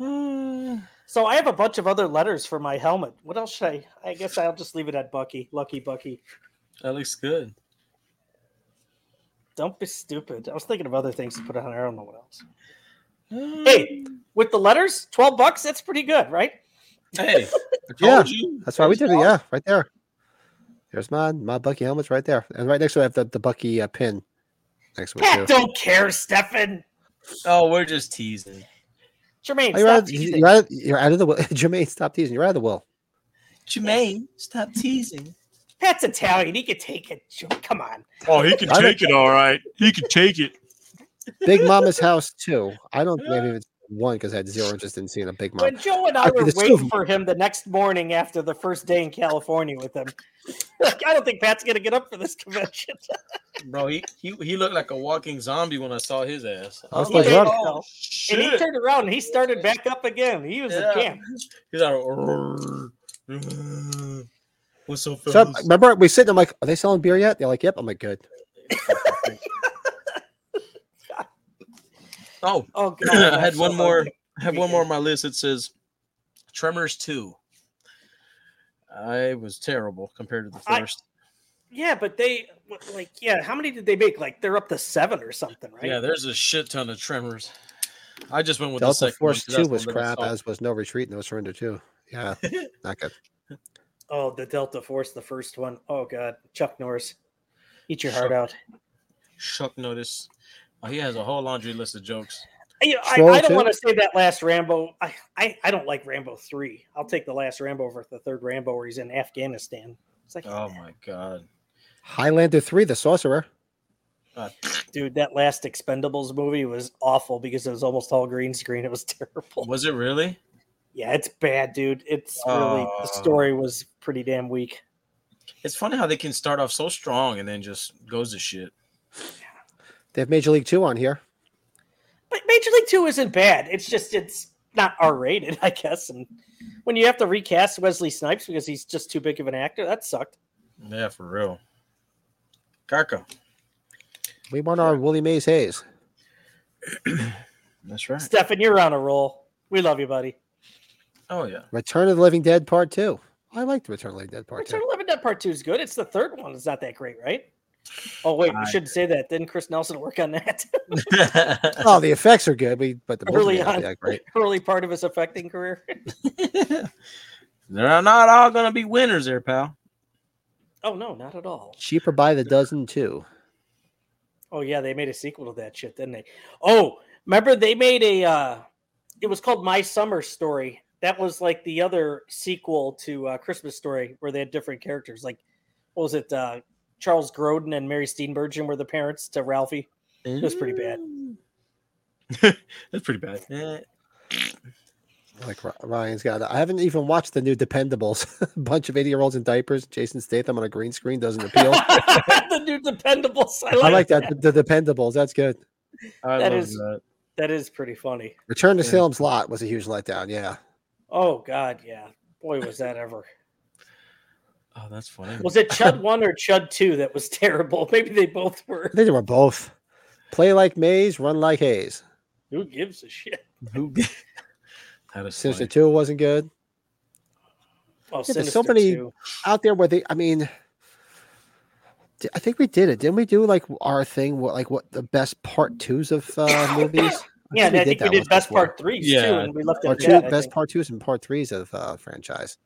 Speaker 3: uh,
Speaker 4: so I have a bunch of other letters for my helmet. What else should I? I guess I'll just leave it at Bucky. Lucky Bucky.
Speaker 3: that looks good.
Speaker 4: Don't be stupid. I was thinking of other things to put on. there. I don't know what else.
Speaker 3: Uh,
Speaker 4: Hey, with the letters, twelve bucks. That's pretty good, right?
Speaker 3: hey, I
Speaker 1: Yeah,
Speaker 3: told you.
Speaker 1: That's why we did it. Yeah, right there. There's my my Bucky helmet's right there, and right next to it, I have the, the Bucky uh, pin. Next to it
Speaker 4: Pat
Speaker 1: too.
Speaker 4: don't care, Stefan.
Speaker 3: Oh, we're just teasing.
Speaker 4: Jermaine,
Speaker 1: Oh, you're,
Speaker 4: stop
Speaker 1: out,
Speaker 4: teasing.
Speaker 1: you're, out, you're out of the will. Jermaine, stop teasing. You're out of the will.
Speaker 3: Jermaine, stop teasing.
Speaker 4: Pat's Italian. He could take it. Sure, Come on.
Speaker 2: Oh, he can
Speaker 1: I don't-
Speaker 2: take it all right. He can take it.
Speaker 1: Big Mama's house too. I don't think I've even seen one because I had zero interest in seeing a Big Mom.
Speaker 4: When Joe and I
Speaker 1: I
Speaker 4: were
Speaker 1: mean, it's
Speaker 4: waiting
Speaker 1: true.
Speaker 4: for him the next morning after the first day in California with him, like, I don't think Pat's going to get up for this convention.
Speaker 3: Bro, he, he he looked like a walking zombie when I saw his ass.
Speaker 1: I was
Speaker 4: like,
Speaker 3: oh,
Speaker 4: "Oh,
Speaker 3: shit.
Speaker 4: and he turned around and he started back up again. He was
Speaker 3: Yeah.
Speaker 4: a champ.
Speaker 3: He's like, "Rrrr, what's up,
Speaker 1: So
Speaker 3: fellas?"
Speaker 1: remember, we sitting. I'm like, are they selling beer yet? They're like, yep. I'm like, good.
Speaker 3: Oh,
Speaker 4: Oh, God.
Speaker 3: I had
Speaker 4: that's
Speaker 3: one
Speaker 4: so
Speaker 3: more.
Speaker 4: ugly.
Speaker 3: I have one more on my list. It says Tremors Two. I was terrible compared to the
Speaker 4: I-
Speaker 3: first.
Speaker 4: Yeah, but they like yeah. How many did they make? Like they're up to seven or something, right?
Speaker 3: Yeah, there's a shit ton of tremors. I just went with the
Speaker 1: Delta
Speaker 3: second
Speaker 1: Force
Speaker 3: one 'cause
Speaker 1: 2
Speaker 3: that's the
Speaker 1: was
Speaker 3: one that I
Speaker 1: crap, as was No Retreat, No Surrender 2. Yeah, not good.
Speaker 4: Oh, the Delta Force, the first one. Oh God, Chuck Norris, eat your heart
Speaker 3: Chuck-
Speaker 4: out.
Speaker 3: saw. Chuck noticed. Oh, he has a whole laundry list of jokes.
Speaker 4: I, I,
Speaker 1: Troll
Speaker 4: I don't
Speaker 1: two?
Speaker 4: want to say that last Rambo. I, I I don't like Rambo three. I'll take the last Rambo over the third Rambo where he's in Afghanistan. It's like,
Speaker 3: Oh my god.
Speaker 1: Highlander 3, The Sorcerer.
Speaker 3: Uh,
Speaker 4: dude, that last Expendables movie was awful because it was almost all green screen. It was terrible.
Speaker 3: was it really?
Speaker 4: Yeah, it's bad, dude. It's really
Speaker 3: Oh.
Speaker 4: the story was pretty damn weak.
Speaker 3: It's funny how they can start off so strong and then just goes to shit.
Speaker 1: They have Major League 2 on here.
Speaker 4: But Major League Two isn't bad. It's just it's not R rated, I guess. And when you have to recast Wesley Snipes because he's just too big of an actor, that sucked.
Speaker 3: Yeah, for real. Karka.
Speaker 1: We want our Willie Mays Hayes.
Speaker 3: That's right.
Speaker 4: Stefan, you're on a roll. We love you, buddy.
Speaker 3: Oh yeah.
Speaker 1: Return of the Living Dead Part 2. I liked Return of the Living Dead Part
Speaker 4: Return
Speaker 1: 2.
Speaker 4: of the Living Dead Part Two is good. It's the third one. It's not that great, right? Oh wait,
Speaker 3: I-
Speaker 4: we shouldn't say that. Didn't Chris Nelson work on that
Speaker 1: Oh, the effects are good, we- but the
Speaker 4: Early
Speaker 1: movie
Speaker 4: on.
Speaker 1: not that great.
Speaker 4: early part of his affecting career?
Speaker 3: They're not all gonna be winners there, pal.
Speaker 4: oh no, not at all.
Speaker 1: Cheaper by the dozen too.
Speaker 4: Oh yeah, they made a sequel to that shit, didn't they? Oh, remember they made a uh it was called My Summer Story. That was like the other sequel to uh Christmas Story where they had different characters. Like what was it? Uh Charles Grodin and Mary Steenburgen were the parents to Ralphie.
Speaker 3: It
Speaker 4: was pretty bad.
Speaker 3: That's pretty bad. Eh,
Speaker 1: Like Ry- Ryan's got. I haven't even watched the new Dependables. Bunch of eighty-year-olds in diapers. Jason Statham on a green screen doesn't appeal.
Speaker 4: the new Dependables. I like,
Speaker 1: I like that. The Dependables. That's good.
Speaker 3: I
Speaker 4: That
Speaker 3: love
Speaker 4: is-
Speaker 3: that.
Speaker 4: That is pretty funny.
Speaker 1: Return to
Speaker 3: Yeah.
Speaker 1: Salem's Lot was a huge letdown. Yeah.
Speaker 4: Oh God, yeah. Boy, was that ever.
Speaker 3: Oh, that's funny.
Speaker 4: Was it Chud 1 or Chud 2 that was terrible? Maybe they both were.
Speaker 1: I think they were both. Play like Mays, run like Hayes.
Speaker 4: Who gives a shit?
Speaker 3: Who- that is
Speaker 1: Sinister
Speaker 3: funny.
Speaker 1: Two wasn't good.
Speaker 4: Oh,
Speaker 1: there's so
Speaker 4: Sinister
Speaker 1: many-
Speaker 4: 2.
Speaker 1: Out there where they. I mean, di- I think we did it. Didn't we do like our thing? What like what the best part twos of uh, movies?
Speaker 4: Yeah, and I think we did best
Speaker 1: part.
Speaker 4: part threes too,
Speaker 3: Yeah,
Speaker 4: and we left it
Speaker 1: Or
Speaker 4: at
Speaker 1: two
Speaker 4: that, I
Speaker 1: best
Speaker 4: think.
Speaker 1: part twos and part threes of uh, franchise.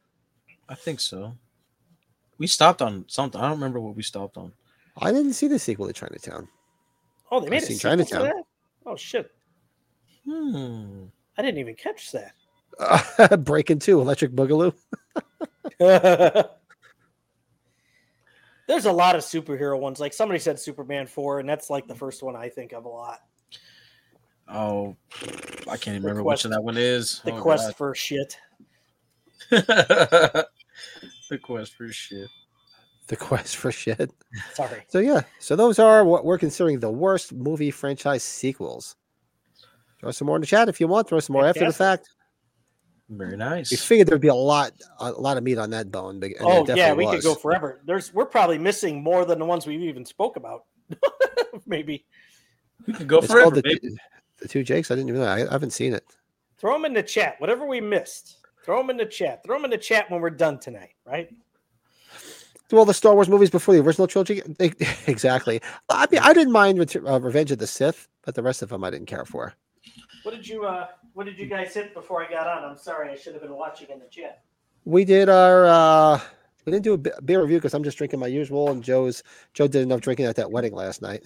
Speaker 3: I think so. We stopped on something. I don't remember what we stopped on.
Speaker 1: I didn't see the sequel to Chinatown.
Speaker 4: Oh, they made
Speaker 1: I've
Speaker 4: it.
Speaker 1: seen
Speaker 4: Chinatown.
Speaker 1: Chinatown.
Speaker 4: That? Oh shit,
Speaker 3: Hmm.
Speaker 4: I didn't even catch that.
Speaker 1: Breaking two, Electric Boogaloo.
Speaker 4: There's a lot of superhero ones. Like somebody said, Superman four, and that's like
Speaker 1: Mm.
Speaker 4: the first one I think of a lot.
Speaker 3: Oh, I can't even
Speaker 4: The
Speaker 3: remember
Speaker 4: quest-
Speaker 3: which of that one is.
Speaker 4: The
Speaker 3: Oh,
Speaker 4: quest for shit.
Speaker 3: God. the quest for shit.
Speaker 1: The quest for shit.
Speaker 4: Sorry.
Speaker 1: So yeah, so those are what we're considering the worst movie franchise sequels. Throw some more in the chat if you want. Throw some more after the
Speaker 4: Fantastic.
Speaker 1: fact.
Speaker 3: Very
Speaker 1: We
Speaker 3: nice.
Speaker 1: figured there'd be a lot, a lot of meat on that bone. But and there
Speaker 4: oh yeah,
Speaker 1: definitely
Speaker 4: we could
Speaker 1: was.
Speaker 4: go forever. There's we're probably missing more than the ones we've even spoke about. Maybe
Speaker 3: We could go
Speaker 1: It's called
Speaker 3: forever,
Speaker 1: the,
Speaker 3: baby.
Speaker 1: two, the two Jakes. I didn't even know. I, I haven't seen it.
Speaker 4: throw them in the chat. Whatever we missed, throw them in the chat. Throw them in the chat when we're done tonight, right?
Speaker 1: Well, the Star Wars movies before the original trilogy, they- exactly. I mean, I didn't mind Ret- uh, Revenge of the Sith, but the rest of them I didn't care for.
Speaker 4: What did you uh what did you guys hit before I got on? I'm sorry, I should have been watching in the chat.
Speaker 1: we did our uh we didn't do a b- beer review because i'm just drinking my usual and joe's joe did enough drinking at that wedding last night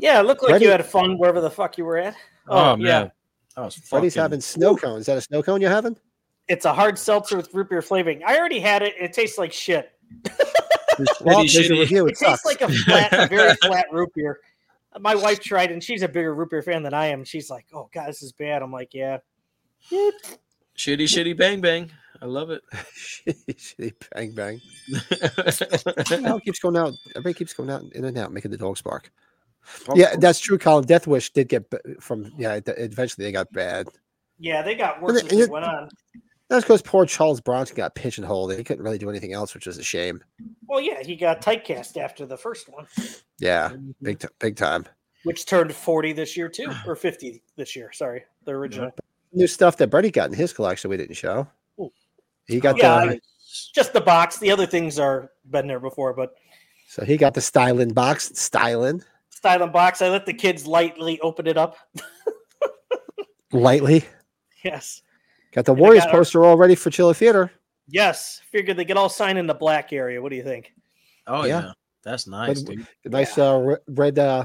Speaker 4: Yeah, it looked like
Speaker 1: Ready?
Speaker 4: you had fun wherever the fuck you were at.
Speaker 3: Oh,
Speaker 4: Oh,
Speaker 3: man.
Speaker 4: yeah.
Speaker 3: That was fucking.
Speaker 1: Freddy's having snow cone is that a snow cone you're having
Speaker 4: It's a hard seltzer with root beer flavoring. I already had it. It tastes like shit.
Speaker 1: well
Speaker 3: shitty,
Speaker 1: there's a
Speaker 3: shitty.
Speaker 1: review
Speaker 4: It,
Speaker 1: it
Speaker 4: tastes
Speaker 1: sucks
Speaker 4: like a flat, a very flat root beer. My wife tried, and she's a bigger root beer fan than I am. She's like, "Oh God, this is bad." I'm like, "Yeah."
Speaker 3: shitty, shitty, bang, bang. I love it.
Speaker 1: Shitty, shitty bang bang no, it keeps going out everybody keeps going out in and out making the dogs bark yeah that's true colin death wish did get b- from yeah it- eventually they got bad
Speaker 4: Yeah, they got worse
Speaker 1: it-
Speaker 4: as it
Speaker 1: it-
Speaker 4: went on.
Speaker 1: that's because poor charles bronson got pigeonholed he couldn't really do anything else which was a shame
Speaker 4: Well, yeah, he got typecast after the first one,
Speaker 1: yeah
Speaker 4: Mm-hmm.
Speaker 1: big t- big time
Speaker 4: which turned 40 this year too, or 50 this year. Sorry, the original.
Speaker 1: new stuff that Bernie got in his collection we didn't show.
Speaker 4: Ooh.
Speaker 1: He got
Speaker 4: Yeah,
Speaker 1: the
Speaker 4: I- just the box. The other things are been there before, but
Speaker 1: So he got the styling box, styling
Speaker 4: Styling box. I let the kids lightly open it up.
Speaker 1: lightly.
Speaker 4: Yes.
Speaker 1: Got the
Speaker 4: And I
Speaker 1: Warriors
Speaker 4: got our-
Speaker 1: poster all ready for Chiller Theater.
Speaker 4: Yes. Figured they could all sign in the black area. What do you think?
Speaker 3: Oh
Speaker 1: Yeah.
Speaker 3: yeah, that's nice, dude.
Speaker 1: The nice uh, re- red uh,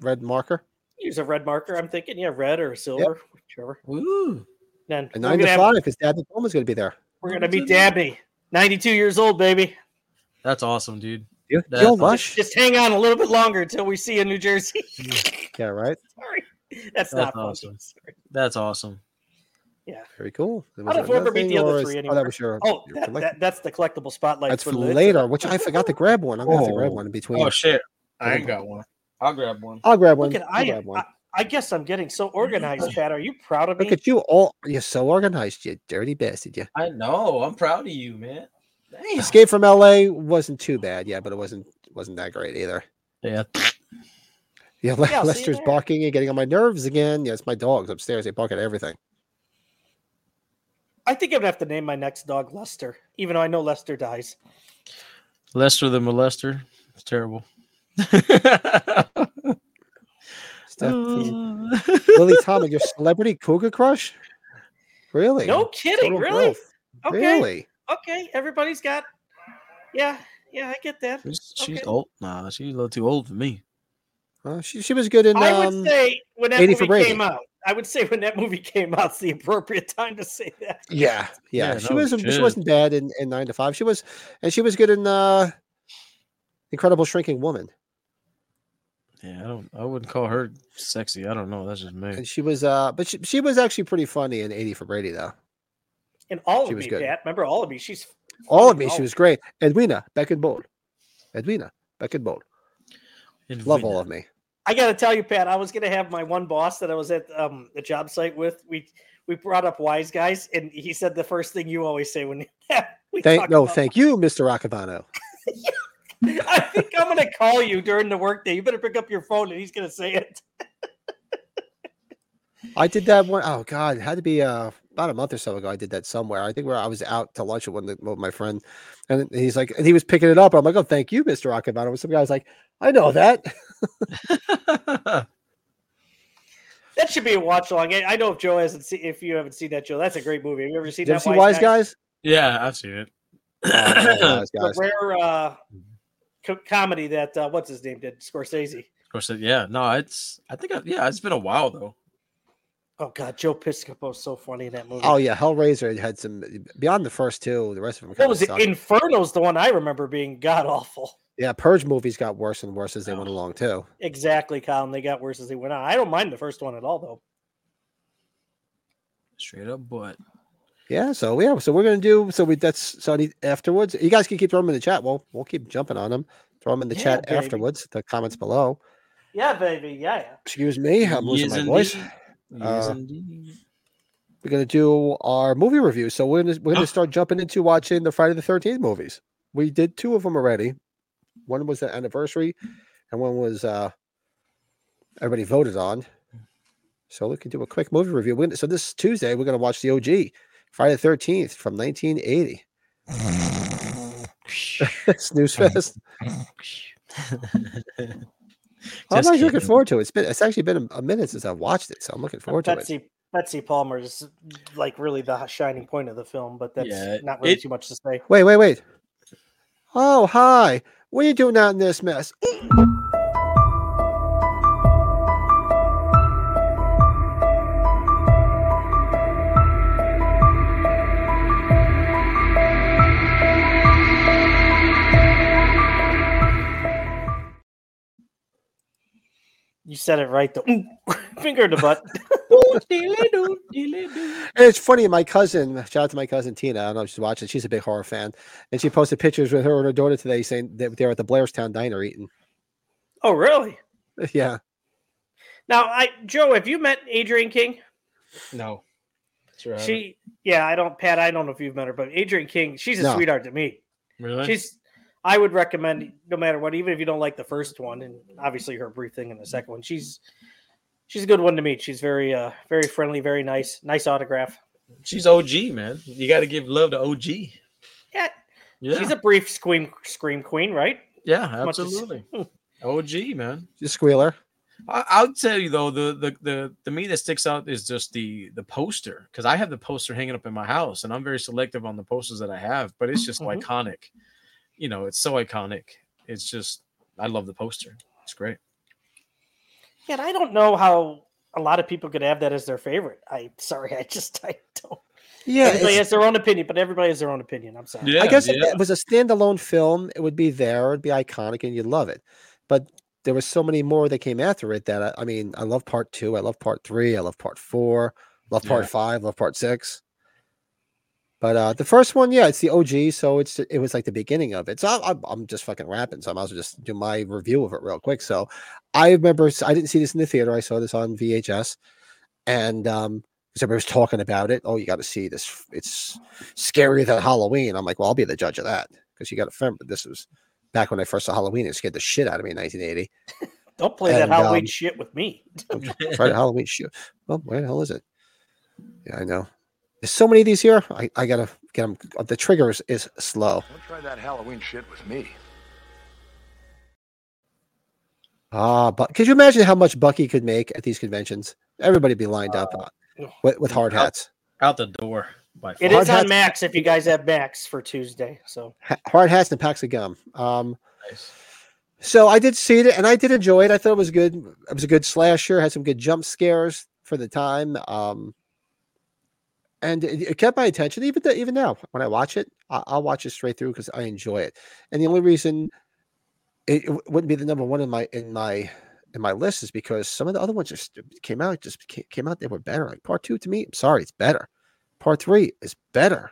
Speaker 1: red marker.
Speaker 4: Use a red marker. I'm thinking, yeah, red or silver, whichever.
Speaker 3: Woo.
Speaker 4: Then
Speaker 1: And
Speaker 4: we're
Speaker 1: nine to
Speaker 4: gonna have-
Speaker 1: five because Dad Coleman's going to be there.
Speaker 4: We're
Speaker 3: What
Speaker 4: gonna
Speaker 3: was
Speaker 4: meet
Speaker 3: it?
Speaker 4: Dabney, 92 years old, baby.
Speaker 3: That's awesome, dude.
Speaker 1: You,
Speaker 3: That-
Speaker 1: you'll
Speaker 3: Just-
Speaker 1: lush.
Speaker 4: Just hang on a little bit longer until we see you in New Jersey.
Speaker 1: Yeah, right.
Speaker 4: Sorry, that's
Speaker 3: That's
Speaker 4: not funny.
Speaker 3: awesome. That's awesome.
Speaker 1: Very cool.
Speaker 4: I don't know if we ever beat the other three
Speaker 1: Oh, that
Speaker 4: anywhere.
Speaker 1: was your.
Speaker 4: Oh,
Speaker 1: your
Speaker 4: that,
Speaker 1: collect-
Speaker 4: that, that's the collectible spotlight.
Speaker 1: that's for
Speaker 4: the-
Speaker 1: later, which I forgot to grab one. I'm going to have to grab
Speaker 3: Oh.
Speaker 1: one in between.
Speaker 3: Oh shit, I
Speaker 1: Hold
Speaker 3: ain't
Speaker 1: on.
Speaker 3: got one. I'll grab one.
Speaker 1: I'll grab one.
Speaker 4: Look at
Speaker 1: I'll
Speaker 4: I,
Speaker 1: grab one.
Speaker 4: I. I guess I'm getting so organized, Chad. Are you proud of me?
Speaker 1: Look at you all. You're so organized, you dirty bastard. You.
Speaker 3: I know. I'm proud of you, man. Damn.
Speaker 1: Escape from LA wasn't too bad, yeah, but it wasn't wasn't that great either.
Speaker 3: Yeah.
Speaker 1: Yeah, Le-
Speaker 4: Yeah, I'll see you
Speaker 1: Lester's
Speaker 4: there.
Speaker 1: barking and getting on my nerves again. Yeah, it's my dogs upstairs. They bark at everything.
Speaker 4: I think I'm gonna have to name my next dog Lester, even though I know Lester dies.
Speaker 3: Lester the molester. It's terrible.
Speaker 4: Mm.
Speaker 1: Stephanie- Lily Tomlin, your celebrity cougar crush? Really?
Speaker 4: No kidding,
Speaker 1: Total
Speaker 4: really?
Speaker 1: growth.
Speaker 4: Okay,
Speaker 1: Really?
Speaker 4: okay. Everybody's got. Yeah, yeah, I get that.
Speaker 3: She's,
Speaker 4: Okay.
Speaker 3: she's old. Nah, she's a little too old for me.
Speaker 1: Well, she, she was good in.
Speaker 4: I would
Speaker 1: um,
Speaker 4: say when that
Speaker 1: 80 for
Speaker 4: movie came
Speaker 1: Brady.
Speaker 4: out, I would say when that movie came out, it's the appropriate time to say that.
Speaker 1: yeah, yeah.
Speaker 3: Yeah,
Speaker 1: she
Speaker 3: no
Speaker 1: was. not She
Speaker 3: shit.
Speaker 1: wasn't bad in, in nine to five. She was, and she was good in uh, Incredible Shrinking Woman.
Speaker 3: Yeah, I don't. I wouldn't call her sexy. I don't know. That's just me.
Speaker 1: And she was, uh, but she, she was actually pretty funny in eighty for Brady though.
Speaker 4: And all
Speaker 1: She
Speaker 4: of
Speaker 1: was
Speaker 4: me,
Speaker 1: good.
Speaker 4: Pat. Remember all of me? She's
Speaker 1: All of me,
Speaker 4: Oh.
Speaker 1: she was great. Edwina, back and bold. Edwina, back and bold.
Speaker 3: And
Speaker 1: Love
Speaker 3: we-
Speaker 1: all of me.
Speaker 4: I gotta tell you, Pat, I was gonna have my one boss that I was at um, the job site with. We we brought up wise guys, and he said the first thing you always say when we
Speaker 1: Thank
Speaker 4: talk
Speaker 1: no,
Speaker 4: about-
Speaker 1: thank you, Mr. Roccavano.
Speaker 4: I think I'm gonna call you during the workday. You better pick up your phone, and he's gonna say it.
Speaker 1: I did that one oh god, it had to be uh about a month or so ago. I did that somewhere. I think where I was out to lunch with one of the- with my friend, and he's like, and he was picking it up. I'm like, oh, thank you, Mr. Roccavano. And some guy's like, I know that.
Speaker 4: That should be a watch along. I I know if Joe hasn't seen, if you haven't seen that, Joe, that's a great movie. Have you ever seen
Speaker 1: Did you ever
Speaker 4: that?
Speaker 1: see Wise Guys?
Speaker 3: yeah, I've seen
Speaker 1: Oh, man,
Speaker 3: it.
Speaker 1: Wise
Speaker 4: The
Speaker 1: Guys.
Speaker 4: rare uh,
Speaker 1: Mm-hmm.
Speaker 4: co- comedy that uh, what's his name did Scorsese.
Speaker 3: of course, yeah. No, it's. I think. I, yeah, it's been a while though.
Speaker 4: Oh God, Joe Piscopo's so funny in that movie.
Speaker 1: Oh yeah, Hellraiser had some beyond the first two. The rest of them.
Speaker 4: what
Speaker 1: kinda
Speaker 4: was it?
Speaker 1: sucked.
Speaker 4: Inferno's the one I remember being god awful.
Speaker 1: yeah, Purge movies got worse and worse as they went along too.
Speaker 4: Exactly, Colin. They got worse as they went on. I don't mind the first one at all, though.
Speaker 3: Straight up, but
Speaker 1: Yeah, so yeah, so we're gonna do so we that's so I need afterwards. You guys can keep throwing them in the chat. Well, we'll keep jumping on them. Throw them in the
Speaker 4: Yeah,
Speaker 1: chat
Speaker 4: baby.
Speaker 1: afterwards. The comments below.
Speaker 4: Yeah, baby. Yeah, yeah.
Speaker 1: Excuse me, I'm losing
Speaker 3: Yes,
Speaker 1: my voice.
Speaker 3: indeed. Yes,
Speaker 1: Uh,
Speaker 3: indeed.
Speaker 1: We're gonna do our movie review. So we're gonna we're gonna start jumping into watching the Friday the Thirteenth movies. We did two of them already. One was the anniversary, and one was uh everybody voted on. So we can do a quick movie review. We're gonna, so this Tuesday we're gonna watch the OG Friday the Thirteenth from 1980. Snooze fest. I'm
Speaker 3: Just
Speaker 1: actually looking
Speaker 3: kidding.
Speaker 1: forward to it. It's been it's actually been a, a minute since I've watched it, so I'm looking forward to it.
Speaker 4: Betsy Betsy Palmer is like really the shining point of the film, but that's
Speaker 3: Yeah,
Speaker 4: not really
Speaker 3: it-
Speaker 4: too much to say.
Speaker 1: Wait, wait, wait. Oh, hi. What are you doing out in this mess?
Speaker 4: You said it right, though. Finger in the butt.
Speaker 3: oh,
Speaker 1: And it's funny, my cousin, shout out to my cousin Tina. I don't know if she's watching, she's a big horror fan. And she posted pictures with her and her daughter today saying that they were at the Blairstown diner eating.
Speaker 4: oh, really?
Speaker 1: Yeah.
Speaker 4: Now, I Joe, have you met Adrian King?
Speaker 3: No. Sure I haven't.
Speaker 4: She, yeah, I don't, Pat. I don't know if you've met her, but Adrian King, she's a
Speaker 1: No.
Speaker 4: sweetheart to me.
Speaker 3: really?
Speaker 4: She's, I would recommend no matter what, even if you don't like the first one, and obviously her brief thing in the second one. She's, she's a good one to meet. She's very, uh, very friendly, very nice, nice autograph.
Speaker 3: she's OG, man. You got to give love to OG.
Speaker 4: Yeah,
Speaker 3: Yeah.
Speaker 4: she's a brief scream, scream queen, right?
Speaker 3: Yeah,
Speaker 4: much as-
Speaker 3: absolutely. OG man.
Speaker 1: Just squealer.
Speaker 3: I, I'll tell you though, the, the the the me that sticks out is just the the poster because I have the poster hanging up in my house, and I'm very selective on the posters that I have, but it's just
Speaker 4: Mhm.
Speaker 3: iconic. You know, it's so iconic. It's just I love the poster. It's great.
Speaker 4: Yeah, and I don't know how a lot of people could have that as their favorite. I sorry, I just I don't.
Speaker 1: Yeah,
Speaker 4: everybody
Speaker 1: it's-
Speaker 4: has their own opinion, but everybody has their own opinion. I'm sorry.
Speaker 1: I guess if it was a standalone film, it would be there, it'd be iconic, and you'd love it. But there was so many more that came after it that I, I mean, I love part two, I love part three, I love part four, love part
Speaker 3: Yeah.
Speaker 1: five, love part six. But uh, the first one, yeah, it's the OG, so it's it was like the beginning of it. So I, I'm I'm just fucking rapping, so I might as well just do my review of it real quick. So I remember s- I didn't see this in the theater. I saw this on VHS, and um, 'cause everybody was talking about it. Oh, you got to see this. f- It's scarier than Halloween. I'm like, well, I'll be the judge of that because you got to remember this was back when I first saw Halloween. It scared the shit out of me in 1980.
Speaker 4: Don't play that
Speaker 1: And,
Speaker 4: Halloween
Speaker 1: um,
Speaker 4: shit with me.
Speaker 1: Friday Halloween shoot. Well, where the hell is it? Yeah, I know. There's so many of these here. I, I gotta get them. The trigger is, is slow.
Speaker 5: Don't try that Halloween shit with me.
Speaker 1: Ah, but could you imagine how much Bucky could make at these conventions? Everybody'd be lined up uh, with, with hard
Speaker 3: yeah.
Speaker 1: hats.
Speaker 3: out the door. By
Speaker 4: It
Speaker 1: Hard
Speaker 4: is on
Speaker 1: hats-
Speaker 4: Max if you guys have Max for Tuesday. So
Speaker 1: Ha- hard hats and packs of gum. Um,
Speaker 3: Nice.
Speaker 1: So I did see it and I did enjoy it. I thought it was good. It was a good slasher, had some good jump scares for the time. Um and it, it kept my attention even th- even now when I watch it. I, I'll watch it straight through because I enjoy it. And the only reason it, it w- wouldn't be the number one in my in my in my list is because some of the other ones just came out just ca- came out they were better. Like part two to me, I'm sorry, it's better. Part three is better.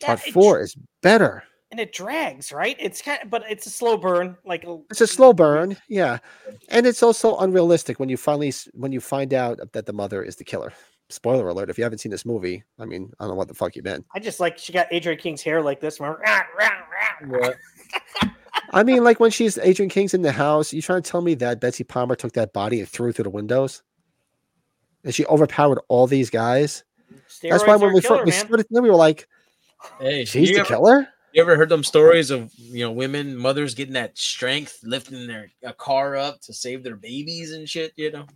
Speaker 1: Part
Speaker 4: Yeah, it-
Speaker 1: four is better.
Speaker 4: and it drags, right? It's kind of, but it's a slow burn. Like
Speaker 1: it's a slow burn yeah and it's also unrealistic when you finally s- when you find out that the mother is the killer spoiler alert if you haven't seen this movie i mean i don't know what the fuck you've been
Speaker 4: I just like she got Adrian King's hair like this. Remember? Rah, rah, rah.
Speaker 3: What?
Speaker 1: i mean like when she's adrian king's in the house you trying to tell me that betsy palmer took that body and threw it through the windows and she overpowered all these guys that's why
Speaker 4: Steroids are
Speaker 1: when
Speaker 4: a
Speaker 1: we,
Speaker 4: killer,
Speaker 1: first, we
Speaker 4: man.
Speaker 1: started we were like
Speaker 3: Hey,
Speaker 1: she's
Speaker 3: you
Speaker 1: the
Speaker 3: ever,
Speaker 1: killer
Speaker 3: you ever heard them stories of you know women mothers getting that strength lifting their a car up to save their babies and shit? You know,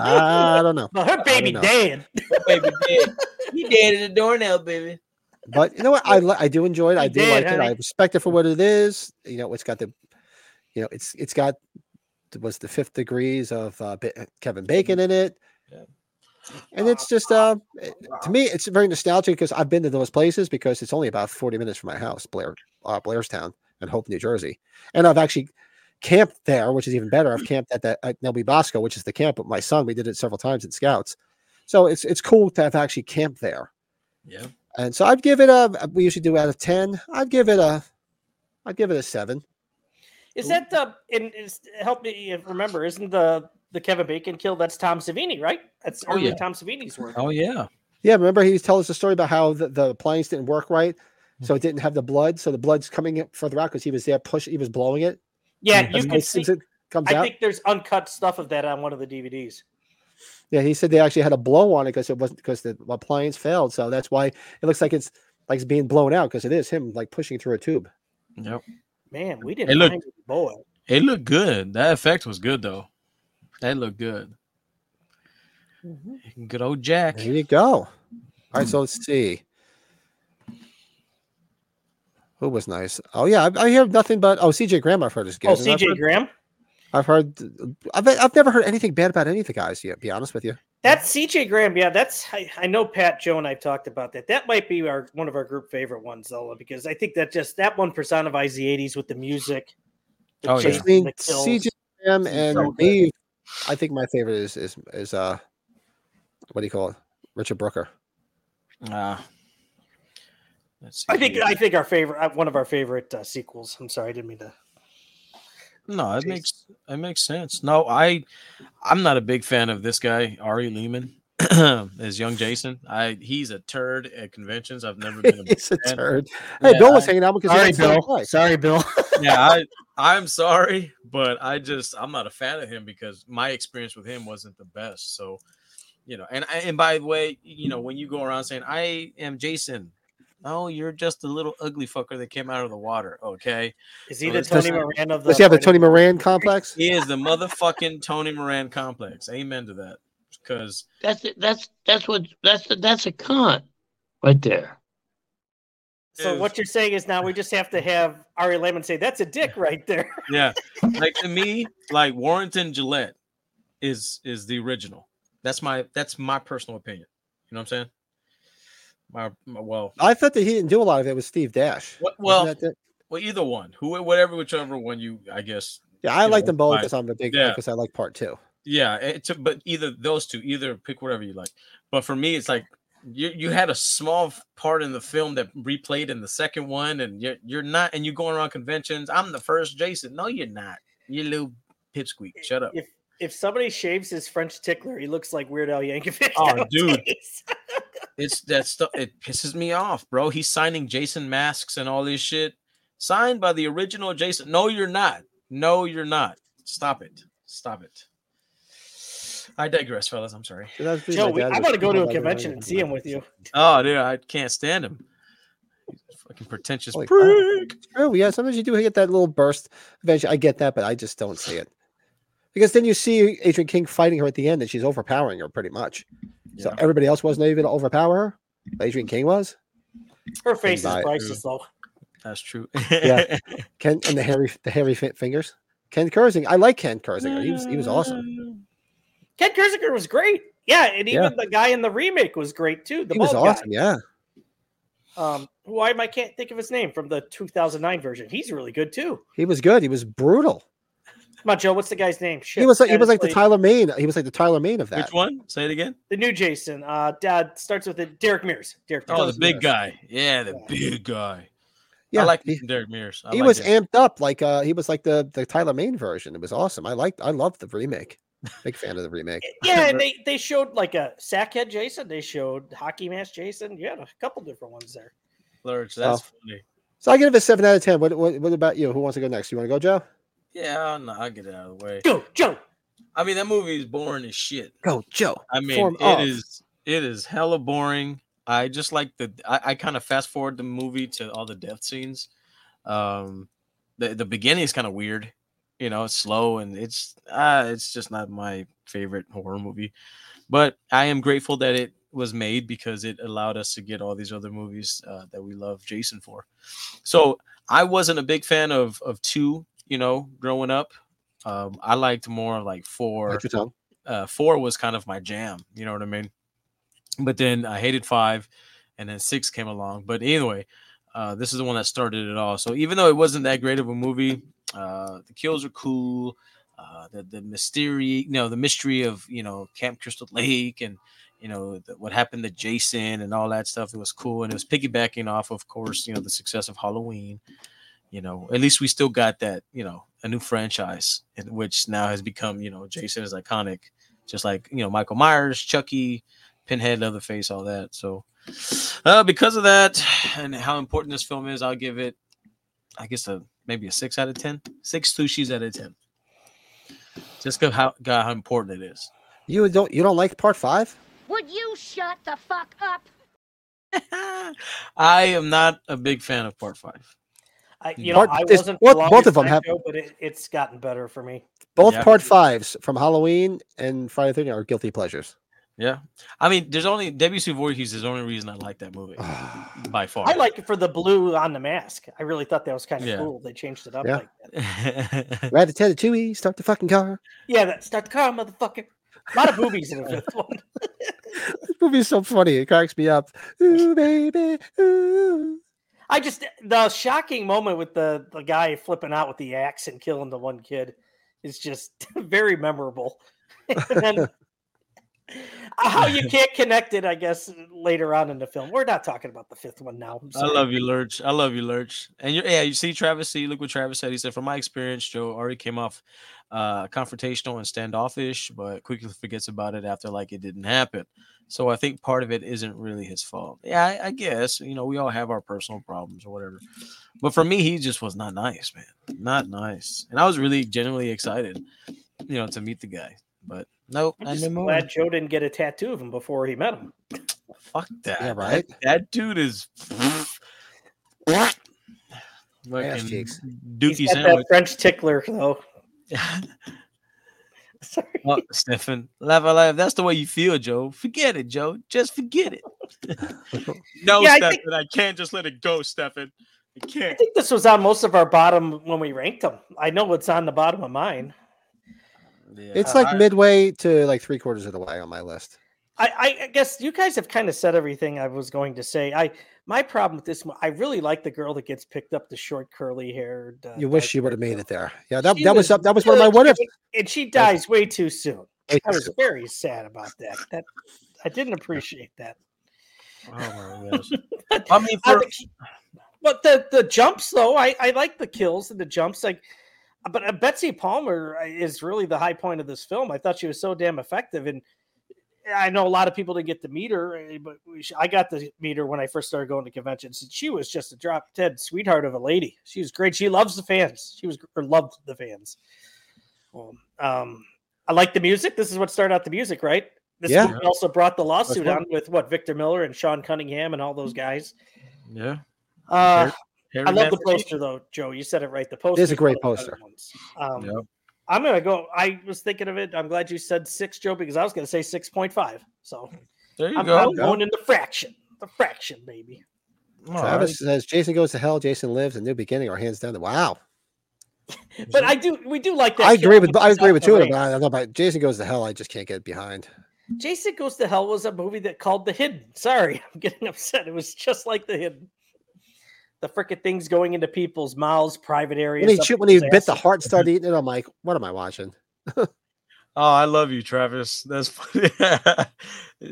Speaker 1: i don't know
Speaker 4: But her baby
Speaker 1: know.
Speaker 4: dead.
Speaker 3: baby dead. He dead at the doornail, baby.
Speaker 1: but you know what? I li- I do enjoy it. I
Speaker 4: You
Speaker 1: do
Speaker 4: did,
Speaker 1: like it.
Speaker 4: honey.
Speaker 1: I respect it for what it is. You know, it's got the, you know, it's it's got was the fifth degrees of uh, Ba- Kevin Bacon in it,
Speaker 3: Yeah.
Speaker 1: and it's just uh, it- to me it's very nostalgic because I've been to those places because it's only about forty minutes from my house, Blair, uh, Blairstown and Hope, New Jersey, and I've actually camped there, which is even better. I've camped at that at Nelby Bosco, which is the camp of my son. We did it several times in Scouts, so it's it's cool to have actually camped there.
Speaker 3: Yeah,
Speaker 1: And so I'd give it a. We usually do out of ten. I'd give it a. I'd give it a seven.
Speaker 4: Is that the? And is, help me remember. Isn't the the Kevin Bacon kill? That's Tom Savini, right? That's
Speaker 3: Oh,
Speaker 4: early
Speaker 3: yeah.
Speaker 4: Tom Savini's work.
Speaker 3: Oh yeah.
Speaker 1: Yeah, remember he tells us a story about how the, the appliance didn't work right, so it didn't have the blood. So the blood's coming in further out because he was there push. He was blowing it.
Speaker 4: Yeah,
Speaker 3: Mhm.
Speaker 4: you
Speaker 1: as
Speaker 4: can
Speaker 1: Mike
Speaker 4: see.
Speaker 1: Simpson comes
Speaker 4: I
Speaker 1: out.
Speaker 4: think there's uncut stuff of that on one of the DVDs.
Speaker 1: yeah, he said they actually had a blow on it because it wasn't because the appliance failed. So that's why it looks like it's like it's being blown out because it is him like pushing through a tube.
Speaker 3: Yep.
Speaker 4: Man, we didn't
Speaker 2: Hey, look.
Speaker 4: find the boy.
Speaker 2: It looked good. That effect was good though. That looked good. Good old Jack.
Speaker 1: There you go. All right, so let's see. Who was nice? Oh yeah, I, I hear nothing but oh CJ Graham. I've heard is good.
Speaker 4: Oh,
Speaker 1: and I've heard-
Speaker 4: CJ Graham.
Speaker 1: I've heard, I've, I've never heard anything bad about any of the guys yet, to be honest with you.
Speaker 4: That's CJ Graham. Yeah, that's I, I know Pat Joe and I've talked about that. That might be our one of our group favorite ones, though, because I think that just that one personifies the '80s with the music. the
Speaker 2: Oh, yeah.
Speaker 4: chases,
Speaker 1: Between
Speaker 4: the kills.
Speaker 1: CJ Graham and
Speaker 3: so good.
Speaker 1: Neve, I think my favorite is, is, is, uh, what do you call it? Richard Brooker.
Speaker 3: Ah. let's see
Speaker 4: I think
Speaker 3: here.
Speaker 4: I think our favorite, uh, one of our favorite uh, sequels. I'm sorry, I didn't mean to.
Speaker 3: No, it
Speaker 4: Jeez.
Speaker 3: makes it makes sense. No, I I'm not a big fan of this guy Ari Lehman as young Jason. I he's a turd at conventions. I've never been. A,
Speaker 1: He's a
Speaker 3: And-
Speaker 1: turd. Hey,
Speaker 3: yeah,
Speaker 1: Bill was hanging out because
Speaker 6: Sorry,
Speaker 1: he likes Bill.
Speaker 6: Bill. Sorry, Bill.
Speaker 3: yeah, I I'm sorry, but I just I'm not a fan of him because my experience with him wasn't the best. So, you know, and I- and by the way, you know, when you go around saying I am Jason, No, you're just a little ugly fucker that came out of the water. Okay,
Speaker 4: Is he
Speaker 3: So
Speaker 4: the
Speaker 3: it's
Speaker 4: Tony
Speaker 3: just-
Speaker 4: Moran of the?
Speaker 1: Does he have the
Speaker 4: Planet-
Speaker 1: Tony Moran complex?
Speaker 3: he is the motherfucking Tony Moran complex. Amen to that. Because
Speaker 6: That's that's that's what that's that's a con, right there.
Speaker 4: So what you're saying is now we just have to have Ari Lehman say that's a dick right there.
Speaker 3: yeah, like to me, like Warrington Gillette is is the original. That's my that's my personal opinion. You know what I'm saying? My, my well,
Speaker 1: I thought that he didn't do a lot of it with Steve Dash.
Speaker 3: what, well,
Speaker 1: Wasn't that the-
Speaker 3: well, either one, who, whatever, whichever one you, I guess,
Speaker 1: yeah, I
Speaker 3: you
Speaker 1: like
Speaker 3: know,
Speaker 1: them both
Speaker 3: like-
Speaker 1: because I'm a big
Speaker 3: yeah.
Speaker 1: because I like part two.
Speaker 3: Yeah, it took, but either those two, either pick whatever you like. But for me, it's like you you had a small f- part in the film that replayed in the second one, and you're you're not, and you're going around conventions. I'm the first Jason. No, you're not. You little pipsqueak. Shut up.
Speaker 4: If if somebody shaves his French tickler, he looks like Weird Al Yankovic.
Speaker 3: Oh,
Speaker 4: nowadays.
Speaker 3: It's that stuff. It pisses me off, bro. He's signing Jason masks and all this shit. Signed by the original Jason. No, you're not. No, you're not. Stop it. Stop it. I digress, fellas. I'm sorry.
Speaker 1: So that's
Speaker 4: Joe,
Speaker 1: my
Speaker 4: we,
Speaker 1: dad
Speaker 4: I
Speaker 1: was
Speaker 4: want to go to a
Speaker 1: about Iron
Speaker 4: convention
Speaker 1: Man
Speaker 4: and see him with
Speaker 1: complex.
Speaker 4: you.
Speaker 3: Oh, dude, I can't stand him. He's a fucking pretentious
Speaker 1: Like, oh.
Speaker 3: prick.
Speaker 1: True, yeah. Sometimes you do get that little burst. Eventually, I get that, but I just don't see it because then you see Adrian King fighting her at the end, and she's overpowering her pretty much. So
Speaker 3: Yeah.
Speaker 1: everybody else wasn't able to overpower her. but Adrian King was.
Speaker 4: Her face
Speaker 1: buy
Speaker 4: is
Speaker 1: it,
Speaker 4: priceless though.
Speaker 3: That's true.
Speaker 1: Yeah. Ken and the hairy, the hairy fi- fingers. Ken Kersing. I like Ken Kersinger. He was, he was
Speaker 4: Uh,
Speaker 1: awesome.
Speaker 4: Ken Kersinger was great. Yeah, and even
Speaker 1: Yeah.
Speaker 4: the guy in the remake was great too. The
Speaker 1: He was
Speaker 4: bald guy.
Speaker 1: awesome. Yeah.
Speaker 4: Um, who I, I can't think of his name from the 2009 version. He's really good too.
Speaker 1: He was good. He was brutal.
Speaker 4: Come on, Joe. What's the guy's name? Shit,
Speaker 1: he was like he
Speaker 4: Dennis
Speaker 1: was like the
Speaker 4: Quaid.
Speaker 1: Tyler Main. He was like the Tyler Main of that.
Speaker 3: Which one? Say it again.
Speaker 4: the new Jason. Uh, Dad starts with it. Derek Mears. Derek. Mears.
Speaker 3: Oh, the
Speaker 1: Derek
Speaker 3: big
Speaker 1: Mears.
Speaker 3: guy. Yeah, the
Speaker 4: Yeah.
Speaker 3: big guy.
Speaker 1: Yeah,
Speaker 3: I like
Speaker 1: he,
Speaker 3: Derek Mears. I
Speaker 1: he
Speaker 3: like
Speaker 1: was
Speaker 3: him.
Speaker 1: amped up like uh he was like the the Tyler Main version. It was awesome. I liked I loved the remake. Big fan of the remake.
Speaker 4: yeah, and they they showed like a sackhead Jason. They showed hockey mask Jason. You had a couple different ones there.
Speaker 3: Lurch. That's
Speaker 1: Oh.
Speaker 3: funny.
Speaker 1: So I give it a seven out of ten. What what, what about you? Who wants to go next? You want to go, Joe?
Speaker 3: Yeah, no, I'll get it out of the way.
Speaker 4: Joe, Joe.
Speaker 3: I mean, that movie is boring as shit.
Speaker 1: Go, Joe.
Speaker 3: I mean,
Speaker 1: Form
Speaker 3: it is
Speaker 1: of.
Speaker 3: it is hella boring. I just like the I, I kind of fast forward the movie to all the death scenes. Um the, the beginning is kind of weird. You know, it's slow and it's uh it's just not my favorite horror movie. But I am grateful that it was made because it allowed us to get all these other movies uh, that we love Jason for. So I wasn't a big fan of of two, you know, growing up. Um, I liked more of like four
Speaker 1: Bite your tongue.
Speaker 3: uh, four was kind of my jam. You know what I mean? But then I hated five, and then six came along. But anyway, uh, this is the one that started it all. So even though it wasn't that great of a movie, uh, the kills are cool. Uh, the the mystery, you know, the mystery of you know Camp Crystal Lake and you know the, what happened to Jason and all that stuff. It was cool, and it was piggybacking off, of course, you know, the success of Halloween. You know, at least we still got that, you know, a new franchise, in which now has become, you know, Jason is iconic just like you know Michael Myers, Chucky, Pinhead, Leatherface, all that. So uh, because of that and how important this film is, I'll give it, I guess a maybe a six out of ten, six sushis out of ten. Just go how God, how important it is.
Speaker 1: You don't you don't like part five?
Speaker 7: Would you shut the fuck up?
Speaker 3: I am not a big fan of part five.
Speaker 4: I, you
Speaker 1: Part-
Speaker 4: know, I
Speaker 1: this-
Speaker 4: wasn't
Speaker 1: both-
Speaker 4: the
Speaker 1: both
Speaker 4: longest
Speaker 1: of 'em
Speaker 4: time,
Speaker 1: have-
Speaker 4: Joe, but it, it's gotten better for me.
Speaker 1: Both
Speaker 3: Yeah.
Speaker 1: part fives from Halloween and Friday the 13th are guilty pleasures.
Speaker 3: Yeah, I mean, there's only Debussy Voorhees is the only reason I like that movie
Speaker 1: Uh,
Speaker 3: by far.
Speaker 4: I like it for the blue on the mask. I really thought that was kind of
Speaker 3: Yeah.
Speaker 4: cool. They changed it up
Speaker 1: Yeah.
Speaker 4: like that.
Speaker 1: Ratatouille, start the fucking car.
Speaker 4: Yeah, that start the car, motherfucker. A lot of boobies in the fifth one.
Speaker 1: This movie's so funny. It cracks me up. Ooh, baby. Ooh.
Speaker 4: I just the shocking moment with the the guy flipping out with the axe and killing the one kid is just very memorable. and then how you can't connect it, I guess, later on in the film. We're not talking about the fifth one now. I'm
Speaker 3: I
Speaker 4: sorry.
Speaker 3: love you, Lurch. I love you, Lurch. And you're, yeah, you see Travis. See, look what Travis said. He said, from my experience, Joe already came off uh, confrontational and standoffish, but quickly forgets about it after like it didn't happen. So I think part of it isn't really his fault. Yeah, I, I guess you know we all have our personal problems or whatever. But for me, he just was not nice, man. Not nice. And I was really genuinely excited, you know, to meet the guy. But nope,
Speaker 4: I'm
Speaker 3: I
Speaker 4: just
Speaker 3: knew more.
Speaker 4: glad Joe didn't get a tattoo of him before he met him.
Speaker 3: Fuck that.
Speaker 1: Yeah, right?
Speaker 3: That, that dude is. What? Fucking
Speaker 1: cheeks.
Speaker 4: He's
Speaker 3: Dookie
Speaker 4: got that
Speaker 3: sandwich.
Speaker 4: French tickler though. Sorry.
Speaker 3: Well, Stefan, laugh out loud. If That's the way you feel, Joe. Forget it, Joe. Just forget it. no,
Speaker 4: Yeah, I
Speaker 3: Stefan,
Speaker 4: think-
Speaker 3: I can't just let it go, Stefan. I
Speaker 4: I
Speaker 3: can't.
Speaker 4: think this was on most of our bottom when we ranked them. I know it's on the bottom of mine.
Speaker 1: It's like midway to like three quarters of the way on my list.
Speaker 4: I, I- I guess you guys have kind of said everything I was going to say. I my problem with this, one, I really like the girl that gets picked up, the short curly haired. Uh,
Speaker 1: You wish
Speaker 4: dark
Speaker 1: she would have
Speaker 4: haired
Speaker 1: made it
Speaker 4: girl.
Speaker 1: there. Yeah, that,
Speaker 4: She
Speaker 1: that was
Speaker 4: was
Speaker 1: that was one of my
Speaker 4: good.
Speaker 1: what ifs.
Speaker 4: and she dies way too soon. I was
Speaker 1: It's-
Speaker 4: very sad about that. That I didn't appreciate that.
Speaker 3: Oh my gosh. I mean,
Speaker 4: I
Speaker 3: for,
Speaker 4: think he- but the the jumps though, I I like the kills and the jumps. Like, but uh, Betsy Palmer is really the high point of this film. I thought she was so damn effective, and I know a lot of people didn't get to meet her, eh, but we sh- I got to meet her when I first started going to conventions. And she was just a drop dead sweetheart of a lady. She was great. She loves the fans. She was gr- or loved the fans. Um, um, I like the music. This is what started out the music, right? This
Speaker 1: Yeah.
Speaker 4: movie also brought the lawsuit
Speaker 1: one.
Speaker 4: on with what Victor Miller and Sean Cunningham and all those guys.
Speaker 3: yeah.
Speaker 4: Uh,
Speaker 3: Harry
Speaker 4: I love the
Speaker 3: Mathis-
Speaker 4: poster though, Joe. You said it right. The poster
Speaker 1: is a great poster.
Speaker 4: Um,
Speaker 3: Yep.
Speaker 4: I'm gonna go. I was thinking of it. I'm glad you said six, Joe, because I was gonna say six point five. So
Speaker 3: There you
Speaker 4: I'm,
Speaker 3: go.
Speaker 4: I'm going in the fraction. The fraction, baby.
Speaker 3: All
Speaker 1: Travis
Speaker 3: right.
Speaker 1: says Jason goes to hell, Jason lives, a new beginning, or hands down. Wow,
Speaker 4: But I do. We do like that.
Speaker 1: I
Speaker 4: kid
Speaker 1: agree with
Speaker 4: who
Speaker 1: I
Speaker 4: was
Speaker 1: agree
Speaker 4: out
Speaker 1: with
Speaker 4: the
Speaker 1: two of them.
Speaker 4: rain.
Speaker 1: But I don't know about Jason goes to hell. I just can't get behind.
Speaker 4: Jason Goes to Hell was a movie that called The Hidden. Sorry, I'm getting upset. It was just like The Hidden. The frickin' things going into people's mouths, private areas.
Speaker 1: When he
Speaker 4: up
Speaker 1: chewed- when he
Speaker 4: people's
Speaker 1: bit the
Speaker 4: asses.
Speaker 1: heart, started eating it. I'm like, what am I watching?
Speaker 3: Oh, I love you, Travis. That's funny.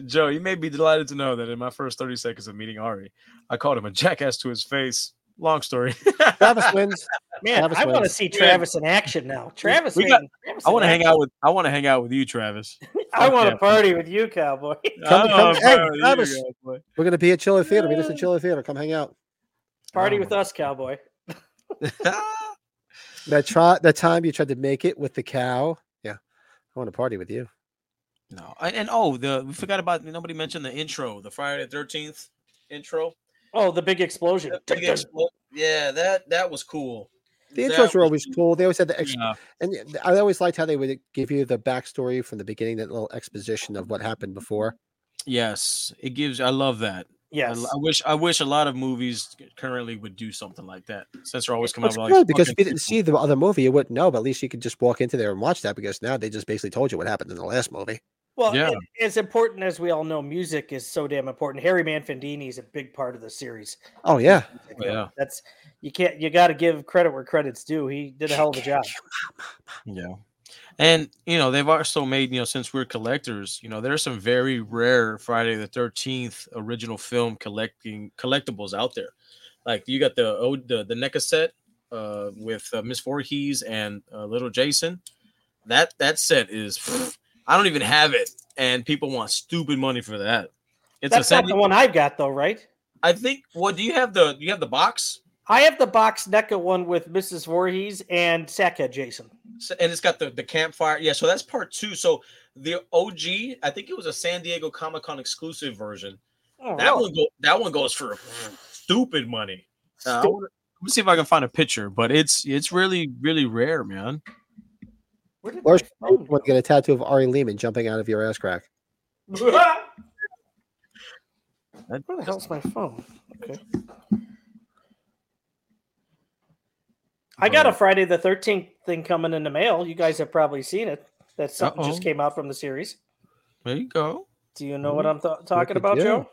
Speaker 3: Joe, you may be delighted to know that in my first 30 seconds of meeting Ari, I called him a jackass to his face. Long story.
Speaker 1: Travis wins.
Speaker 4: Man,
Speaker 1: Travis
Speaker 4: I want to
Speaker 1: wins.
Speaker 4: see Travis in action now. Travis,
Speaker 3: We
Speaker 4: man,
Speaker 3: got-
Speaker 4: Travis
Speaker 3: I
Speaker 4: in
Speaker 3: want to
Speaker 4: action.
Speaker 3: hang out with I want to hang out with you, Travis.
Speaker 4: I
Speaker 3: Fuck
Speaker 4: want to
Speaker 3: yeah.
Speaker 4: party with you, cowboy.
Speaker 1: Come to- come
Speaker 3: Oh,
Speaker 1: to- hey,
Speaker 3: bro, you
Speaker 1: Travis.
Speaker 3: guys, boy.
Speaker 1: We're gonna be at Chiller Theater. Meet us at Chiller Theater. Come hang out.
Speaker 4: Party
Speaker 3: Oh
Speaker 4: with us, cowboy.
Speaker 1: That try that time you tried to make it with the cow. Yeah, I want to party with you.
Speaker 3: no, and, and oh, the we forgot about nobody mentioned the intro, the Friday the 13th intro.
Speaker 4: Oh, the big explosion.
Speaker 3: That big explo- Yeah, that that was cool.
Speaker 1: The
Speaker 3: That
Speaker 1: intros were
Speaker 3: was
Speaker 1: always cool. They always had the extra,
Speaker 3: Yeah.
Speaker 1: and y- I always liked how they would give you the backstory from the beginning, that little exposition of what happened before.
Speaker 3: Yes, it gives. I love that. I,
Speaker 4: Yes.
Speaker 3: I wish. I wish a lot of movies currently would do something like that. Since they're always coming
Speaker 1: It's
Speaker 3: out with
Speaker 1: good
Speaker 3: like
Speaker 1: because if
Speaker 3: fucking
Speaker 1: you didn't
Speaker 3: sequels.
Speaker 1: see the other movie, you wouldn't know. But at least you could just walk into there and watch that because now they just basically told you what happened in the last movie.
Speaker 4: Well,
Speaker 3: Yeah.
Speaker 4: and as important as we all know, music is so damn important. Harry Manfandini is a big part of the series.
Speaker 1: Oh yeah,
Speaker 3: Yeah,
Speaker 4: That's you can't you got to give credit where credits due. He did a hell of a job.
Speaker 3: yeah, and you know they've also made you know since we're collectors, you know there are some very rare Friday the Thirteenth original film collecting collectibles out there. Like you got the oh, the the NECA set uh, with uh, Miss Voorhees and uh, Little Jason. That that set is I don't even have it, and people want stupid money for that. It's a
Speaker 4: That's
Speaker 3: set.
Speaker 4: not the one I've got though, right?
Speaker 3: I think. What do you have the? Do you have the box?
Speaker 4: I have the box NECA one with Mrs. Voorhees and Sackhead Jason.
Speaker 3: So- and it's got the the campfire. Yeah, so that's part two. So the OG, I think it was a San Diego Comic Con exclusive version.
Speaker 4: Oh,
Speaker 3: That
Speaker 4: really?
Speaker 3: one go, that one goes for stupid money. Uh, I
Speaker 4: Stu-
Speaker 3: wanna- let me see if I can find a picture, but it's it's really really rare, man.
Speaker 4: where did my
Speaker 1: Or
Speaker 4: phone
Speaker 1: want to get a tattoo of Ari Lehman jumping out of your ass crack.
Speaker 4: go?
Speaker 3: That-
Speaker 4: Where the hell's my phone? Okay. I got a Friday the 13th thing coming in the mail. You guys have probably seen it. That something just
Speaker 3: Uh-oh.
Speaker 4: came out from the series.
Speaker 3: There you go.
Speaker 4: Do you know what I'm th- talking
Speaker 1: at
Speaker 4: about,
Speaker 1: you.
Speaker 4: Joe?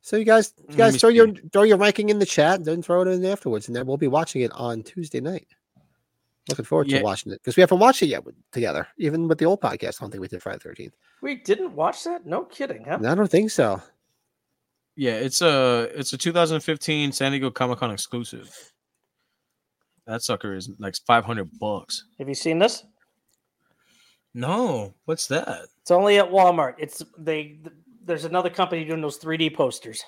Speaker 1: So you guys, you
Speaker 3: Mm, Let
Speaker 1: guys
Speaker 3: me
Speaker 1: throw your throw your ranking in the chat and then throw it in afterwards, and then we'll be watching it on Tuesday night. Looking forward
Speaker 3: Yeah.
Speaker 1: to watching it because we haven't watched it yet with, together, even with the old podcast. I don't think we did Friday Thirteenth.
Speaker 4: We didn't watch that? No kidding,
Speaker 3: Oh.
Speaker 4: huh?
Speaker 1: I don't think so.
Speaker 3: Yeah, it's a it's a 2015 San Diego Comic Con exclusive. That sucker is like 500 bucks.
Speaker 4: Have you seen this?
Speaker 3: No, what's that?
Speaker 4: It's only at Walmart. It's they th- there's another company doing those 3D posters.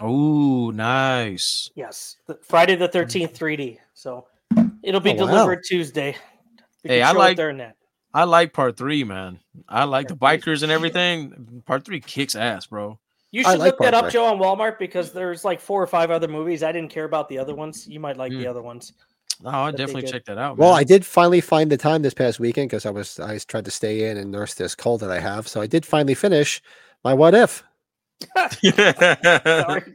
Speaker 3: Oh, nice.
Speaker 4: Yes. The, Friday the 13th 3D. So it'll be
Speaker 1: Oh, wow.
Speaker 4: delivered Tuesday. We
Speaker 3: Hey, I
Speaker 4: can show it
Speaker 3: like-
Speaker 4: there and that.
Speaker 3: I like part three, man. I like the
Speaker 4: Part
Speaker 3: bikers and everything. Part three kicks ass, bro.
Speaker 4: You
Speaker 1: I
Speaker 4: should
Speaker 1: like
Speaker 4: look that up,
Speaker 1: Parkway.
Speaker 4: Joe, on Walmart because there's like four or five other movies. I didn't care about the other ones. You might like the
Speaker 3: Mm.
Speaker 4: other ones.
Speaker 3: No, I
Speaker 4: That'd be
Speaker 3: definitely
Speaker 4: good.
Speaker 3: check that out.
Speaker 1: Well,
Speaker 3: Oh, man.
Speaker 1: I did finally find the time this past weekend because I was I tried to stay in and nurse this cold that I have. So I did finally finish my what if.
Speaker 4: Sorry.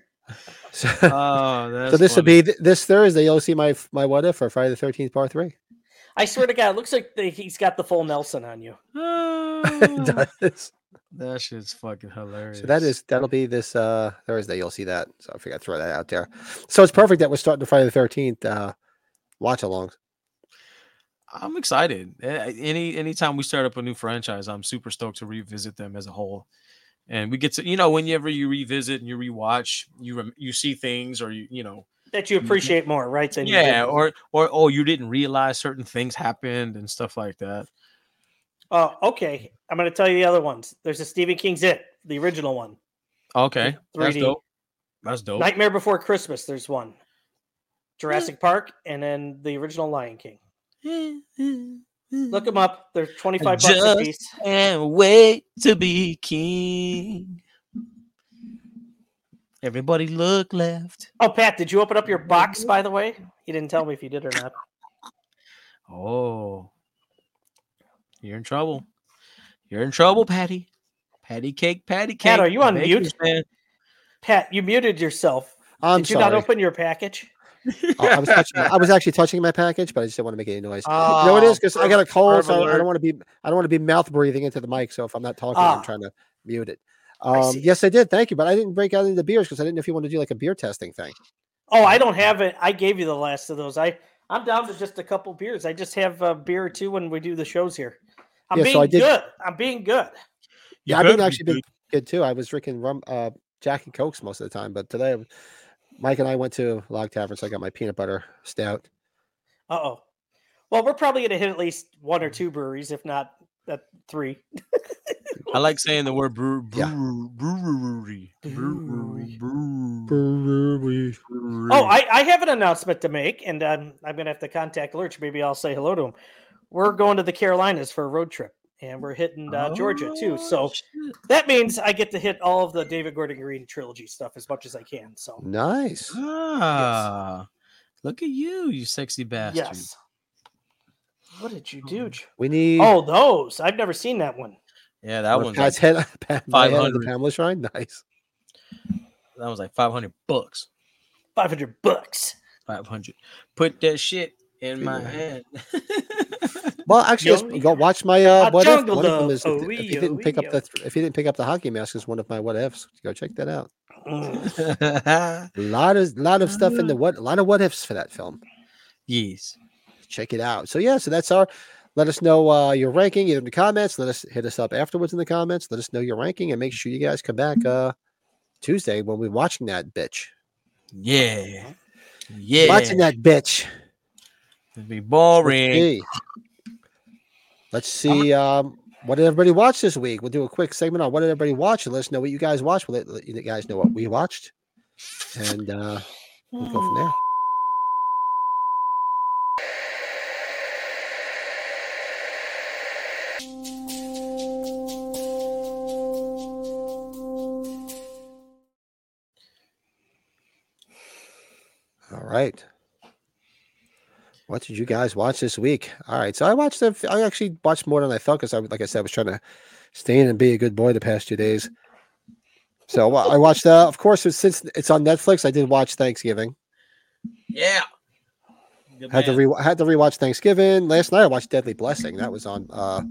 Speaker 1: So,
Speaker 3: oh, that's
Speaker 1: so this will
Speaker 3: funny.
Speaker 1: be th- this Thursday. You'll see my my what if for Friday the Thirteenth Part Three.
Speaker 4: I swear to God, it looks like the, he's got the full Nelson on you.
Speaker 1: It
Speaker 3: Oh,
Speaker 1: does.
Speaker 3: that shit's fucking hilarious.
Speaker 1: So that is that'll be this uh Thursday. You'll see that. So I figured I'd throw that out there. So it's perfect that we're starting Friday the Thirteenth uh, watch alongs.
Speaker 3: I'm excited. A- Any anytime we start up a new franchise, I'm super stoked to revisit them as a whole. And we get to you know whenever you revisit and you rewatch, you rem- you see things or you you know
Speaker 4: That you appreciate more, right? Than you did.
Speaker 3: Mm-hmm. yeah or or oh you didn't realize certain things happened and stuff like that.
Speaker 4: Oh, okay. I'm going to tell you the other ones. There's a Stephen King's It, the original one.
Speaker 3: Okay, that's
Speaker 4: 3D.
Speaker 3: dope. That's dope.
Speaker 4: Nightmare Before Christmas. There's one. Jurassic Park, and then the original Lion King. Look them up. They're 25 bucks a
Speaker 3: Just-
Speaker 4: piece.
Speaker 3: and wait to be king. Everybody look left.
Speaker 4: Oh, Pat, did you open up your box? By the way, you didn't tell me if you did or not.
Speaker 3: Oh, you're in trouble. You're in trouble, Patty. Patty cake, Patty cake.
Speaker 4: Cat, are you on
Speaker 3: Baker's
Speaker 4: mute? Pat, you muted yourself.
Speaker 1: I'm
Speaker 4: did you
Speaker 1: sorry.
Speaker 4: not open your package?
Speaker 1: I- I was touching, I was actually touching my package, but I just didn't want to make any noise.
Speaker 3: Oh,
Speaker 1: you know what
Speaker 4: Ah,
Speaker 1: it is because I got a cold, so I
Speaker 3: alert.
Speaker 1: don't want to be I don't want to be mouth breathing into the mic. So if I'm not talking,
Speaker 4: Ah.
Speaker 1: I'm trying to mute it.
Speaker 4: I
Speaker 1: Um,
Speaker 4: see.
Speaker 1: yes, I did. Thank you, but I didn't break out into beers because I didn't know if you wanted to do like a beer testing thing.
Speaker 4: Oh, I don't have it. I gave you the last of those. I I'm down to just a couple beers. I just have a beer or two when we do the shows here. I'm
Speaker 1: Yeah,
Speaker 4: being
Speaker 1: so I did-
Speaker 4: good. I'm being good.
Speaker 1: Yeah, I've been actually been good too. I was drinking rum, uh, Jack and Cokes most of the time, but today Mike and I went to Log Tavern, so I got my peanut butter stout.
Speaker 4: Uh oh. Well, we're probably going to hit at least one or two breweries, if not at three.
Speaker 3: I like saying the word brew, brew,
Speaker 1: Yeah.
Speaker 3: brewery. Brewery. Brewery.
Speaker 1: Brewery.
Speaker 4: Oh, I, I have an announcement to make, and um, I'm going to have to contact Lurch. Maybe I'll say hello to him. We're going to the Carolinas for a road trip, and we're hitting uh, Georgia
Speaker 1: Oh,
Speaker 4: too.
Speaker 3: Oh,
Speaker 4: So that means I get to hit all of the David Gordon Green trilogy stuff as much as I can. So
Speaker 1: Nice.
Speaker 3: Ah, look at you, you sexy bastard.
Speaker 4: yes. What did you
Speaker 3: Mm.
Speaker 4: do? Ch-
Speaker 1: We need.
Speaker 4: Oh, those! I've never seen that one.
Speaker 3: Yeah, that
Speaker 1: Well,
Speaker 3: one's like,
Speaker 1: Pat's head, Pat, my head on the
Speaker 3: 500.
Speaker 1: Pamela Shrine. Nice.
Speaker 3: that was like five hundred bucks.
Speaker 4: Five hundred bucks.
Speaker 3: Five hundred. Put that shit in my
Speaker 1: Yeah.
Speaker 3: hand.
Speaker 1: Well, actually,
Speaker 4: Yo-
Speaker 1: it's- go watch my uh,
Speaker 4: A
Speaker 1: what if.
Speaker 4: jungle
Speaker 1: One of them
Speaker 4: love,
Speaker 1: is if,
Speaker 4: oh
Speaker 1: if
Speaker 4: wee,
Speaker 1: you
Speaker 4: oh
Speaker 1: didn't pick up
Speaker 4: wee,
Speaker 1: the if you didn't pick up the hockey mask is one of my what ifs. Go check that out.
Speaker 4: Mm.
Speaker 1: A lot of lot of stuff in the what a lot of what ifs for that film.
Speaker 3: yes.
Speaker 1: Check it out. So yeah, so that's our. Let us know uh, your ranking either in the comments. Let us hit us up afterwards in the comments. Let us know your ranking and make sure you guys come back uh, Tuesday when we're watching that bitch.
Speaker 3: Yeah. Yeah.
Speaker 1: Watching that bitch.
Speaker 3: It'd be boring.
Speaker 1: Hey. Let's see. Um, what did everybody watch this week? We'll do a quick segment on what did everybody watch and let us know what you guys watched. We'll let, let you guys know what we watched. And uh, we'll go from there. All right. What did you guys watch this week? All right, so I watched. A, I actually watched more than I thought because I, like I said, I was trying to stay in and be a good boy the past two days. So wa- I watched. Uh, of course, it's- since it's on Netflix, I did watch Thanksgiving.
Speaker 3: Yeah. Good
Speaker 1: Had to
Speaker 3: man.
Speaker 1: re had to rewatch Thanksgiving last night. I watched Deadly Blessing. That was on. Uh,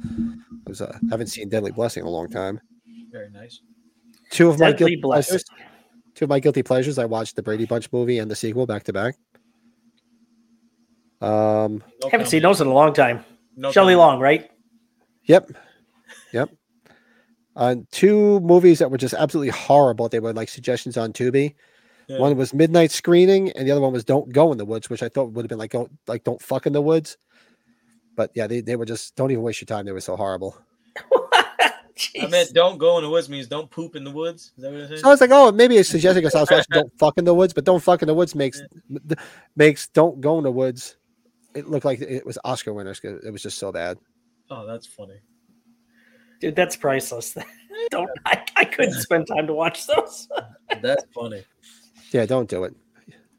Speaker 1: it was. Uh, I haven't seen Deadly Blessing in a long time.
Speaker 3: Very nice.
Speaker 1: Two of my guilty
Speaker 4: Deadly Blessing.
Speaker 1: pleasures. Two of my guilty pleasures. I watched the Brady Bunch movie and the sequel back to back. Um.
Speaker 3: No
Speaker 4: Haven't
Speaker 3: comment.
Speaker 4: seen those in a long time.
Speaker 3: No
Speaker 4: Shelley
Speaker 3: comment.
Speaker 4: Long, right?
Speaker 1: Yep. Yep. On two movies that were just absolutely horrible. They were like suggestions on Tubi.
Speaker 3: Yeah.
Speaker 1: One was Midnight Screening, and the other one was Don't Go in the Woods, which I thought would have been like don't like don't fuck in the woods. But yeah, they, they were just don't even waste your time. They were so horrible.
Speaker 3: I meant don't go in the woods means don't poop in the woods. Is that what it says?
Speaker 1: So I was like, oh, maybe it's suggesting because I was watching Don't Fuck in the Woods, but Don't Fuck in the Woods makes makes Don't Go in the Woods. It looked like it was Oscar winners 'cause it was just so bad.
Speaker 3: Oh, that's funny.
Speaker 4: Dude, that's priceless. don't. I, I couldn't spend time to watch those.
Speaker 3: That's funny.
Speaker 1: Yeah, don't do it.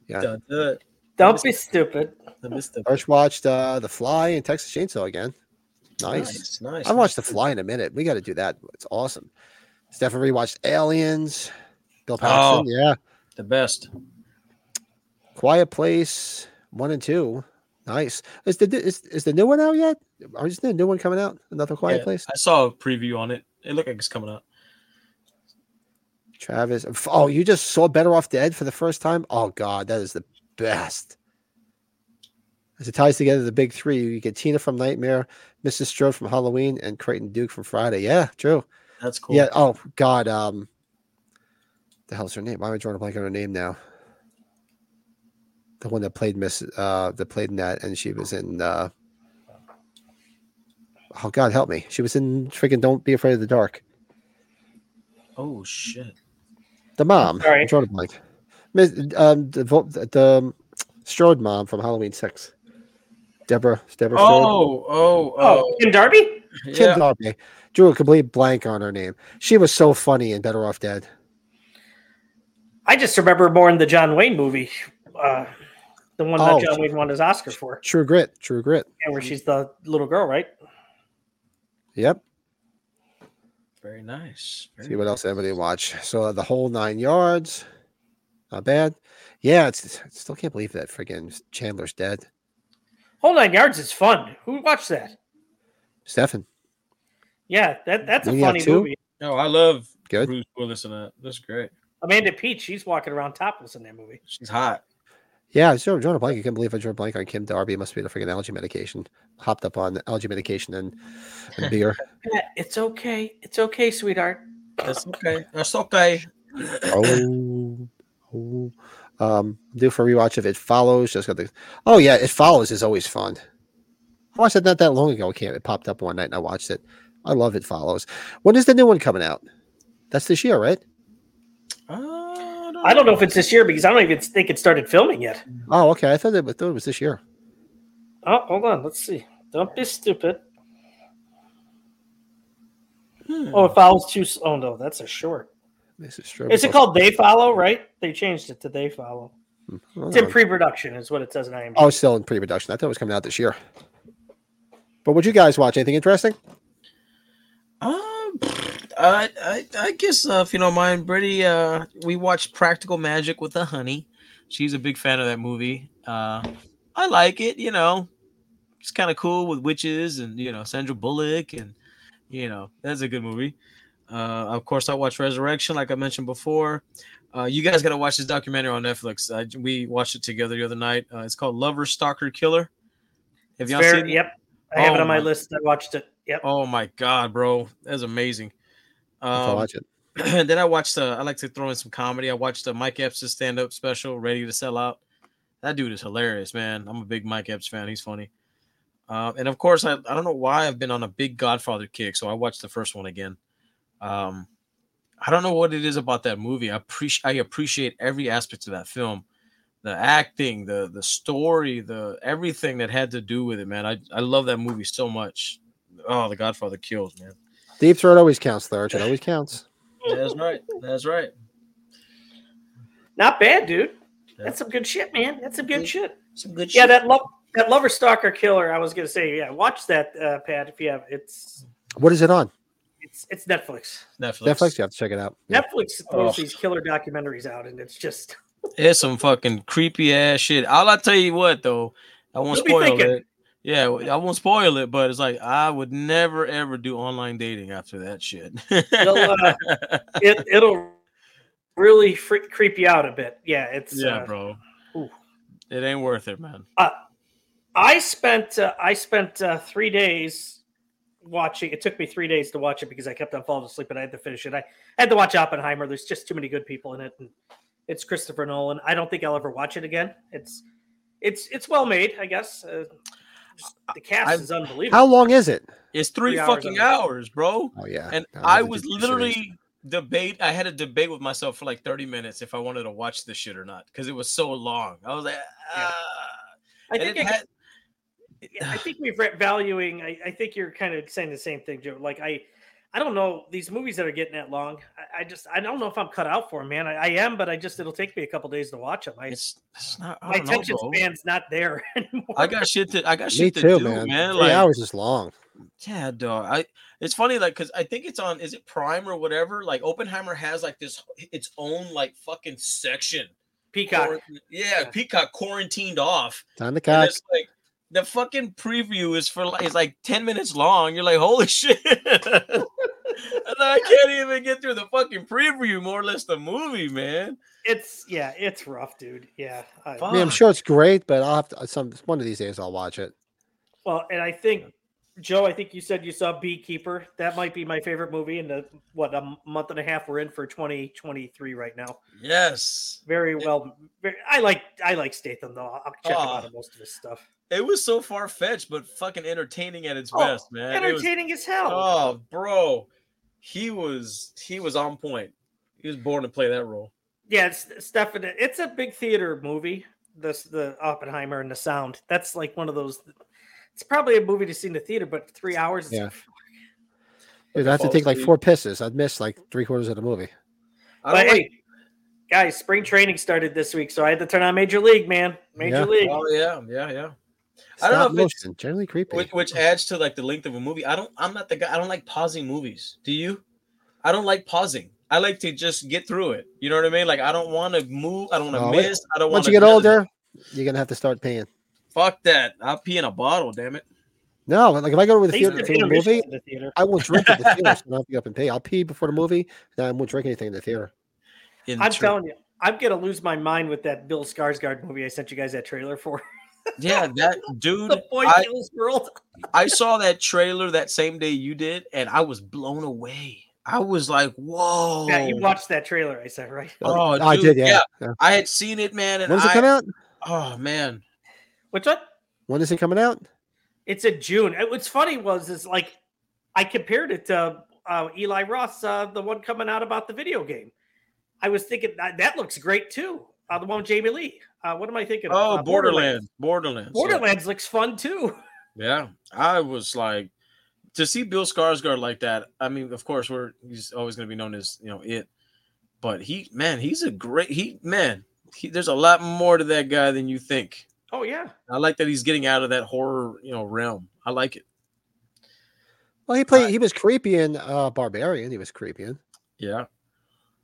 Speaker 3: Don't do it.
Speaker 4: Don't be stupid.
Speaker 3: I missed the
Speaker 1: First watched uh, The Fly and Texas Chainsaw again. Nice.
Speaker 3: Nice. nice.
Speaker 1: I watched The Fly in a minute. We got to do that. It's awesome. Stefan rewatched Aliens. Bill Paxton. Yeah.
Speaker 3: the best.
Speaker 1: Quiet Place one and two. Nice. Is the is, is the new one out yet? Or Is there a new one coming out? Another Quiet
Speaker 3: Yeah,
Speaker 1: Place.
Speaker 3: I saw a preview on it. It looked like it's coming up.
Speaker 1: Travis. Oh, you just saw Better Off Dead for the first time. Oh God, that is the best. As it ties together the big three, you get Tina from Nightmare, Mrs. Strode from Halloween, and Creighton Duke from Friday. Yeah, true.
Speaker 3: That's cool.
Speaker 1: Yeah. Oh God. Um. The hell's her name? Why am I drawing a blank on her name now? The one that played Miss, uh, that played in that, and she was in. uh Oh God, help me! She was in freaking "Don't Be Afraid of the Dark."
Speaker 3: Oh shit.
Speaker 1: The mom.
Speaker 4: sorry.
Speaker 1: I'm drawing a blank. Miss, um, the, vo- the, the Strode mom from Halloween Six. Deborah. Deborah. Strode.
Speaker 3: Oh, oh,
Speaker 4: Oh,
Speaker 3: oh.
Speaker 4: Kim Darby.
Speaker 1: Kim
Speaker 3: yeah.
Speaker 1: Darby. Drew a complete blank on her name. She was so funny and Better Off Dead.
Speaker 4: I just remember more in the John Wayne movie, uh, the one
Speaker 1: Oh.
Speaker 4: that John Wayne won his Oscar for,
Speaker 1: True Grit. True Grit.
Speaker 4: yeah, where she's the little girl, right?
Speaker 1: Yep.
Speaker 3: Very nice.
Speaker 1: See
Speaker 3: Very
Speaker 1: what else everybody watch. So uh, the whole nine yards, not bad. Yeah, it's, it's- I still can't believe that friggin' Chandler's dead.
Speaker 4: Whole Nine Yards is fun. Who watched that?
Speaker 1: Stefan,
Speaker 4: Yeah, that, that's a
Speaker 1: We have
Speaker 4: funny
Speaker 1: two?
Speaker 4: movie.
Speaker 3: Oh, I love
Speaker 1: good.
Speaker 3: Bruce Willis in that. That's great.
Speaker 4: Amanda Peach, she's walking around topless in that movie.
Speaker 3: She's hot.
Speaker 1: Yeah, I was drawing a blank. I can't believe I drew a blank on Kim Darby. It must be the friggin' allergy medication. Hopped up on allergy medication and, and beer.
Speaker 4: Pat, it's okay. It's okay, sweetheart.
Speaker 3: That's okay. That's okay.
Speaker 1: oh, oh. Um, due for a rewatch of It Follows. Just got the. Oh yeah, It Follows is always fun. Oh, I watched it not that long ago. It came. It popped up one night and I watched it. I love It Follows. When is the new one coming out? That's this year, right?
Speaker 4: I don't know if it's this year because I don't even think it started filming yet.
Speaker 1: Oh, okay. I thought it, I thought it was this year.
Speaker 4: Oh, hold on. Let's see. Don't be stupid.
Speaker 3: Hmm.
Speaker 4: Oh, it follows too. s- Oh no, that's a short.
Speaker 1: This is true.
Speaker 4: Is it called They Follow? Right? They changed it to They Follow. It's in
Speaker 1: Oh,
Speaker 4: pre-production, is what it says in IMDb.
Speaker 3: Oh,
Speaker 1: it's still in pre-production. I thought it was coming out this year. But would you guys watch anything interesting?
Speaker 3: Um, I, I, I guess uh, if you don't mind, Brittany, uh, we watched Practical Magic with the Honey. She's a big fan of that movie. Uh, I like it. You know, it's kind of cool with witches and you know Sandra Bullock and you know that's a good movie. Uh, of course, I watched Resurrection, like I mentioned before. Uh, you guys got to watch this documentary on Netflix. I, we watched it together the other night. Uh, it's called Lover Stalker Killer. Have
Speaker 4: It's
Speaker 3: y'all
Speaker 4: very-
Speaker 3: seen? it?
Speaker 4: Yep, I have it
Speaker 3: Oh
Speaker 4: on my
Speaker 3: my-
Speaker 4: list. I watched it. Yep.
Speaker 3: Oh my god, bro, that's amazing.
Speaker 1: If I
Speaker 3: Um,
Speaker 1: watch it.
Speaker 3: then I watched. Uh, I like to throw in some comedy. I watched the Mike Epps stand up special, Ready to Sell Out. That dude is hilarious, man. I'm a big Mike Epps fan. He's funny. Um, and of course, I, I don't know why I've been on a big Godfather kick, so I watched the first one again. Um, I don't know what it is about that movie. I appreciate I appreciate every aspect of that film, the acting, the the story, the everything that had to do with it, man. I I love that movie so much. Oh, the Godfather kills, man.
Speaker 1: Deep Throat always counts, Lurch. It always counts.
Speaker 3: That's right. That's right.
Speaker 4: Not bad, dude.
Speaker 3: Yeah.
Speaker 4: That's some good shit, man. That's some good shit.
Speaker 3: Some good
Speaker 4: Yeah, that love that lover stalker killer. I was gonna say, yeah, watch that, uh, Pat. If you have, it's
Speaker 1: What is it on?
Speaker 4: it's it's Netflix.
Speaker 3: Netflix.
Speaker 1: Netflix. You have to check it out. Yeah.
Speaker 4: Netflix
Speaker 3: Oh.
Speaker 4: throws these killer documentaries out, and it's just
Speaker 3: It's some fucking creepy ass shit. All I tell you what though, I won't
Speaker 4: You'll be
Speaker 3: spoil
Speaker 4: thinking.
Speaker 3: it. Yeah, I won't spoil it, but it's like I would never ever do online dating after that shit.
Speaker 4: it'll uh, it, it'll really freak, creep you out a bit. Yeah, it's
Speaker 3: yeah,
Speaker 4: uh,
Speaker 3: bro.
Speaker 4: ooh.
Speaker 3: It ain't worth it, man.
Speaker 4: I spent uh, I spent uh, three days watching. It took me three days to watch it because I kept on falling asleep and I had to finish it. I, I had to watch Oppenheimer. There's just too many good people in it, and it's Christopher Nolan. I don't think I'll ever watch it again. It's it's it's well made, I guess. Uh, just the cast
Speaker 3: I've-
Speaker 4: is unbelievable.
Speaker 1: How long is it?
Speaker 3: It's three,
Speaker 4: Three hours
Speaker 3: fucking
Speaker 4: on it.
Speaker 3: hours, bro.
Speaker 1: Oh yeah.
Speaker 3: And
Speaker 1: No,
Speaker 3: I
Speaker 1: it's a
Speaker 3: was
Speaker 1: decent
Speaker 3: literally
Speaker 1: series.
Speaker 3: debate. I had a debate with myself for like thirty minutes if I wanted to watch this shit or not because it was so long. I was like,
Speaker 4: Yeah.
Speaker 3: "Ah."
Speaker 4: I
Speaker 3: And
Speaker 4: think
Speaker 3: it
Speaker 4: I,
Speaker 3: had-
Speaker 4: I think we're valuing. I, I think you're kind of saying the same thing, Joe. Like I, I don't know these movies that are getting that long. I, I just I don't know if I'm cut out for 'em, man. I, I am, but I just it'll take me a couple days to watch them. I,
Speaker 3: It's it's not.
Speaker 4: my
Speaker 3: I don't know,
Speaker 4: attention
Speaker 3: bro.
Speaker 4: span's not there anymore.
Speaker 3: I got shit to I got
Speaker 1: Me
Speaker 3: shit to
Speaker 1: too,
Speaker 3: do,
Speaker 1: man.
Speaker 3: man.
Speaker 1: Three
Speaker 3: Like,
Speaker 1: hours is long.
Speaker 3: Yeah, dog. I it's funny, like, cause I think it's on is it Prime or whatever? Like Oppenheimer has like this its own like fucking section.
Speaker 4: Peacock.
Speaker 3: Quar- yeah,
Speaker 4: Yeah.
Speaker 3: Peacock quarantined off.
Speaker 1: Time to
Speaker 3: And
Speaker 1: cock.
Speaker 3: it's like the fucking preview is for like it's like 10 minutes long. You're like, holy shit. And I can't even get through the fucking preview, more or less the movie, man.
Speaker 4: It's yeah, it's rough, dude. Yeah. I-
Speaker 1: I mean, I'm
Speaker 3: fuck.
Speaker 1: sure it's great, but I'll have to uh, some one of these days I'll watch it.
Speaker 4: Well, and I think Joe, I think you said you saw Beekeeper. That might be my favorite movie in the what a month and a half we're in for 2023 right now.
Speaker 3: Yes.
Speaker 4: Very well. Very, I like I like Statham though. I'm checking
Speaker 3: Aw.
Speaker 4: out of most of his stuff.
Speaker 3: It was so far fetched, but fucking entertaining at its
Speaker 4: Oh,
Speaker 3: best, man. It was
Speaker 4: Entertaining as hell.
Speaker 3: Oh, bro, he was he was on point. He was born to play that role.
Speaker 4: Yeah, it's it's definite. It's a big theater movie. This the Oppenheimer and the sound. That's like one of those. It's probably a movie to see in the theater, but three hours. It's
Speaker 1: Yeah.
Speaker 4: like,
Speaker 1: Dude, I have to
Speaker 3: Fall
Speaker 1: take like
Speaker 3: asleep.
Speaker 1: four pisses. I'd miss like three quarters of the movie.
Speaker 3: I
Speaker 4: But
Speaker 3: don't
Speaker 4: hey, guys, spring training started this week, so I had to turn on Major League, man. Major
Speaker 1: Yeah.
Speaker 4: League.
Speaker 3: like- oh yeah, yeah, yeah. I
Speaker 1: Stop
Speaker 3: don't know if it's
Speaker 1: motion, generally creepy.
Speaker 3: which, which adds to like the length of a movie. I don't. I'm not the guy. I don't like pausing movies. Do you? I don't like pausing. I like to just get through it. You know what I mean? Like I don't want to move. I don't want
Speaker 1: Oh,
Speaker 3: to
Speaker 1: wait.
Speaker 3: miss. I don't want
Speaker 1: Once
Speaker 3: to
Speaker 1: you get older, you're gonna have to start paying.
Speaker 3: Fuck that. I'll pee in a bottle. Damn it.
Speaker 1: No, like if I go to the
Speaker 4: They used
Speaker 1: theater to
Speaker 4: to
Speaker 1: see a
Speaker 4: intermission
Speaker 1: movie,
Speaker 4: in the theater.
Speaker 1: I won't drink at the theater. So I don't have to get up and pay. I'll pee before the movie. Then I won't drink anything in the theater.
Speaker 3: In
Speaker 4: I'm
Speaker 3: tr-
Speaker 4: telling you, I'm gonna lose my mind with that Bill Skarsgård movie I sent you guys that trailer for.
Speaker 3: Yeah, that dude.
Speaker 4: the boy
Speaker 3: I-
Speaker 4: kills world.
Speaker 3: I saw that trailer that same day you did, and I was blown away. I was like, "Whoa!"
Speaker 4: Yeah, you watched that trailer. I said right.
Speaker 3: Oh,
Speaker 1: I
Speaker 3: dude,
Speaker 1: did, yeah.
Speaker 3: yeah.
Speaker 1: yeah.
Speaker 3: I had seen it, man, and
Speaker 1: When's it
Speaker 3: I,
Speaker 1: come out?
Speaker 3: oh man,
Speaker 4: Which one?
Speaker 1: When is it coming out?
Speaker 4: It's in June. And What's funny was is like I compared it to uh, Eli Ross, uh, the one coming out about the video game. I was thinking that, that looks great too. Uh, the one with Jamie Lee. Uh, what am I thinking? of?
Speaker 3: oh
Speaker 4: Uh,
Speaker 3: Borderlands, Borderlands,
Speaker 4: Borderlands. Borderlands looks fun too.
Speaker 3: Yeah. yeah, I was like, to see Bill Skarsgård like that. I mean, of course, we're he's always going to be known as you know it, but he, man, he's a great he man. He, there's a lot more to that guy than you think.
Speaker 4: Oh yeah.
Speaker 3: I like that he's getting out of that horror you know realm. I like it.
Speaker 1: Well, he played. he was creepy in uh, Barbarian. He was creepy in
Speaker 3: Yeah.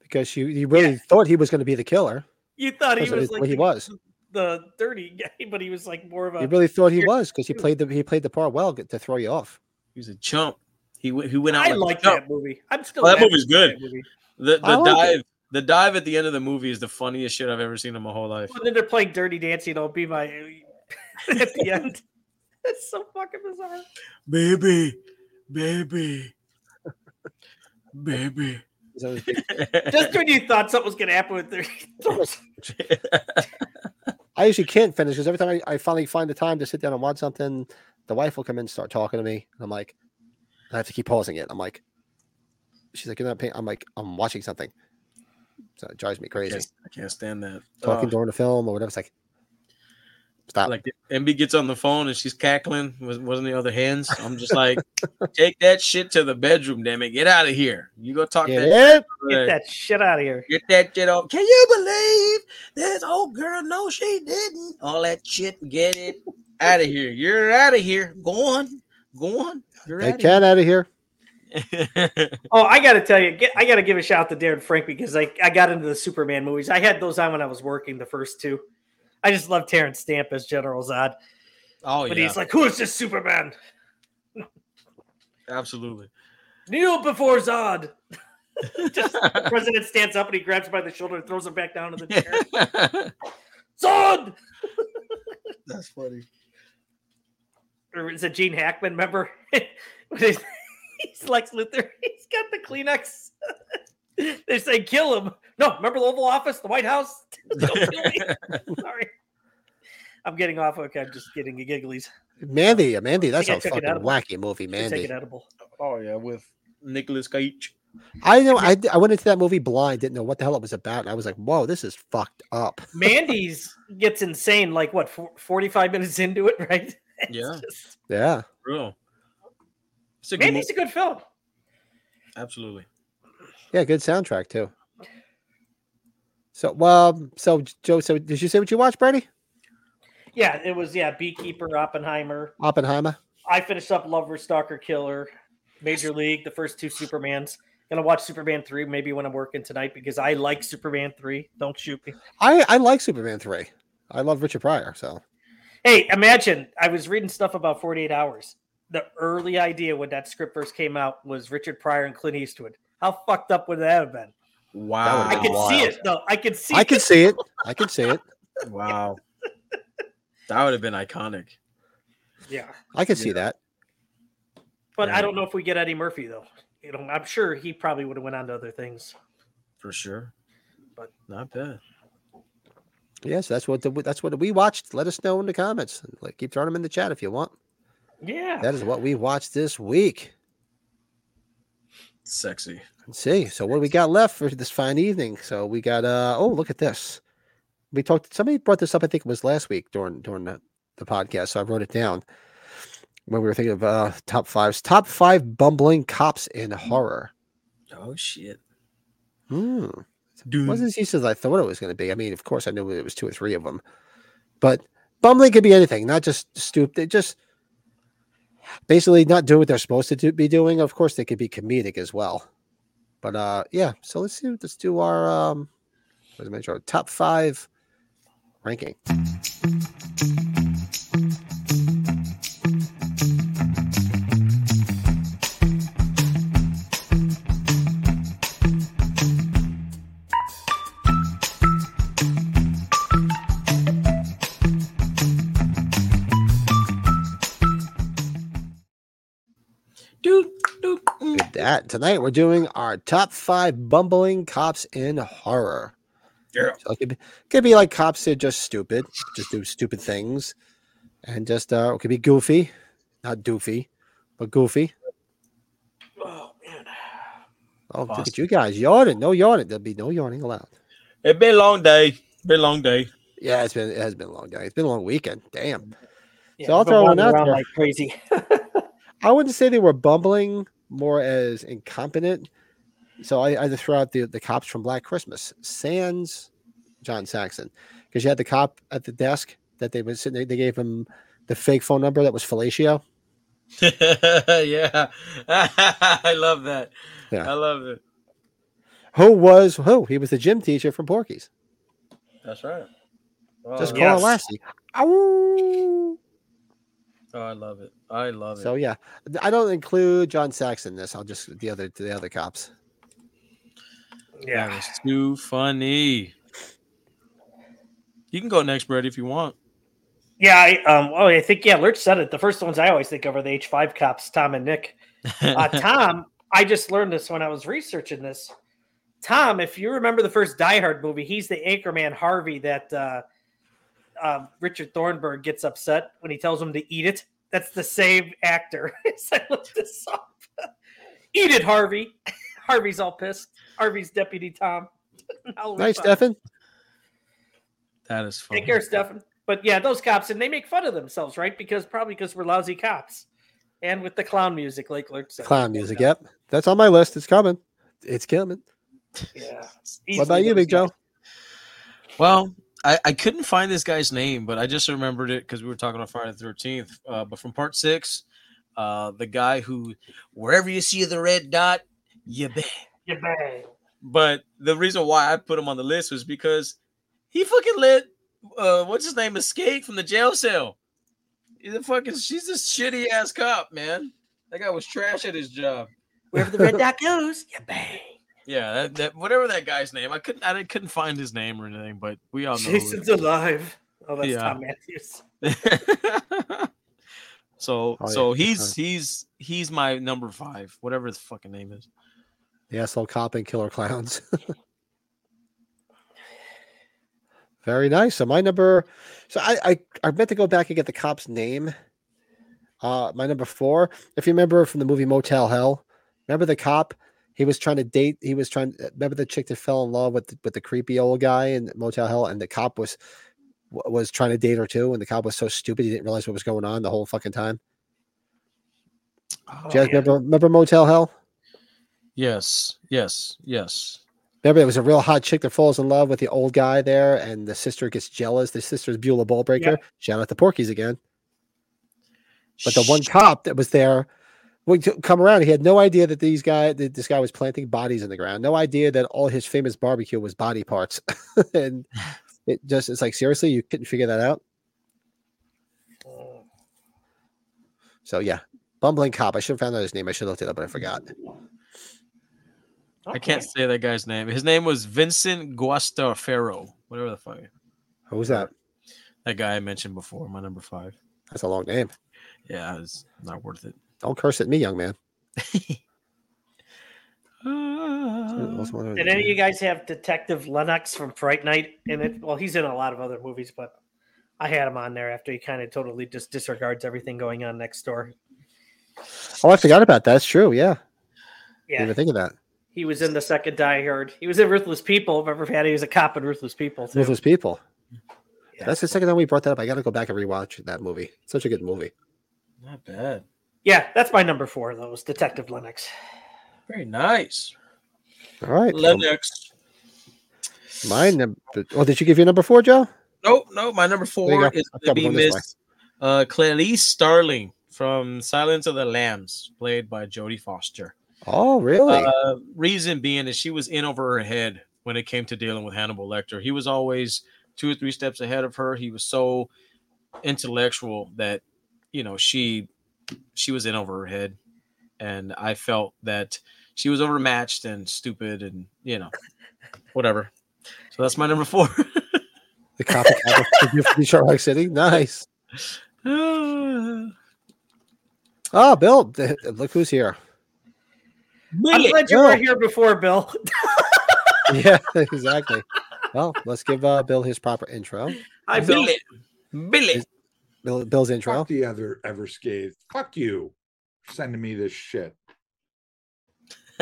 Speaker 1: because you you really thought he was going to be the killer.
Speaker 4: You thought he
Speaker 1: That's what
Speaker 4: was
Speaker 1: he-
Speaker 4: like
Speaker 1: what he
Speaker 4: the-
Speaker 1: was.
Speaker 4: the dirty guy, but he was like more of a
Speaker 1: You really thought he
Speaker 4: here-
Speaker 1: was because he played the he played the part well to throw you off.
Speaker 3: He's a chump. He went. He went out.
Speaker 4: I
Speaker 3: a
Speaker 4: like
Speaker 3: chump.
Speaker 4: that movie. I'm still
Speaker 3: Oh, that
Speaker 4: mad
Speaker 3: movie's good.
Speaker 4: that movie.
Speaker 3: The,
Speaker 1: I
Speaker 3: the
Speaker 1: like it.
Speaker 3: dive. The dive at the end of the movie is the funniest shit I've ever seen in my whole life.
Speaker 4: Well, then they're playing Dirty Dancing. It'll be my at the end. That's so fucking bizarre.
Speaker 3: Baby, baby, baby.
Speaker 1: He's always big.
Speaker 4: Just when you thought something was gonna happen with their
Speaker 1: I usually can't finish because every time I, I finally find the time to sit down and watch something, the wife will come in and start talking to me, and I'm like, I have to keep pausing it. I'm like, she's like, you're not paying. I'm like, I'm watching something. So it drives me
Speaker 3: I
Speaker 1: crazy.
Speaker 3: can't, I can't stand that.
Speaker 1: Talking
Speaker 4: Uh,
Speaker 3: Ugh.
Speaker 1: during the film or whatever. It's like, stop.
Speaker 3: like MB gets on the phone and she's cackling. Was, wasn't the other hands? I'm just like, take that shit to the bedroom, damn it! Get out of here. You go talk
Speaker 1: Get
Speaker 3: that.
Speaker 1: it?
Speaker 4: get that shit out of here.
Speaker 3: Get that shit off. Can you believe this old girl? No, she didn't. All that shit. Get it out of here. You're out of here. Go on. Go on. You're
Speaker 1: Get
Speaker 3: out of
Speaker 1: Cat out of here.
Speaker 3: here.
Speaker 4: Oh, I gotta tell you, get, I gotta give a shout out to Darren Frank because I, I got into the Superman movies. I had those on when I was working the first two. I just love Terrence Stamp as General Zod,
Speaker 3: oh,
Speaker 4: but
Speaker 3: yeah.
Speaker 4: he's like, "Who is this Superman?
Speaker 3: Absolutely.
Speaker 4: Kneel before Zod." just the president stands up and he grabs him by the shoulder and throws him back down to the chair. Zod.
Speaker 3: That's funny.
Speaker 4: or is it Gene Hackman? Remember, When he's he's Lex Luthor. He's got the Kleenex. they say kill him. No, remember the Oval Office, the White House. Don't kill me. Sorry, I'm getting off. Okay, I'm just getting the gigglies.
Speaker 1: Mandy, Mandy, that's
Speaker 4: think I
Speaker 1: a
Speaker 4: took it
Speaker 1: fucking
Speaker 4: out of-
Speaker 1: wacky movie,
Speaker 4: Should Take
Speaker 1: Mandy.
Speaker 4: an edible.
Speaker 3: Oh yeah, with Nicholas Cage.
Speaker 1: I know. I, I went into that movie blind, didn't know what the hell it was about, and I was like, "Whoa, this is fucked up."
Speaker 4: Mandy's gets insane. Like what? For, 45 minutes into it, right? It's
Speaker 3: Yeah.
Speaker 4: just-
Speaker 1: Yeah,
Speaker 3: Real. It's a good
Speaker 4: Mandy's a good film.
Speaker 2: Absolutely.
Speaker 1: Yeah, good soundtrack too. So, well, so Joe, so did you say what you watched, Brady?
Speaker 4: Yeah, it was yeah, Beekeeper, Oppenheimer.
Speaker 1: Oppenheimer.
Speaker 4: I finished up Lover, Stalker, Killer, Major League, the first two Supermans. Gonna watch Superman three maybe when I'm working tonight because I like Superman three. Don't shoot me.
Speaker 1: I I like Superman three. I love Richard Pryor. So
Speaker 4: Hey, imagine I was reading stuff about 48 hours. The early idea when that script first came out was Richard Pryor and Clint Eastwood. How fucked up would that have been?
Speaker 2: Wow.
Speaker 4: I could see it. No, I could see.
Speaker 1: I can see it. I can see it.
Speaker 2: Wow. that would have been iconic.
Speaker 4: Yeah,
Speaker 1: I can see that.
Speaker 4: but
Speaker 2: Yeah.
Speaker 4: I don't know if we get Eddie Murphy though. You know, I'm sure he probably would have went on to other things.
Speaker 2: For sure.
Speaker 4: But-
Speaker 2: not bad.
Speaker 1: Yes, that's what the, that's what we watched. Let us know in the comments. Like, keep throwing them in the chat if you want.
Speaker 4: Yeah.
Speaker 1: That is what we watched this week.
Speaker 2: Sexy.
Speaker 1: Let's see. So what do we got left for this fine evening? So we got uh oh look at this. We talked somebody brought this up, I think it was last week during during the, the podcast. So I wrote it down when we were thinking of uh top fives. Top five bumbling cops in horror.
Speaker 2: Oh shit.
Speaker 1: Hmm.
Speaker 2: Dude.
Speaker 1: Wasn't as easy as I thought it was gonna be. I mean, of course I knew it was two or three of them. But bumbling could be anything, not just stoop. They just basically not doing what they're supposed to do, be doing. Of course, they could be comedic as well. But uh yeah, so let's see. Let's do our um let's make sure our top five ranking.
Speaker 2: Dude, dude. mm.
Speaker 1: With that tonight we're doing our top five bumbling cops in horror.
Speaker 2: Yeah.
Speaker 1: So it could be, could be like cops that are just stupid, just do stupid things, and just uh it could be goofy, not doofy, but goofy.
Speaker 2: Oh man.
Speaker 1: Oh, look at
Speaker 2: Awesome.
Speaker 1: you guys yawning. No yawning. There'll be no yawning allowed.
Speaker 2: It's been a long day. Been a long day.
Speaker 1: Yeah, it's been it has been a long day. It's been a long weekend. Damn.
Speaker 4: Yeah,
Speaker 1: So I'll
Speaker 4: we've been
Speaker 1: throw one
Speaker 4: wandering
Speaker 1: out
Speaker 4: around
Speaker 1: there.
Speaker 4: like crazy.
Speaker 1: I wouldn't say they were bumbling more as incompetent. So I, I just throw out the, the cops from Black Christmas, Sans John Saxon, because you had the cop at the desk that they was sitting. They, they gave him the fake phone number that was fellatio.
Speaker 2: yeah. I love that.
Speaker 1: Yeah.
Speaker 2: I love it.
Speaker 1: Who was who? He was the gym teacher from Porky's.
Speaker 2: That's right. Oh,
Speaker 1: Just
Speaker 2: I
Speaker 1: call
Speaker 4: yes.
Speaker 1: it Lassie. Ow.
Speaker 2: Oh, I love it. I love it.
Speaker 1: So yeah, I don't include John Saxon in this. I'll just the other the other cops.
Speaker 2: That was too funny. You can go next, Brady, if you want.
Speaker 4: Yeah, I, um, oh, I think yeah, Lurch said it. The first ones I always think of are the H five cops, Tom and Nick. Uh, Tom, I just learned this when I was researching this. Tom, if you remember the first Die Hard movie, he's the anchorman Harvey that uh, uh, Richard Thornburg gets upset when he tells him to eat it. That's the same actor. so I looked this up. eat it, Harvey. Harvey's all pissed. Harvey's deputy Tom. Now
Speaker 1: Nice,
Speaker 4: Lurch-
Speaker 1: Stefan.
Speaker 2: that is funny.
Speaker 4: Take care, Stefan. But yeah, those cops, and they make fun of themselves, right? Because probably because we're lousy cops, and with the clown music, like Lurk said.
Speaker 1: Clown music. Yep, that's on my list. It's coming. It's coming.
Speaker 4: Yeah.
Speaker 1: What about you, Big Joe?
Speaker 2: Well, I, I couldn't find this guy's name, but I just remembered it because we were talking on Friday the 13th. Uh, but from part six, uh, the guy who, wherever you see the red dot, you bet.
Speaker 4: You bang.
Speaker 2: But the reason why I put him on the list was because he fucking let, uh, what's his name, escape from the jail cell. He's a fucking, she's a shitty ass cop, man. That guy was trash at his job.
Speaker 4: Wherever the red dot goes, you bang.
Speaker 2: Yeah, that, that whatever that guy's name, I couldn't I didn't- couldn't find his name or anything, but we all know. who
Speaker 4: Jason's alive. Oh, that's
Speaker 2: Yeah.
Speaker 4: Tom Matthews.
Speaker 2: it- so
Speaker 1: Oh,
Speaker 2: so
Speaker 1: yeah, good
Speaker 2: he's he's he's my number five, whatever his fucking name is.
Speaker 1: The asshole cop and killer clowns. Very nice. So my number. So I, I I meant to go back and get the cop's name. Uh, my number four. If you remember from the movie Motel Hell, remember the cop. He was trying to date. He was trying. Remember the chick that fell in love with the, with the creepy old guy in Motel Hell, and the cop was wa- was trying to date her too. And the cop was so stupid he didn't realize what was going on the whole fucking time.
Speaker 2: Oh,
Speaker 4: Oh,
Speaker 1: Do you guys remember remember Motel Hell?
Speaker 3: Yes, yes, yes.
Speaker 1: Remember, there was a real hot chick that falls in love with the old guy there, and the sister gets jealous. The sister's Beulah Ballbreaker. Shout out the Porkies again. But the one cop that was there would t- come around. He had no idea that these guy, that this guy was planting bodies in the ground. No idea that all his famous barbecue was body parts. and it just it's like seriously, you couldn't figure that out.
Speaker 4: Uh,
Speaker 1: So yeah, bumbling cop. I should have found out his name. I should have looked it up, but I forgot.
Speaker 3: I can't say that guy's name. His name was Vincent Guastafaro, whatever the fuck.
Speaker 1: Who was that?
Speaker 3: That guy I mentioned before, my number five.
Speaker 1: That's a long name.
Speaker 3: Yeah, it's not worth it.
Speaker 1: Don't curse at me, young man.
Speaker 3: Ah.
Speaker 4: Did Uh, any of you guys have Detective Lennox from Fright Night in it? Well, he's in a lot of other movies, but I had him on there after he kind of totally just disregards everything going on next door.
Speaker 1: Oh, I forgot about that. That's true. Yeah. Didn't
Speaker 4: Yeah,
Speaker 1: even think of that.
Speaker 4: he was in the second Die Hard. He was in Ruthless People. Remember, Patty he was a cop in Ruthless People. Too.
Speaker 1: Ruthless people.
Speaker 4: Yeah.
Speaker 1: That's the second time we brought that up. I got to go back and rewatch that movie. Such a good movie.
Speaker 3: Not bad.
Speaker 4: Yeah, that's my number four. Though was Detective Lennox.
Speaker 3: Very nice.
Speaker 1: All right.
Speaker 3: Lennox.
Speaker 1: So my number. Oh, did you give your number four, Joe?
Speaker 3: Nope, no. My number
Speaker 1: There
Speaker 3: four
Speaker 1: you go.
Speaker 3: is
Speaker 1: I've
Speaker 3: going to
Speaker 1: got
Speaker 3: be
Speaker 1: one this
Speaker 3: Miss uh, Clarice Starling from Silence of the Lambs, played by Jodie Foster.
Speaker 1: Oh, really?
Speaker 3: Uh, reason being is she was in over her head when it came to dealing with Hannibal Lecter. He was always two or three steps ahead of her. He was so intellectual that you know she she was in over her head, and I felt that she was overmatched and stupid and you know whatever. So that's my number four.
Speaker 1: the copycat of the from Shark Lake City. Nice.
Speaker 3: I'm
Speaker 1: Oh, Bill, th- look who's here.
Speaker 4: I'm glad you
Speaker 1: no.
Speaker 4: were here before, Bill.
Speaker 1: Yeah, exactly. Well, let's give uh, Bill his proper intro.
Speaker 4: Hi, Bill.
Speaker 3: Billy.
Speaker 1: Bill, Bill's intro.
Speaker 8: Fuck the other Everscathe. Fuck you. for Sending me this shit.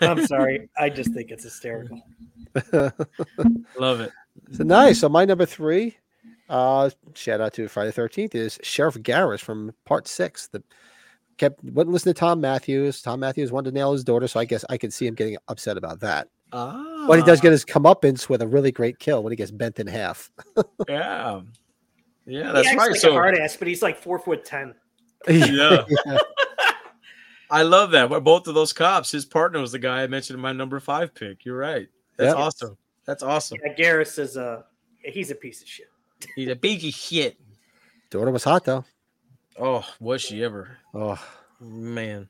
Speaker 4: I'm sorry. I just think it's hysterical.
Speaker 3: Love it.
Speaker 1: So nice. So my number three, uh, shout out to Friday Thirteenth is Sheriff Garris from Part Six. The kept wouldn't listen to Tom Matthews. Tom Matthews wanted to nail his daughter, so I guess I could see him getting upset about that.
Speaker 3: Ah,
Speaker 1: But he does get his comeuppance with a really great kill when he gets bent in half.
Speaker 3: Yeah, yeah, that's
Speaker 4: he acts
Speaker 3: right.
Speaker 4: Like
Speaker 3: so
Speaker 4: a hard ass, but he's like four foot ten.
Speaker 3: yeah. I love that. Well, Both of those cops, his partner was the guy I mentioned in my number five pick. You're right. That's
Speaker 1: Yep.
Speaker 3: awesome. That's awesome.
Speaker 4: Yeah, Garrus is a he's a piece of shit.
Speaker 3: He's a biggie shit.
Speaker 1: daughter was hot though.
Speaker 3: Oh, was she ever?
Speaker 1: Oh,
Speaker 3: Man.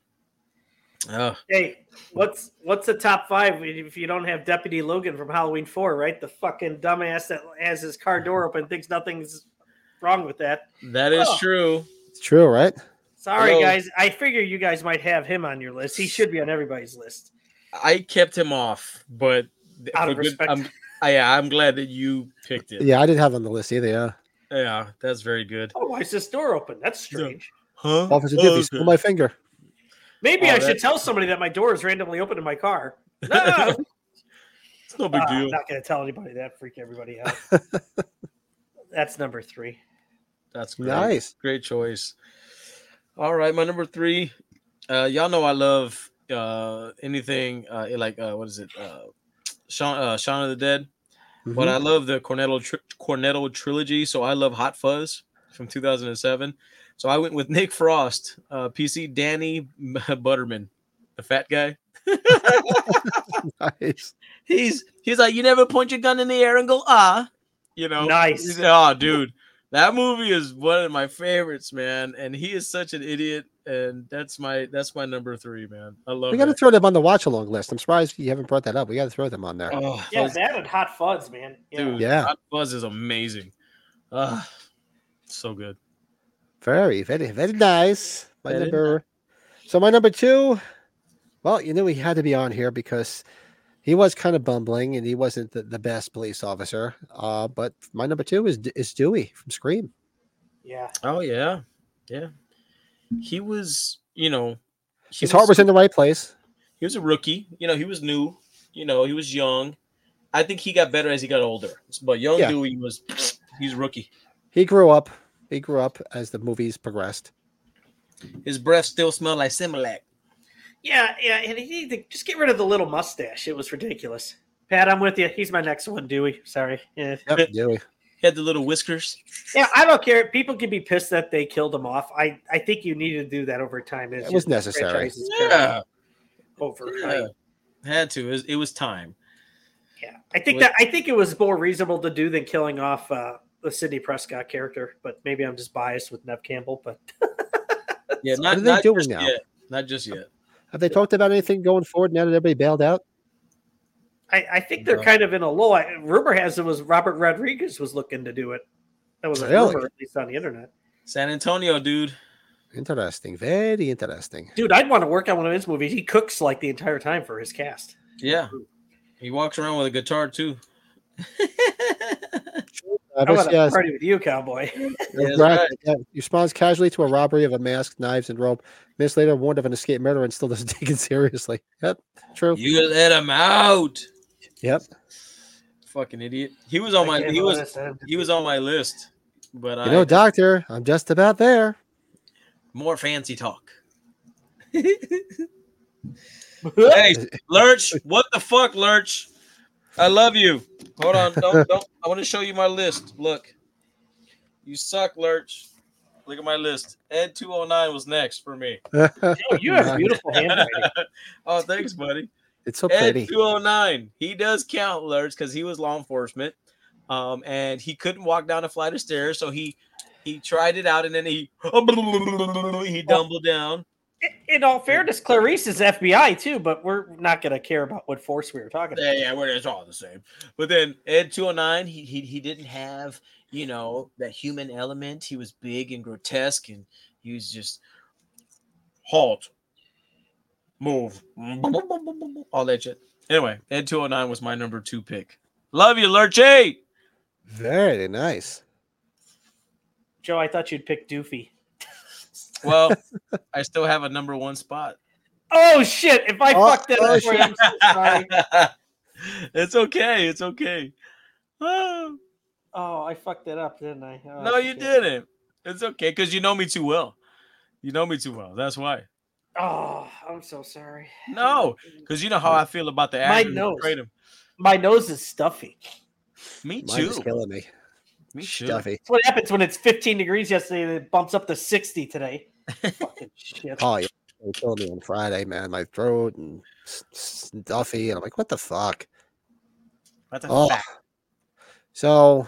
Speaker 3: Oh,
Speaker 4: Hey, what's what's the top five if you don't have Deputy Logan from Halloween Four, right? The fucking dumbass that has his car door open, thinks nothing's wrong with that.
Speaker 3: that is
Speaker 4: Oh.
Speaker 3: true.
Speaker 1: it's true, right?
Speaker 4: Sorry,
Speaker 3: Hello.
Speaker 4: guys. I figure you guys might have him on your list. He should be on everybody's list.
Speaker 3: I kept him off, but th-
Speaker 4: Out of
Speaker 3: for
Speaker 4: respect.
Speaker 3: I'm, I, yeah, I'm glad that you picked it. Yeah,
Speaker 1: Yeah, I didn't have it on the list either. Yeah,
Speaker 3: that's very good.
Speaker 4: Oh, why is this door open? That's strange.
Speaker 3: Huh?
Speaker 1: Officer Diffie
Speaker 3: Oh, Okay.
Speaker 1: stole my finger.
Speaker 4: Maybe
Speaker 3: Oh,
Speaker 4: I should
Speaker 3: that-
Speaker 4: tell somebody that my door is randomly open in my car. No,
Speaker 3: It's no big
Speaker 4: Ah, I'm
Speaker 3: deal.
Speaker 4: not going to tell anybody that. Freak everybody out. That's number three.
Speaker 3: That's great.
Speaker 1: Nice.
Speaker 3: Great choice. All right, my number three. Uh, y'all know I love uh, anything uh, like uh, what is it? Uh, Shaun, uh, Shaun of the Dead. But
Speaker 1: Mhm.
Speaker 3: I love the Cornetto tri- Cornetto trilogy. So I love Hot Fuzz from 2007. So I went with Nick Frost, uh, PC Danny Butterman, the fat guy.
Speaker 1: nice.
Speaker 3: He's he's like, you never point your gun in the air and go ah, you know.
Speaker 4: Nice.
Speaker 3: He's- Oh, dude, that movie is one of my favorites, man. And he is such an idiot, and that's my that's my number three, man. I love
Speaker 1: We got to
Speaker 3: it.
Speaker 1: throw them on the watch along list. I'm surprised you haven't brought that up. We got to throw them on there.
Speaker 3: Oh,
Speaker 4: Yeah,
Speaker 3: Fuzz-
Speaker 4: that and Hot Fuzz, man. Yeah.
Speaker 3: dude,
Speaker 1: Yeah.
Speaker 3: Hot Fuzz is amazing. Ah, so good.
Speaker 1: Very, very, very nice. My
Speaker 3: Very
Speaker 1: number. So my number two. Well, you knew he had to be on here because he was kind of bumbling and he wasn't the, the best police officer. Uh, but my number two is D- is Dewey from Scream.
Speaker 4: Yeah.
Speaker 3: Oh yeah, yeah. He was, you know, he
Speaker 1: His heart was in the right place.
Speaker 3: he was a rookie. You know, he was new. You know, he was young. I think he got better as he got older. But young
Speaker 1: Yeah.
Speaker 3: Dewey was he's rookie.
Speaker 1: He grew up. He grew up as the movies progressed.
Speaker 3: His breath still smelled like Similac.
Speaker 4: Yeah, yeah, and he need to just get rid of the little mustache. It was ridiculous. Pat, I'm with you. He's my next one, Dewey. Sorry. Eh. Yeah.
Speaker 1: Yep, Dewey.
Speaker 3: He had the little whiskers.
Speaker 4: Yeah, I don't care. People can be pissed that they killed him off. I, I think you need to do that over time. It's
Speaker 1: It was
Speaker 4: just
Speaker 1: necessary.
Speaker 4: franchises
Speaker 3: Yeah.
Speaker 4: Over
Speaker 3: Yeah.
Speaker 4: time.
Speaker 3: Had to. It was, it was time.
Speaker 4: Yeah. I think that I think it was more reasonable to do than killing off uh, the Sidney Prescott character, but maybe I'm just biased with Nev Campbell, but
Speaker 3: Yeah,
Speaker 1: So
Speaker 3: not,
Speaker 1: what are they
Speaker 3: not
Speaker 1: doing
Speaker 3: just
Speaker 1: now?
Speaker 3: yet. Not just yet.
Speaker 1: Have they talked about anything going forward now that everybody bailed out?
Speaker 4: I, I think they're
Speaker 3: No.
Speaker 4: kind of in a lull. I, rumor has it was Robert Rodriguez was looking to do it. That was a
Speaker 1: Really?
Speaker 4: rumor, at least on the internet.
Speaker 3: San Antonio, dude.
Speaker 1: Interesting. Very interesting.
Speaker 4: Dude, I'd want to work on one of his movies. He cooks like the entire time for his cast.
Speaker 3: Yeah. He walks around with a guitar too.
Speaker 1: Uh,
Speaker 4: I want
Speaker 1: but
Speaker 4: to
Speaker 1: yes,
Speaker 4: party with you, cowboy.
Speaker 3: Yeah, that's
Speaker 1: right. yeah, responds casually to a robbery of a mask, knives, and rope. Minutes later, warned of an escaped murderer and still doesn't take it seriously. Yep, true.
Speaker 3: You let him out.
Speaker 1: Yep.
Speaker 3: Fucking idiot. He was on Oh, my he was he was on my list, but
Speaker 1: You know,
Speaker 3: I
Speaker 1: doctor, I'm just about there.
Speaker 3: more fancy talk. hey, Lurch, what the fuck, Lurch? I love you. Hold on, don't, don't. I want to show you my list. Look, you suck, Lurch. Look at my list. Ed two hundred nine was next for me.
Speaker 4: you have beautiful handwriting.
Speaker 3: oh, thanks, buddy.
Speaker 1: it's so
Speaker 3: Ed
Speaker 1: pretty.
Speaker 3: two hundred nine. He does count, Lurch, because he was law enforcement, um, and he couldn't walk down a flight of stairs, so he he tried it out, and then he he dumbled down.
Speaker 4: In all fairness, Clarice is FBI too, but we're not going to care about what force we were talking about.
Speaker 3: Yeah, yeah, we're, it's all the same. But then Ed 209, he, he he didn't have, you know, that human element. He was big and grotesque and he was just halt, move, all that shit. Anyway, Ed 209 was my number two pick. Love you, Lurchy.
Speaker 1: Very nice.
Speaker 4: Joe, I thought you'd pick Doofy.
Speaker 3: Well, I still have a number one spot.
Speaker 4: Oh shit! If I
Speaker 1: Oh,
Speaker 4: fucked that
Speaker 1: oh,
Speaker 4: up, for you, I'm so sorry.
Speaker 3: it's okay. It's okay. Oh,
Speaker 4: Oh, I fucked that up, didn't I? Oh,
Speaker 3: no, you
Speaker 4: shit.
Speaker 3: didn't. It's okay because you know me too well. You know me too well. That's why.
Speaker 4: Oh, I'm so sorry.
Speaker 3: No, because you know how I feel about the
Speaker 4: My
Speaker 3: actors who
Speaker 4: nose.
Speaker 3: portrayed him.
Speaker 4: My nose is stuffy.
Speaker 3: Me
Speaker 1: Mine
Speaker 3: too.
Speaker 1: is killing me.
Speaker 3: Me too.
Speaker 1: Stuffy.
Speaker 4: That's what happens when it's 15 degrees yesterday and it bumps up to 60 today. Fucking shit.
Speaker 1: Oh, yeah. They killed me on Friday, man. My throat and s- stuffy. And I'm like, what the fuck?
Speaker 3: That's a
Speaker 1: Oh.
Speaker 3: fact.
Speaker 1: So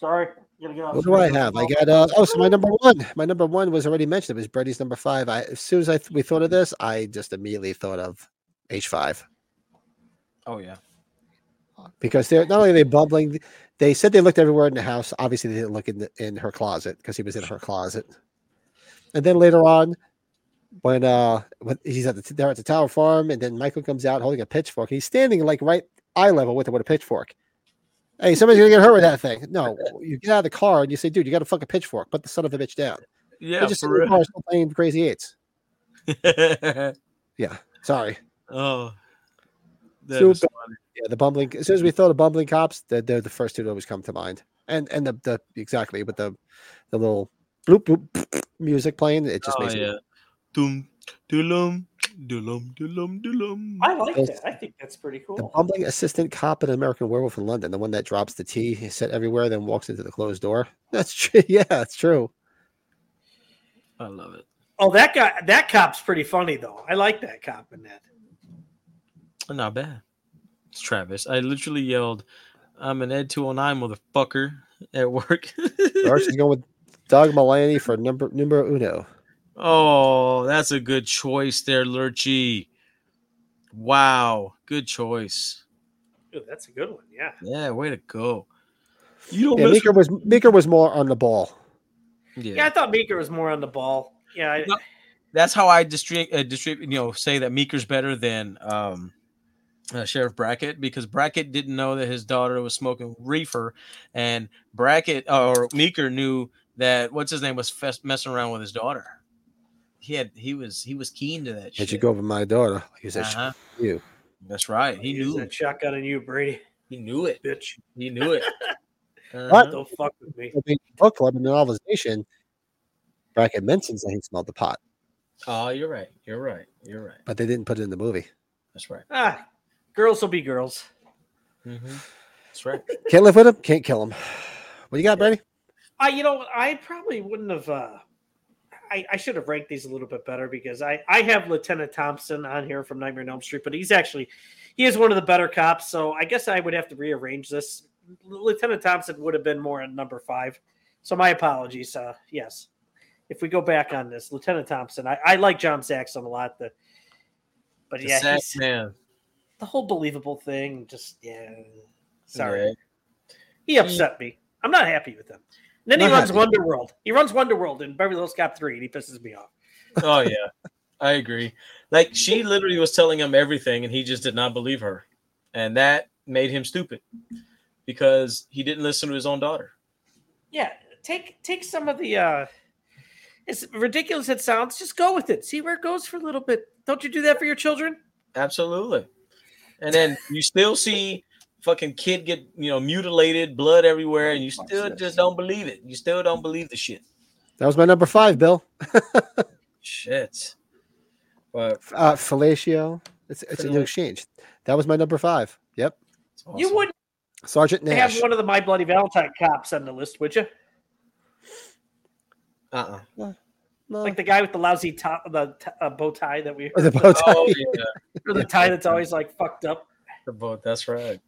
Speaker 4: Sorry. Gotta get off
Speaker 1: What do I have? I got uh, oh, so my number one, my number one was already mentioned. It was Brady's number five. I, as soon as I th- we thought of this, I just immediately thought of H five
Speaker 3: Oh yeah.
Speaker 1: because they're not only are they bubbling. They said they looked everywhere in the house. Obviously, they didn't look in the, in her closet because he was in her closet. And then later on, when uh, when he's at the t- they're at the tower farm, and then Michael comes out holding a pitchfork. He's standing like right eye level with it with a pitchfork. Hey, somebody's gonna get hurt with that thing. No, you get out of the car and you say, "Dude, you got to fuck a pitchfork. Put the son of a bitch down."
Speaker 3: Yeah,
Speaker 1: They're just sitting
Speaker 3: for
Speaker 1: in the
Speaker 3: real.
Speaker 1: car still playing Crazy Eights. Yeah, sorry.
Speaker 3: oh. That
Speaker 1: Super.
Speaker 3: is funny.
Speaker 1: Yeah, the bumbling. As soon as we thought of bumbling cops, they're, they're the first two that always come to mind. And and the, the exactly with the the little bloop bloop music playing, it just
Speaker 3: oh
Speaker 1: makes
Speaker 3: yeah.
Speaker 1: me
Speaker 3: Dum dulum dulum dulum dulum.
Speaker 4: I like that. I think that's pretty
Speaker 1: the
Speaker 4: cool.
Speaker 1: bumbling assistant cop in American Werewolf in London, the one that drops the tea he's set everywhere, then walks into the closed door. That's true. Yeah, that's true.
Speaker 3: I love it.
Speaker 4: Oh, that guy, that cop's pretty funny though. I like that cop in that.
Speaker 3: Not bad. It's Travis. I literally yelled, "I'm an Ed 209 motherfucker" at work.
Speaker 1: Arch is going with Doug Mulaney for number numero uno.
Speaker 3: Oh, that's a good choice there, Lurchy. Wow, good choice.
Speaker 4: Ooh, that's a good one. Yeah.
Speaker 3: Yeah, way to go. You don't
Speaker 1: Yeah,
Speaker 3: miss.
Speaker 1: Meeker was Meeker was more on the ball.
Speaker 3: Yeah.
Speaker 4: Yeah, I thought Meeker was more on the ball. Yeah. I,
Speaker 3: No. that's how I distribute. Uh, distribute. You know, say that Meeker's better than um, uh, Sheriff Brackett because Brackett didn't know that his daughter was smoking reefer, and Brackett or Meeker knew that what's his name was fess- messing around with his daughter. He had. He was. He was keen to that.
Speaker 1: Did
Speaker 3: shit.
Speaker 1: you go over my daughter? You said "Sh-
Speaker 3: Uh-huh.
Speaker 1: you.
Speaker 3: That's right. He
Speaker 4: use
Speaker 3: knew.
Speaker 4: that shotgun on you, Brady,
Speaker 3: He knew it.
Speaker 4: bitch.
Speaker 3: He knew it. Uh-huh.
Speaker 4: Don't fuck with me.
Speaker 1: the book club and the novelization, Brackett mentions that he smelled the pot.
Speaker 3: Oh, you're right. You're right. You're right.
Speaker 1: but they didn't put it in the movie.
Speaker 3: That's right.
Speaker 4: Ah, girls will be girls.
Speaker 3: Mm-hmm. That's right.
Speaker 1: Can't live with him, can't kill him. What you got, Brady?
Speaker 4: I, you know, I probably wouldn't have. Uh, I, I should have ranked these a little bit better because I, I have Lieutenant Thompson on here from Nightmare on Elm Street, but he's actually he is one of the better cops. So I guess I would have to rearrange this. Lieutenant Thompson would have been more at number five. So my apologies. Uh, yes, if we go back on this, Lieutenant Thompson, I, I like John Saxon a lot. The, but
Speaker 3: The
Speaker 4: yeah,
Speaker 3: sad
Speaker 4: he's-
Speaker 3: man.
Speaker 4: the whole believable thing just yeah sorry
Speaker 3: Yeah.
Speaker 4: he upset me i'm not happy with him and then he
Speaker 1: Not
Speaker 4: runs
Speaker 1: happy.
Speaker 4: wonderworld he runs wonderworld in beverly hills cop 3 and he pisses me off
Speaker 3: Oh yeah. I agree. Like she literally was telling him everything and he just did not believe her. And that made him stupid because he didn't listen to his own daughter.
Speaker 4: yeah take take some of the uh as ridiculous it sounds just go with it see where it goes for a little bit don't you do that for your children
Speaker 3: Absolutely. And then you still see fucking kid get, you know, mutilated, blood everywhere, and you still just don't believe it. You still don't believe the shit.
Speaker 1: That was my number five, Bill.
Speaker 3: Shit. But
Speaker 1: Uh, fellatio. It's it's a new
Speaker 3: Fellatio.
Speaker 1: exchange. That was my number five. Yep.
Speaker 3: it's awesome.
Speaker 4: you wouldn't
Speaker 1: Sergeant Nash.
Speaker 4: have one of the my bloody valentine cops on the list would you
Speaker 3: Uh, uh-uh.
Speaker 1: No.
Speaker 4: like the guy with the lousy top the t- uh, bow tie that we
Speaker 1: the bow tie.
Speaker 3: Oh yeah.
Speaker 4: or the tie that's always like fucked up
Speaker 3: The boat. That's right.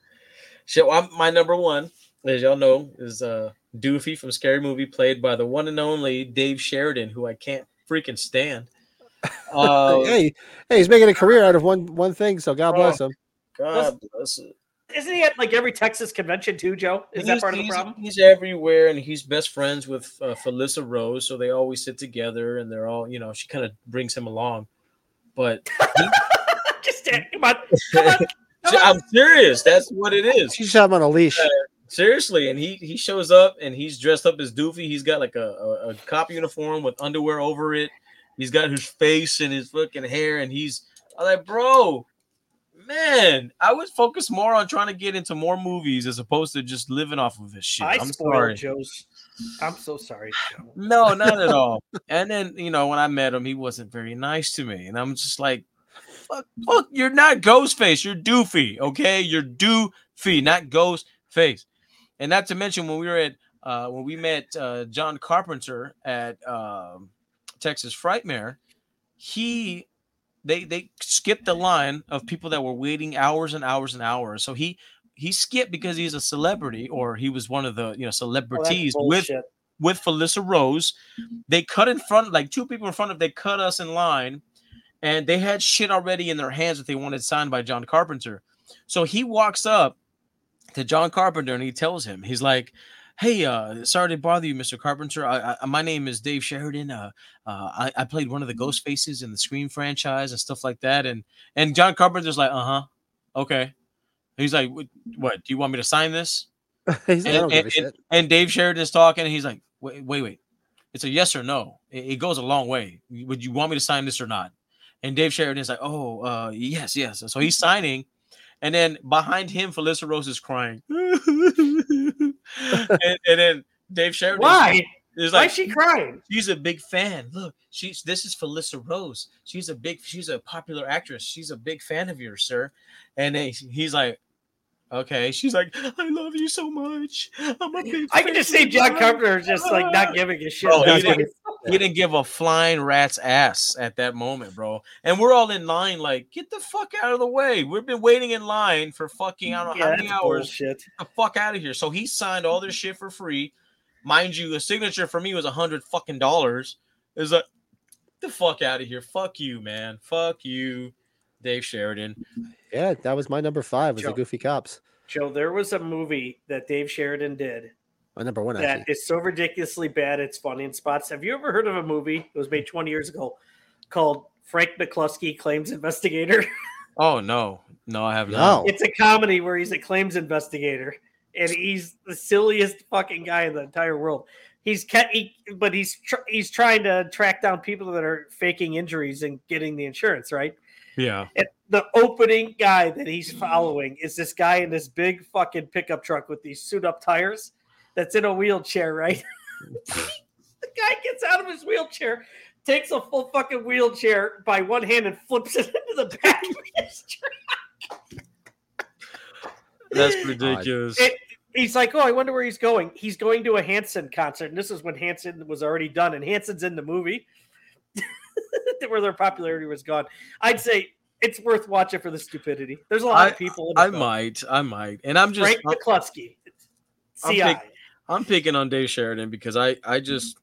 Speaker 3: So I'm, my number one, as y'all know, is uh Doofy from Scary Movie, played by the one and only Dave Sheridan, who I can't freaking stand. Oh
Speaker 1: hey, hey, he's making a career out of one one thing. So God
Speaker 4: Oh.
Speaker 1: bless him.
Speaker 3: God bless it.
Speaker 4: Isn't he at like every Texas convention too, Joe? Is that
Speaker 3: He's-
Speaker 4: part of the
Speaker 3: he's-
Speaker 4: problem?
Speaker 3: He's everywhere, and he's best friends with uh, Felissa Rose, so they always sit together, and they're all, you know, she kind of brings him along. But
Speaker 4: Just uh, come on, come on. Come on.
Speaker 3: I'm serious. That's what it is.
Speaker 1: She shot him on a leash.
Speaker 3: Seriously, and he he shows up and he's dressed up as Doofy. He's got like a, a, a cop uniform with underwear over it. He's got his face and his fucking hair, and he's I'm like, bro, man, I would focus more on trying to get into more movies as opposed to just living off of this shit.
Speaker 4: I
Speaker 3: I'm
Speaker 4: spoiled
Speaker 3: sorry.
Speaker 4: Joe's. I'm so sorry, Joe.
Speaker 3: No, not at all. And then you know when I met him, he wasn't very nice to me, and I'm just like, "Fuck, fuck you're not Ghostface, you're Doofy, okay? You're Doofy, not Ghostface." And not to mention when we were at uh, when we met uh, John Carpenter at um, Texas Frightmare, he they they skipped the line of people that were waiting hours and hours and hours. So he he skipped because he's a celebrity or he was one of the you know
Speaker 4: Well, Oh, that's
Speaker 3: celebrities with
Speaker 4: bullshit.
Speaker 3: with Felissa Rose. They cut in front, like two people in front of. They cut us in line, and they had shit already in their hands that they wanted signed by John Carpenter. So he walks up to John Carpenter and he tells him, he's like. Hey, uh, sorry to bother you, Mr. Carpenter. I, I, my name is Dave Sheridan. Uh, uh, I, I played one of the Ghost Faces in the Scream franchise and stuff like that. And and John Carpenter's like, uh huh, okay. He's like, what, what? Do you want me to sign this?
Speaker 1: he's like, I
Speaker 3: and,
Speaker 1: don't give a
Speaker 3: and-
Speaker 1: shit.
Speaker 3: and Dave Sheridan's talking, and he's like, "Wait, wait, wait! It's a yes or no. It, it goes a long way. Would you want me to sign this or not?" And Dave Sheridan's like, "Oh, uh, yes, yes." So he's signing, and then behind him, Felissa Rose is crying, and, and then Dave Sheridan
Speaker 4: Why?
Speaker 3: is
Speaker 4: Why
Speaker 3: like,
Speaker 4: is she crying?
Speaker 3: She's a big fan. Look, she's this is Felissa Rose. She's a big, she's a popular actress. She's a big fan of yours, sir. And then he's like, okay. She's like, I love you so much. I'm a big
Speaker 4: I
Speaker 3: fan
Speaker 4: can just
Speaker 3: of
Speaker 4: see John
Speaker 3: yours."
Speaker 4: Carpenter just like not giving a shit.
Speaker 3: Bro, he
Speaker 4: That's
Speaker 3: didn't-
Speaker 4: what
Speaker 3: He didn't give a flying rat's ass at that moment, bro. And we're all in line, like, get the fuck out of the way. We've been waiting in line for fucking I don't know
Speaker 4: yeah,
Speaker 3: how many
Speaker 4: that's
Speaker 3: hours
Speaker 4: bullshit.
Speaker 3: the fuck out of here. So he signed all this shit for free. Mind you, a signature for me was a hundred fucking dollars. Is like the fuck out of here. Fuck you, man. Fuck you, Dave Sheridan.
Speaker 1: Yeah, that was my number five. Was
Speaker 4: Joe.
Speaker 1: the Goofy Cops.
Speaker 4: Joe, there was a movie that Dave Sheridan did
Speaker 1: My number one.
Speaker 4: that
Speaker 1: Actually.
Speaker 4: is so ridiculously bad it's funny in spots. Have you ever heard of a movie? It was made 20 years ago called Frank McCluskey Claims Investigator.
Speaker 3: Oh no, no, I have not.
Speaker 1: No,
Speaker 4: It's a comedy where he's a claims investigator, and he's the silliest fucking guy in the entire world. He's ca- he, but he's tr- he's trying to track down people that are faking injuries and getting the insurance right.
Speaker 3: Yeah,
Speaker 4: And the opening guy that he's following is this guy in this big fucking pickup truck with these suit up tires that's in a wheelchair, right? the guy gets out of his wheelchair, takes a full fucking wheelchair by one hand and flips it into the back of his truck.
Speaker 3: That's ridiculous.
Speaker 4: It- He's like, oh, I wonder where he's going. He's going to a Hanson concert, and this is when Hanson was already done, and Hanson's in the movie, where their popularity was gone. I'd say it's worth watching for the stupidity. There's a lot of people. In it,
Speaker 3: I
Speaker 4: though.
Speaker 3: might, I might, and I'm just
Speaker 4: Frank McCluskey,
Speaker 3: I'm
Speaker 4: CI.
Speaker 3: pick- I'm picking on Dave Sheridan because I I just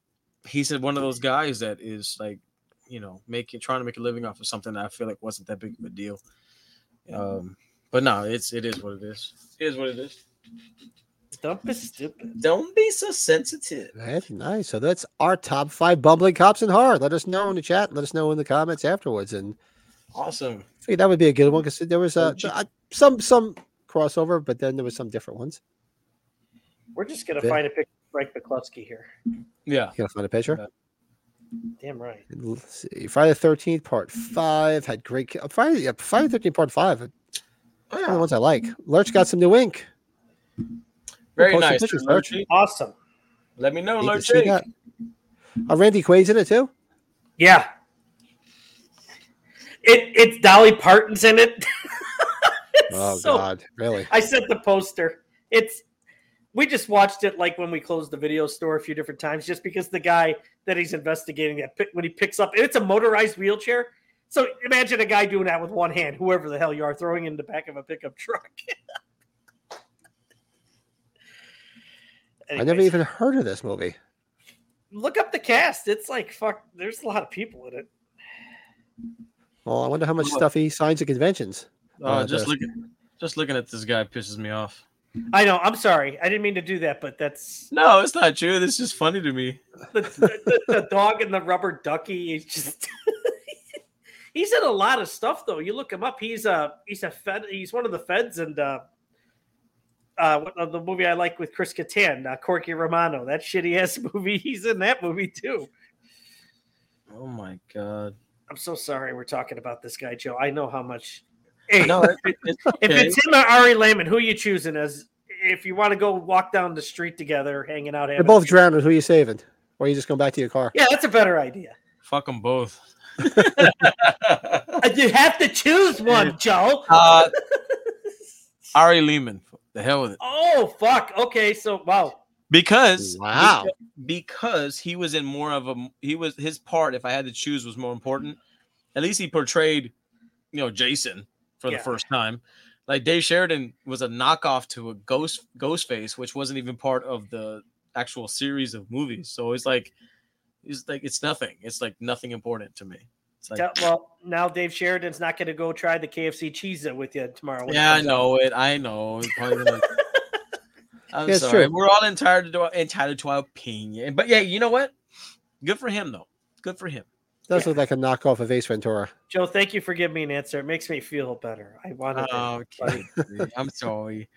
Speaker 3: he's one of those guys that is like you know making trying to make a living off of something that I feel like wasn't that big of a deal. Um, but no, it's it is what it is. It is what it is.
Speaker 4: Dump is stupid.
Speaker 3: Don't be so sensitive.
Speaker 1: That's nice. So that's our top five bumbling cops in horror. Let us know in the chat. Let us know in the comments afterwards. And
Speaker 3: Awesome.
Speaker 1: I figured that would be a good one because there was uh,
Speaker 3: Oh, gee.
Speaker 1: uh, some some crossover, but then there was some different ones.
Speaker 4: We're just gonna
Speaker 1: Yeah.
Speaker 4: find a picture of Frank McCluskey here.
Speaker 3: Yeah.
Speaker 1: You gonna find a picture?
Speaker 4: Damn right.
Speaker 1: Let's see. Friday the Thirteenth Part Five had great uh, Friday. Yeah, Friday the Thirteenth Part Five. uh, One of the ones I like. Lurch got some new ink.
Speaker 3: Very
Speaker 1: Post some
Speaker 3: nice.
Speaker 1: pictures,
Speaker 3: Lurchy.
Speaker 4: Awesome.
Speaker 3: Let me know,
Speaker 1: Need to see
Speaker 3: Lurchy.
Speaker 1: that. Uh, Randy Quaid's in it too.
Speaker 4: Yeah. It it's Dolly Parton's in it. It's
Speaker 1: Oh
Speaker 4: so-
Speaker 1: God, really?
Speaker 4: I sent the poster. It's we just watched it like when we closed the video store a few different times, just because the guy that he's investigating that pick- when he picks up it's a motorized wheelchair. So imagine a guy doing that with one hand, whoever the hell you are, throwing it in the back of a pickup truck.
Speaker 1: I never
Speaker 4: Anyways,
Speaker 1: even heard of this movie.
Speaker 4: look up the cast. It's like fuck. There's a lot of people in it.
Speaker 1: Well, I wonder how much
Speaker 3: Look.
Speaker 1: stuff he signs at conventions.
Speaker 3: Uh, just
Speaker 1: that's-
Speaker 3: looking, just looking at this guy pisses me off.
Speaker 4: I know. I'm sorry. I didn't mean to do that, but that's
Speaker 3: No, it's not true. This is funny to me.
Speaker 4: the, the, the dog and the rubber ducky is just he's in a lot of stuff though you look him up he's a he's a fed he's one of the feds and uh uh, what- uh, the movie I like with Chris Kattan, uh, Corky Romano, that shitty ass movie. He's in that movie too.
Speaker 3: Oh my god.
Speaker 4: I'm so sorry we're talking about this guy, Joe. I know how much. Hey,
Speaker 3: No, it- it- it's
Speaker 4: if
Speaker 3: okay.
Speaker 4: it's him or Ari Lehman, who you choosing as? If you want to go walk down the street together, hanging out,
Speaker 1: They're
Speaker 4: having
Speaker 1: both drowned. Who are you saving? Or are you just going back to your car?
Speaker 4: yeah, that's a better idea.
Speaker 3: fuck them both.
Speaker 4: Uh, You have to choose one, Joe.
Speaker 3: Uh, Ari Lehman. The hell with it.
Speaker 4: Oh fuck. Okay, so wow.
Speaker 3: Because
Speaker 1: Wow.
Speaker 3: because he was in more of a he was his part. If I had to choose, was more important. At least he portrayed, you know, Jason for
Speaker 4: Yeah.
Speaker 3: the first time. Like Dave Sheridan was a knockoff to a ghost Ghostface, which wasn't even part of the actual series of movies. So it's like, it's like it's nothing. It's like nothing important to me. It's like,
Speaker 4: Tell- well, now Dave Sheridan's not going to go try the KFC cheesa with you tomorrow. when it
Speaker 3: yeah, I
Speaker 4: comes out.
Speaker 3: know it. I know. It's probably gonna- I'm
Speaker 1: Yeah, it's
Speaker 3: sorry.
Speaker 1: true.
Speaker 3: We're all entitled to entitled to our opinion, but yeah, you know what? Good for him though. Good for him.
Speaker 1: Does
Speaker 4: Yeah.
Speaker 1: look like a knockoff of Ace Ventura.
Speaker 4: Joe, thank you for giving me an answer. It makes me feel better. I want to.
Speaker 3: Oh, Okay, I'm sorry.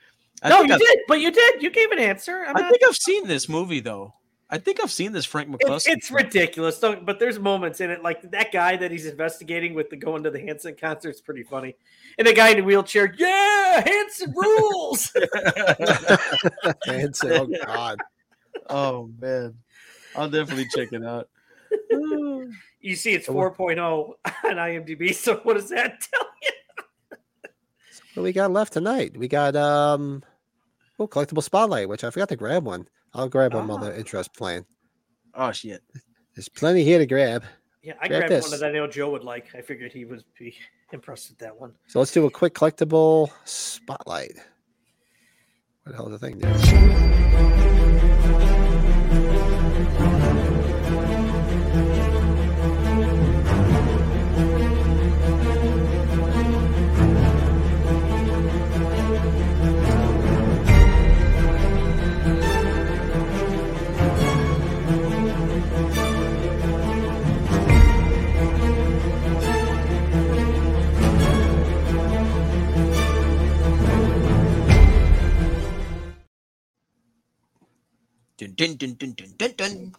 Speaker 3: Uh, I
Speaker 4: no,
Speaker 3: think
Speaker 4: you
Speaker 3: I've,
Speaker 4: did, but you did. You gave an answer. I'm
Speaker 3: I
Speaker 4: not,
Speaker 3: think I've seen this movie though. I think I've seen this Frank
Speaker 4: It-
Speaker 3: McCluskey.
Speaker 4: it's
Speaker 3: film.
Speaker 4: ridiculous. do but there's moments in it, like that guy that he's investigating with the going to the Hanson concert is pretty funny, and the guy in the wheelchair. Yeah, Hanson rules.
Speaker 1: And so, oh God,
Speaker 3: oh man, I'll definitely check it out.
Speaker 4: you see, it's
Speaker 1: So we're-
Speaker 4: 4.0 on IMDb. So what does that tell you?
Speaker 1: what we got left tonight? We got um, oh, collectible spotlight, which I forgot to grab one. I'll grab one on the interest plan.
Speaker 3: Oh shit.
Speaker 1: There's plenty here to grab.
Speaker 4: Yeah, I
Speaker 1: Grab
Speaker 4: grabbed
Speaker 1: this.
Speaker 4: one that I know Joe would like. I figured he would be impressed with that one.
Speaker 1: So let's do a quick collectible spotlight. What the hell is the thing? There?
Speaker 2: Dun, dun, dun, dun, dun, dun, dun.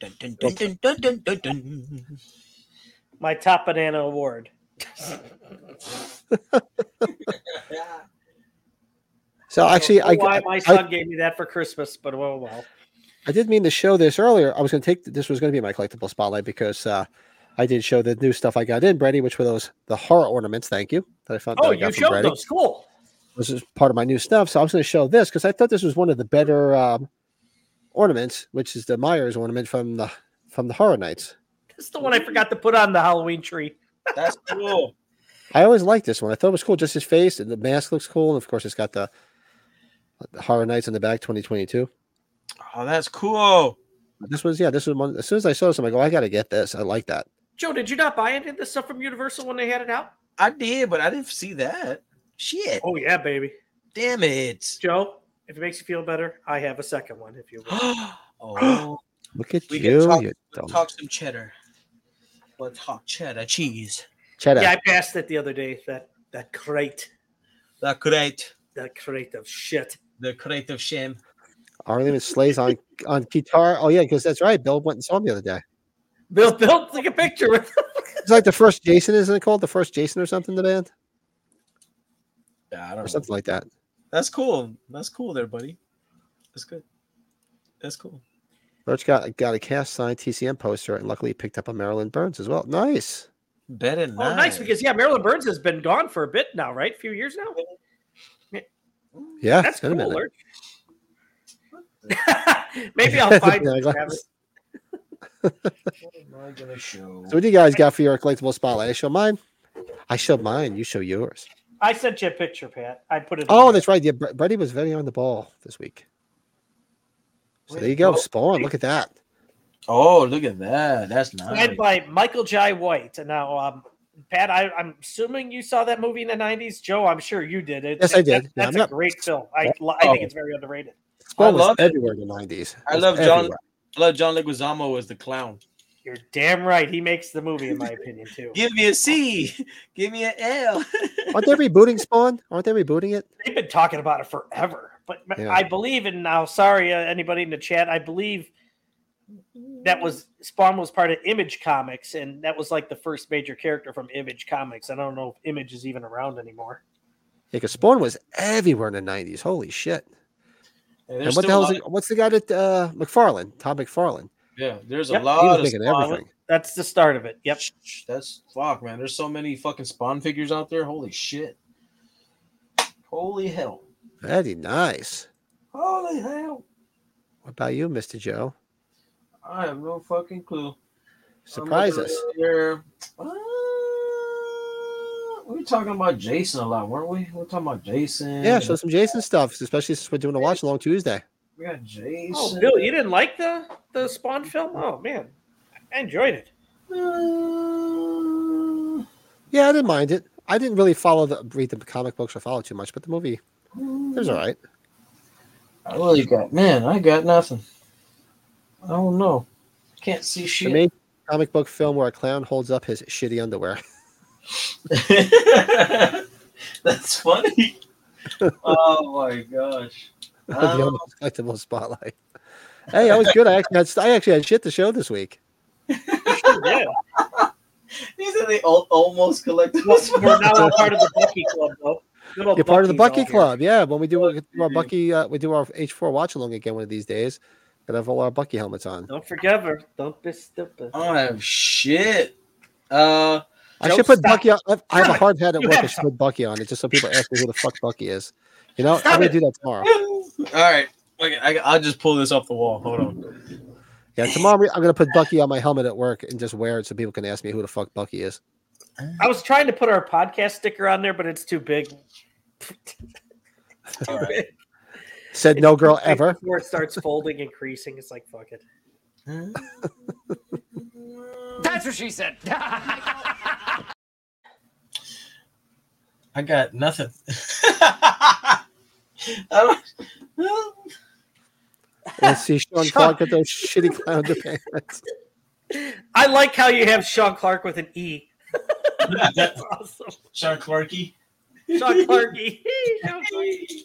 Speaker 2: Dun, dun, dun, dun, dun, dun, dun, dun.
Speaker 4: my top banana award.
Speaker 1: So actually, I,
Speaker 4: why
Speaker 1: I,
Speaker 4: Oh, my son gave me that for Christmas, but oh, well, well.
Speaker 1: I did mean to show this earlier. I was going to take this was going to be my collectible spotlight because uh, I did show the new stuff I got in Brady, which were those the horror ornaments. Thank you that I found. that
Speaker 4: Oh,
Speaker 1: I
Speaker 4: you
Speaker 1: got from
Speaker 4: showed
Speaker 1: Brady.
Speaker 4: those. Cool.
Speaker 1: This is part of my new stuff, so I was going to show this because I thought this was one of the better um, ornaments, which is the Myers ornament from the from the Horror Nights.
Speaker 4: That's the one I forgot to put on the Halloween tree.
Speaker 2: That's cool.
Speaker 1: I always liked this one. I thought it was cool. Just his face and the mask looks cool, and of course, it's got the, the Horror Nights in the back, 2022.
Speaker 2: Oh, that's cool.
Speaker 1: This was yeah. This was one. As soon as I saw this, I'm like, oh, I got to get this. I like that.
Speaker 4: Joe, did you not buy any of this stuff from Universal when they had it out?
Speaker 2: I did, but I didn't see that. Shit.
Speaker 4: Oh yeah, baby.
Speaker 2: Damn it.
Speaker 4: Joe, if it makes you feel better, I have a second one if you will.
Speaker 2: oh,
Speaker 1: Look at
Speaker 2: We can
Speaker 1: you,
Speaker 2: talk-
Speaker 1: you
Speaker 2: let's
Speaker 1: dumb
Speaker 2: talk some cheddar. Let's talk cheddar cheese.
Speaker 1: cheddar.
Speaker 4: Yeah, I passed it the other day. That that crate,
Speaker 2: The crate.
Speaker 4: that crate of shit.
Speaker 2: The crate of shame.
Speaker 1: Arlene Slays on on guitar. Oh yeah, because that's right. Bill went and saw him the other day.
Speaker 4: Bill, Bill, take a picture with.
Speaker 1: It's like the first Jason, isn't it called the first Jason or something? The band
Speaker 2: Yeah, I
Speaker 1: or
Speaker 2: don't know.
Speaker 1: something like that.
Speaker 2: That's cool. That's cool there, buddy. That's good. That's cool.
Speaker 1: Lurch got got a cast signed TCM poster, and luckily picked up a Marilyn Burns as well. Nice.
Speaker 2: Better
Speaker 4: Oh, nice. because yeah, Marilyn Burns has been gone for a bit now, right? A few years now.
Speaker 1: Yeah,
Speaker 4: That's
Speaker 1: it's been
Speaker 4: cool.
Speaker 1: a minute.
Speaker 4: Lurch. Maybe I'll find
Speaker 1: Yeah, I
Speaker 4: it.
Speaker 1: got-
Speaker 4: Travis.
Speaker 2: I'm gonna show.
Speaker 1: So what do you guys got for your collectible spotlight? I show mine. I show mine. You show yours.
Speaker 4: I sent you a picture, Pat. I put it.
Speaker 1: Oh, that's right. Yeah, Bre- Brady was very on the ball this week. So there you go. Spawn. Look at that.
Speaker 2: Oh, look at that. That's nice.
Speaker 4: Signed by Michael J. White. And Now, um, Pat, I, I'm assuming you saw that movie in the '90s. Joe, I'm sure you did. It,
Speaker 1: Yes, I did. Yeah,
Speaker 4: that's
Speaker 1: I'm
Speaker 4: a
Speaker 1: not- Oh.
Speaker 4: great film. I, I think it's very underrated.
Speaker 1: Spawn was
Speaker 2: love it.
Speaker 1: everywhere in the nineties.
Speaker 2: I love John. I love John Leguizamo as the clown.
Speaker 4: You're damn right. He makes the movie, in my opinion, too.
Speaker 2: Give me a C. Give me an L.
Speaker 1: Aren't they rebooting Spawn? Aren't they rebooting it?
Speaker 4: They've been talking about it forever, but m-
Speaker 1: Yeah.
Speaker 4: I believe, and now, sorry, uh, anybody in the chat, I believe that was Spawn was part of Image Comics, and that was like the first major character from Image Comics. I don't know if Image is even around anymore.
Speaker 1: Yeah, because Spawn was everywhere in the nineties. Holy shit!
Speaker 2: And
Speaker 1: And
Speaker 2: there's
Speaker 1: what the
Speaker 2: still a
Speaker 1: hell's
Speaker 2: lot-
Speaker 1: the, what's the guy that uh, McFarlane? Tom McFarlane.
Speaker 2: Yeah, there's
Speaker 4: Yep,
Speaker 2: a
Speaker 4: he
Speaker 1: He
Speaker 2: lot
Speaker 1: was
Speaker 2: of
Speaker 1: making
Speaker 2: Oh, spawn.
Speaker 1: everything.
Speaker 4: That's the start of it. Yep.
Speaker 2: That's fuck, man. There's so many fucking spawn figures out there. Holy shit. Holy hell.
Speaker 1: Very nice.
Speaker 2: Holy hell. Oh,
Speaker 1: What about you, Mister Joe?
Speaker 2: I have no fucking clue. I'm
Speaker 1: Surprise
Speaker 2: looking
Speaker 1: us.
Speaker 2: right Here. Uh, we were talking about Jason a lot, weren't we? We were talking about Jason.
Speaker 1: Yeah, show some Jason stuff, especially since we're doing a watch along Tuesday.
Speaker 2: we got Jason.
Speaker 4: Oh, Bill, you didn't like the the Spawn film? Oh man, I enjoyed it.
Speaker 2: Uh,
Speaker 1: Yeah, I didn't mind it. I didn't really follow the read the comic books or follow too much, but the movie it was all right.
Speaker 2: I really Oh, got man. I got nothing. I don't know. Can't see
Speaker 1: The
Speaker 2: shit.
Speaker 1: main comic book film where a clown holds up his shitty underwear.
Speaker 2: That's funny. oh my gosh.
Speaker 1: the
Speaker 2: Um,
Speaker 1: almost collectible spotlight. Hey, I was good. I actually had I actually had shit to show this week.
Speaker 4: Yeah,
Speaker 2: these are the al- almost collectibles.
Speaker 4: we're now a part of the Bucky Club, though. Good old
Speaker 1: You're part of the
Speaker 4: Oh, Bucky's
Speaker 1: Bucky
Speaker 4: all here.
Speaker 1: Club, yeah. When we do our, do our
Speaker 2: Mhm.
Speaker 1: Bucky, uh, we do our H4 watch along again one of these days. Gonna have all our Bucky helmets on.
Speaker 4: Don't forget her. Don't be stupid.
Speaker 2: I don't have shit. Uh,
Speaker 1: I
Speaker 4: Joe,
Speaker 1: should put
Speaker 4: stop.
Speaker 1: Bucky. On. I- I have a
Speaker 4: Stop
Speaker 1: hard head at
Speaker 4: You
Speaker 1: work. I
Speaker 4: have
Speaker 1: should put Bucky on it just so people ask me who the fuck Bucky is. You know,
Speaker 4: Stop
Speaker 1: I'm gonna
Speaker 4: it.
Speaker 1: do that tomorrow.
Speaker 2: all right. Okay, I, I'll just pull this off the wall. Hold on.
Speaker 1: Yeah, tomorrow I'm gonna put Bucky on my helmet at work and just wear it so people can ask me who the fuck Bucky is.
Speaker 4: I was trying to put our podcast sticker on there, but it's too big. It's too big.
Speaker 1: Said no girl ever.
Speaker 4: Before it starts folding, increasing, it's like fuck it.
Speaker 9: That's what she said.
Speaker 2: I got nothing. I don't.
Speaker 1: Let's see Sean Clark with those shitty clown pants.
Speaker 4: I like how you have Sean Clark with an E. That's awesome,
Speaker 2: Sean Clarkey.
Speaker 4: Sean E. Clarky. Sean Clarky.
Speaker 2: Uh,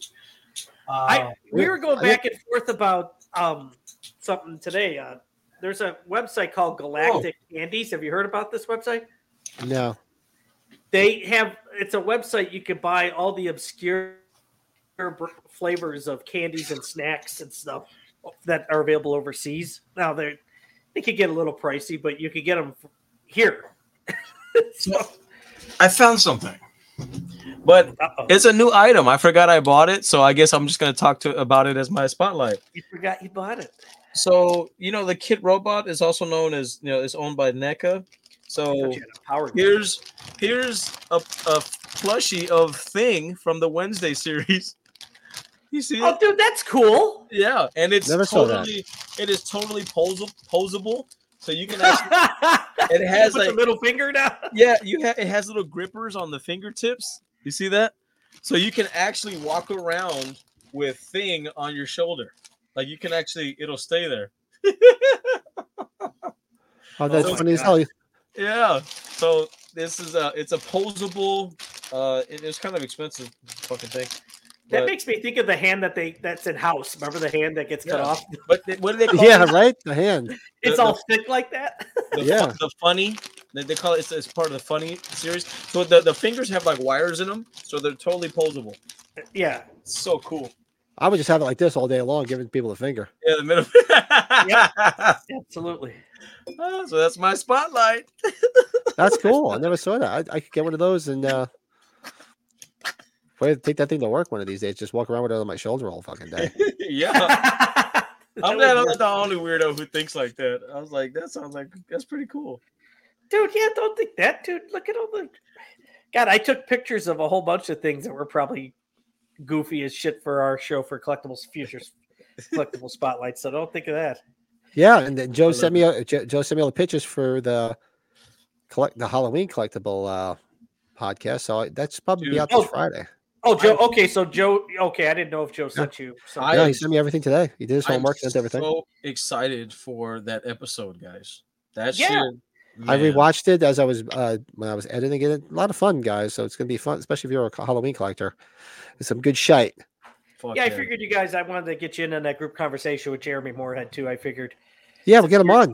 Speaker 1: Oh,
Speaker 4: I we were going
Speaker 1: I think-
Speaker 4: back and forth about um something today. Uh, there's a website called Galactic Candies. Have you heard about this website?
Speaker 1: No,
Speaker 4: They have it's a website you can buy all the obscure br- flavors of candies and snacks and stuff. that are available overseas. Now they they could get a little pricey, but you could get them here. so,
Speaker 2: I found something, but
Speaker 4: uh-oh.
Speaker 2: it's a new item. I forgot I bought it, so I guess I'm just gonna talk to about it as my spotlight.
Speaker 4: you forgot you bought it.
Speaker 2: So you know, the Kit Robot is also known as you know is owned by NECA. So
Speaker 4: You had a power glove.
Speaker 2: here's here's a, a plushie of Thing from the Wednesday series. You see it?
Speaker 4: Oh, dude, that's cool.
Speaker 2: Yeah, and it's
Speaker 1: Never saw that.
Speaker 2: totally it is totally posable, posable. So you can actually,
Speaker 4: it
Speaker 2: it has,
Speaker 4: Put the
Speaker 2: like-
Speaker 4: middle finger down.
Speaker 2: yeah, you ha- it has little grippers on the fingertips. You see that? So you can actually walk around with thing on your shoulder. Like you can actually it'll stay there.
Speaker 1: Oh, that's
Speaker 2: Oh my
Speaker 1: funny as hell.
Speaker 2: Yeah. So this is a it's a posable uh it- it's kind of expensive fucking thing.
Speaker 4: That
Speaker 2: But,
Speaker 4: makes me think of the hand that they that's in house. Remember the hand that gets cut
Speaker 2: Yeah.
Speaker 4: off?
Speaker 2: but they- what do they call
Speaker 1: Yeah,
Speaker 2: it?
Speaker 1: right. The hand.
Speaker 4: It's
Speaker 2: The-
Speaker 4: all thick like that.
Speaker 2: the, fu-
Speaker 1: Yeah.
Speaker 2: the funny they, they call it it's, it's part of the funny series so the, the fingers have like wires in them so they're totally posable
Speaker 4: yeah.
Speaker 2: it's so cool
Speaker 1: I would just have it like this all day long, giving people the finger.
Speaker 2: yeah the middle
Speaker 4: Absolutely.
Speaker 2: Ah, so that's my spotlight
Speaker 1: That's cool. I never saw that. I, I could get one of those and uh probably take that thing to work one of these days. Just walk around with it on my shoulder all fucking day.
Speaker 2: yeah i'm
Speaker 4: That
Speaker 2: not, I'm
Speaker 4: would
Speaker 2: not the only weirdo who thinks like that i was like that sounds like that's pretty cool
Speaker 4: Dude, yeah, don't think that, dude. Look at all the God, I took pictures of a whole bunch of things that were probably goofy as shit for our show for collectibles futures collectible spotlight. So don't think of that.
Speaker 1: Yeah, and then Joe
Speaker 2: I
Speaker 1: sent me a, Joe, Joe sent me all the pictures for the collect the Halloween collectible uh podcast. So I, that's probably
Speaker 2: Dude.
Speaker 1: out this
Speaker 4: Oh.
Speaker 1: Friday.
Speaker 4: Oh, Joe. Okay, so Joe. Okay, I didn't know if Joe sent you.
Speaker 2: I
Speaker 4: something.
Speaker 1: yeah,
Speaker 2: am
Speaker 1: he sent me everything today. He did his
Speaker 2: i'm
Speaker 1: homework, sent everything.
Speaker 2: so excited for that episode guys that
Speaker 4: Yeah.
Speaker 2: shit
Speaker 1: I
Speaker 2: man.
Speaker 1: rewatched it as I was uh, when I was editing it. A lot of fun, guys. So it's gonna be fun, especially if you're a co- Halloween collector. It's some good shite.
Speaker 2: Fuck
Speaker 4: yeah, I figured you guys. I wanted to get you in on that group conversation with Jeremy Moorhead too. I figured
Speaker 1: Yeah, we'll get them on.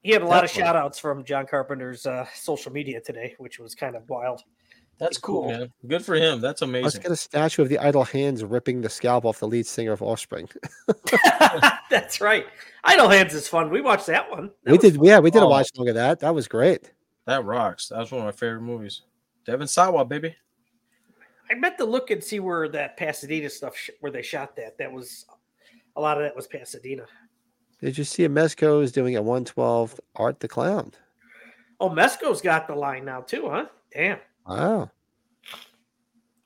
Speaker 4: he had a lot of
Speaker 1: Definitely.
Speaker 4: shout outs from John Carpenter's uh, social media today, which was kind of wild.
Speaker 2: that's cool,
Speaker 4: cool.
Speaker 2: man good for him
Speaker 1: Let's
Speaker 2: that's amazing
Speaker 1: get a statue of the idle hands ripping the scalp off the lead singer of Offspring.
Speaker 4: That's right. Idle Hands is fun. We watched that one.
Speaker 1: we
Speaker 4: That was
Speaker 1: did,
Speaker 4: fun.
Speaker 1: yeah, we did a
Speaker 2: Oh.
Speaker 1: watch along of that. That was great.
Speaker 2: that rocks that was one of my favorite movies devin sawa baby
Speaker 4: I meant to look and see where that Pasadena stuff, sh- where they shot that. That was a lot of that was Pasadena.
Speaker 1: Did you see Mesco is doing a 112 Art the Clown?
Speaker 4: Oh, Mesco's got the line now too, huh? Damn.
Speaker 1: Wow.